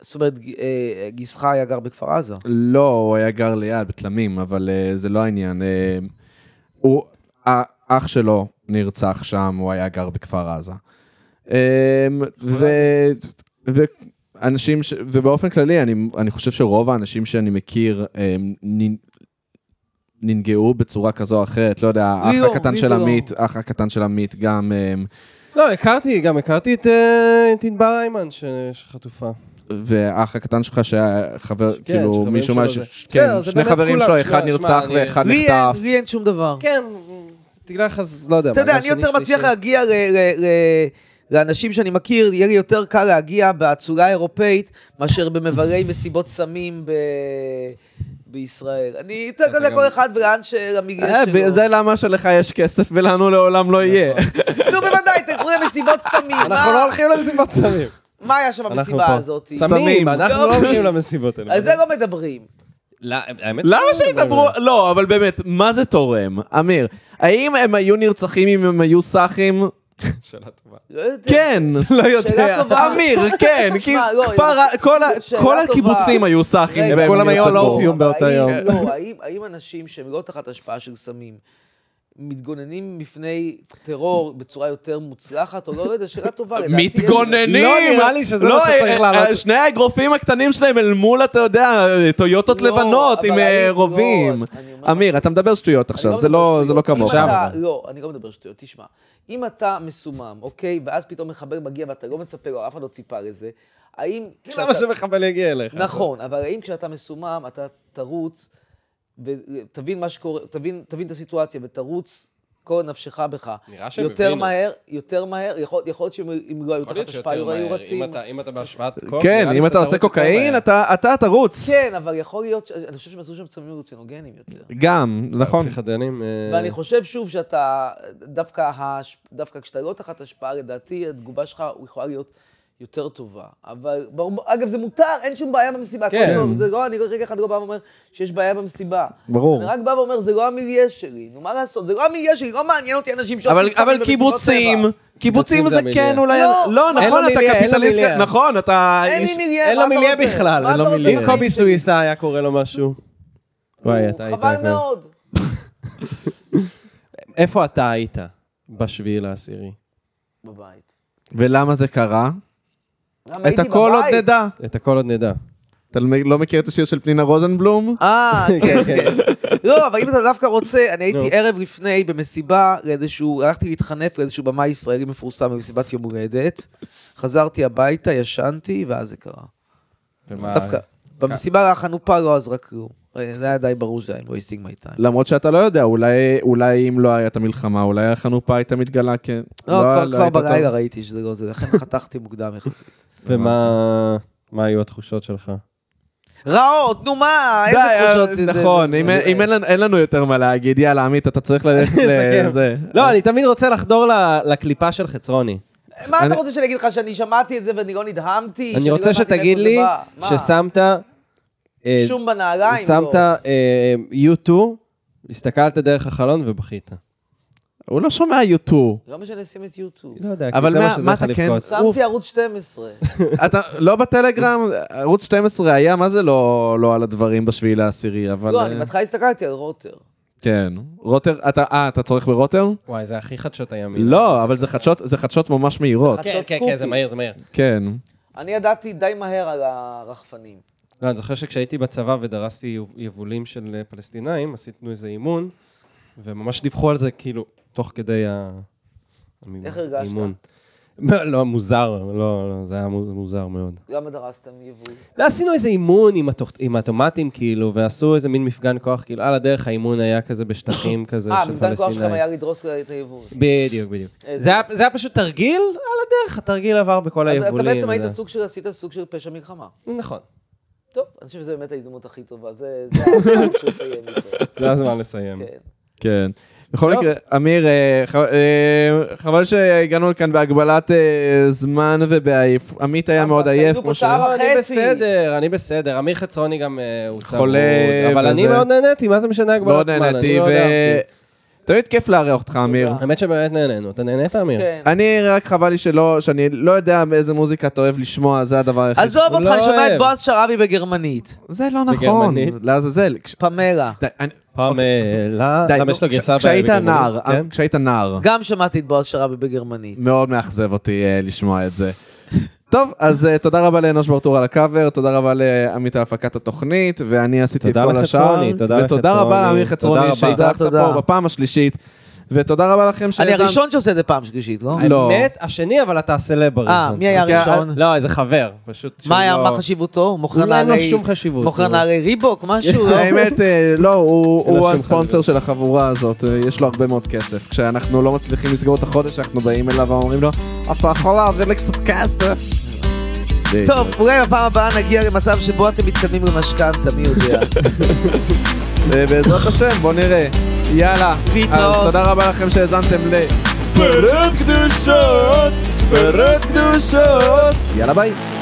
זאת אומרת, ג- אה, גיסך היה גר בכפר עזה. לא, הוא היה גר ליד, בתלמים, אבל אה, זה לא העניין. אה, הוא, האח שלו נרצח שם, הוא היה גר בכפר עזה. אה, ו... ו... אנשים, ש... ובאופן כללי, אני, אני חושב שרוב האנשים שאני מכיר אה, נ... ננגעו בצורה כזו או אחרת, לא יודע, האח ליאור, הקטן מי של זה לא? עמית, האח הקטן של עמית גם, אה, לא, הכרתי, גם הכרתי את אה, את ענבר איימן ש- שחטופה. והאח הקטן שלך שהיה חבר, כן, כאילו שחברים מישהו שלו מה... זה- ש- כן, בסדר, זה שני באמת חברים כולם, שלו, שמע, אחד שמע, נרצח אני- ואחד לי נחטף. אין- לי אין שום דבר. כן, תגלה לך, אז לא יודע. כן, אתה יודע, מעגל אני שני, יותר שלישי. מצליח להגיע ל- ל- ל- לאנשים שאני מכיר, יהיה לי יותר קל להגיע באצולה האירופאית מאשר במברי מסיבות סמים ב... בישראל. אני אתן אתה גם- לכל אחד ולאן ש... למגרש אה, שלו. נכון. זה למה שלך יש כסף ולנו לעולם לא יהיה. נו, בוודאי, תלכו למסיבות סמים. אנחנו מה- לא הולכים למסיבות סמים. מה היה שם אנחנו במסיבה פה. "אה!" הזאת? סמים, אנחנו יופי. לא הולכים למסיבות האלה. על זה לא מדברים. לא, האמת למה שלא שידברו... לא, אבל באמת, מה זה תורם? אמיר, האם הם היו נרצחים אם הם היו סאחים? שאלה טובה. לא יודע. כן. לא יודע. שאלה טובה. אמיר, כן, תשמע, כי לא, כפר... היא- כל ה- שאלה כל טובה. הקיבוצים היו סאחים רגע, והם כולם היו על נרצחו. אופיום. באותו אבל יום. האם- לא, האם- האם אנשים שהם לא תחת השפעה של סמים, מתגוננים מפני טרור בצורה יותר מוצלחת, או לא, לא יודע, שאלה טובה. לדעתי אין- מתגוננים! לא, נראה לי שזה מה שצריך אה, לעלות. אה, שני האגרופים הקטנים שלהם אל מול, אתה יודע, טויוטות לא, לבנות אבל עם אני- אה, לא, רובים. אני אומר- אמיר, אתה מדבר שטויות אני לא עכשיו, זה מדבר לא- זה לא שטויות. אם כמוך. עכשיו, אתה- אבל. לא, אני לא מדבר שטויות, תשמע. אם אתה מסומם, אוקיי, ואז פתאום מחבל מגיע ואתה לא מצפה לו, אף אחד לא ציפה לזה, האם... כשאתה- למה שמחבל יגיע אליך? נכון, אבל האם כשאתה מסומם, אתה תרוץ, ותבין מה שקורה, תבין, תבין את הסיטואציה, ותרוץ כל נפשך בך. נראה שהם יותר הבינו. מהר, יותר מהר, יכול יכול להיות שהם אם לא היו יכול תחת להיות השפעה, היו שיותר היו מהר. רצים. אם אתה- אם אתה בהשוואת קוק, נראה כן, לי אם שאתה אתה עושה רואה יותר קוקאין, מהר. אתה אתה תרוץ. כן, אבל יכול להיות, ש- אני חושב שהם עשו שם סמים רצינוגנים יותר. גם, נכון. פסיכדלים... אה, ואני חושב שוב שאתה, דווקא, ההש... דווקא כשאתה לא תחת השפעה, לדעתי התגובה שלך הוא יכולה להיות יותר טובה. אבל, ברור, אגב, זה מותר, אין שום בעיה במסיבה. כן. כן. לא, זה לא, אני רגע אחד לא בא ואומר שיש בעיה במסיבה. ברור. אני רק בא ואומר, זה לא המיליה שלי, נו מה לעשות, זה לא המיליה שלי, לא מעניין אותי אנשים שעושים אבל, סמים אבל במסיבות קיבוצים, טבע. קיבוצים קיבוצים זה זה כן המיליה. אולי... לא, לא, אין נכון, לו אתה מיליה, אין לו קפיטליסט, מיליה. נכון, אתה... אין לי איש- מיליה, אין מה לו אתה מיליה רוצה? בכלל, מה אין אתה לו רוצה מיליה. אם בחיים קובי שלי? סוויסה היה קורא לו משהו. וואי, אתה היית... חבל אתה- מאוד. איפה אתה היית בשביעי לעשירי? בבית. ולמה זה קרה? למה את הייתי הכל עוד בבית? נדע. את הכל עוד נדע. אתה לא מכיר את השיר של פנינה רוזנבלום? אה, כן, כן. לא, אבל אם אתה דווקא רוצה, אני נו. הייתי ערב לפני במסיבה לאיזשהו, הלכתי להתחנף לאיזשהו במאי ישראלי מפורסם במסיבת יום הולדת. חזרתי הביתה, ישנתי, ואז זה קרה. ומה... דווקא, במסיבה החנופה לא עזרה כלום. אה, זה היה די ברור שזה היה wasting my time. למרות שאתה לא יודע, אולי, אולי אם לא הייתה מלחמה, אולי החנופה הייתה מתגלה כ... לא, כבר- כבר היית בלילה טוב. ראיתי שזה לא זה, לכן חתכתי מוקדם יחסית. ומה... מה היו התחושות שלך? רעות, נו מה, די, איזה אה, תחושות. זה- נכון, זה- אם זה- אם אין לנו- אין לנו יותר מה להגיד, יאללה, עמית, אתה צריך ללכת לסכם. לזה. לא, אני תמיד רוצה לחדור ל- לקליפה של חצרוני. מה אני- אתה רוצה שאני אגיד לך, שאני שמעתי את זה ואני לא נדהמתי? שאני אני לא רוצה הבנתי מאיפה שתגיד זה לי בא? מה? ששמת... אה, שום בנעליים. לא. שמת אה, U2, הסתכלת דרך החלון ובכית. הוא לא שומע יוטו. לא משנה, שים את יוטיוב. לא יודע, אבל כי זה מה- מה שזה מה יכול אתה כן- לבכות. אוף. שמתי ערוץ 12. אתה לא בטלגרם, ערוץ 12 היה, מה זה לא לא על הדברים בשביעי לעשירי, אבל... לא, אה, אני בהתחלה הסתכלתי על רוטר. כן. רוטר, אתה, אה, אתה צורך ברוטר? וואי, זה הכי חדשות הימין. לא, אבל זה חדשות, זה חדשות ממש מהירות. חדשות כן, כן, סקופי. כן, זה מהיר, זה מהיר. כן. אני ידעתי די מהר על הרחפנים. לא, אני זוכר שכשהייתי בצבא ודרסתי יב- יבולים של אה, פלסטינאים, עשינו איזה אימון, וממש דיווחו על זה כאילו, תוך כדי ה- המ- איך הרגשת? האימון. לא, לא, מוזר, לא, לא, זה היה מו- מוזר מאוד. למה דרסתם יבול? לא, עשינו איזה אימון עם, התוכ... עם האוטומטים, כאילו, ועשו איזה מין מפגן כוח, כאילו, על הדרך האימון היה כזה בשטחים כזה אה, לא, של מפגן כוח שלכם פלסטינאים. היה לדרוס את היבול. בדיוק, בדיוק. איזה- זה היה, זה היה פשוט תרגיל על הדרך, התרגיל עבר בכל אז אתה היבולים. בעצם היית וזה. סוג של, עשית סוג של פשע מלחמה. נכון, טוב, אני חושב שזו באמת ההזדמנות הכי טובה. זה זה הפעם שיסיים איתו. זה הזמן לסיים. כן. כן. בכל מקרה, אמיר, אה, ח- אה, חבל שהגענו לכאן בהגבלת אה, זמן ובעייף. עמית היה אה, אבל מאוד היינו עייף, פה כמו ש... שעה לא, אני וחצי. בסדר, אני בסדר. אמיר חצרוני גם אה, הוא צרוד. חולה אבל אני וזה. מאוד נהניתי, מה זה משנה הגבלת מאוד זמן? נהניתי, אני לא ו... יודע. תמיד כיף לארח אותך, אמיר. תודה. האמת שבאמת נהנינו. אתה נהנית, אמיר? כן. אני, רק חבל לי שלא, שאני לא יודע איזה מוזיקה אתה אוהב לשמוע, זה הדבר היחיד. עזוב הוא אותך, לא אני שומע את אוהב. בועז שרבי בגרמנית. זה לא נכון, גרמנית. לעזאזל. כש- פמרה. די, אני- פעם, אה, לה, אוקיי. די, גם נו, יש לו כש- גרסה כשהיית בגרמנית, נער, כן? כשהית נער. גם שמעתי את בועז שרבי בגרמנית. מאוד מאכזב אותי אה, לשמוע את זה. טוב, אז אה, תודה רבה לאנוש ברטור על הקאבר, תודה רבה לעמית על הפקת התוכנית, ואני עשיתי את תודה כל השאר. לחצרוני, תודה ותודה לחצרוני. רבה לאמיר תודה חצרוני רבה. שהתארחת תודה. פה בפעם השלישית. ותודה רבה לכם אני שהאזנתם. הראשון שעושה את זה פעם שלישית, לא? לא. האמת, השני, אבל אתה הסלב הראשון. אה, מי היה אוקיי? הראשון? לא, איזה חבר, פשוט. שהוא מה היה, לא- מה חשיבותו? מוכר אין לו נערי... לא שום חשיבות. מוכר הוא- נערי ריבוק, משהו? לא? האמת, אה, לא, הוא- אין לה הוא שום הספונסר חזרה. של החבורה הזאת, אה, יש לו הרבה מאוד כסף. כשאנחנו לא מצליחים לסגור את החודש, אנחנו באים אליו ואומרים לו, אתה יכול להעביר לי קצת כסף? טוב, אולי בפעם הבאה נגיע למצב שבו אתם מתקדמים למשכנתה, מי יודע. אה, בעזרת השם, בוא נראה. יאללה, להתראות. אז תודה רבה לכם שהאזנתם ל... פירות קדושות, פירות קדושות. יאללה ביי.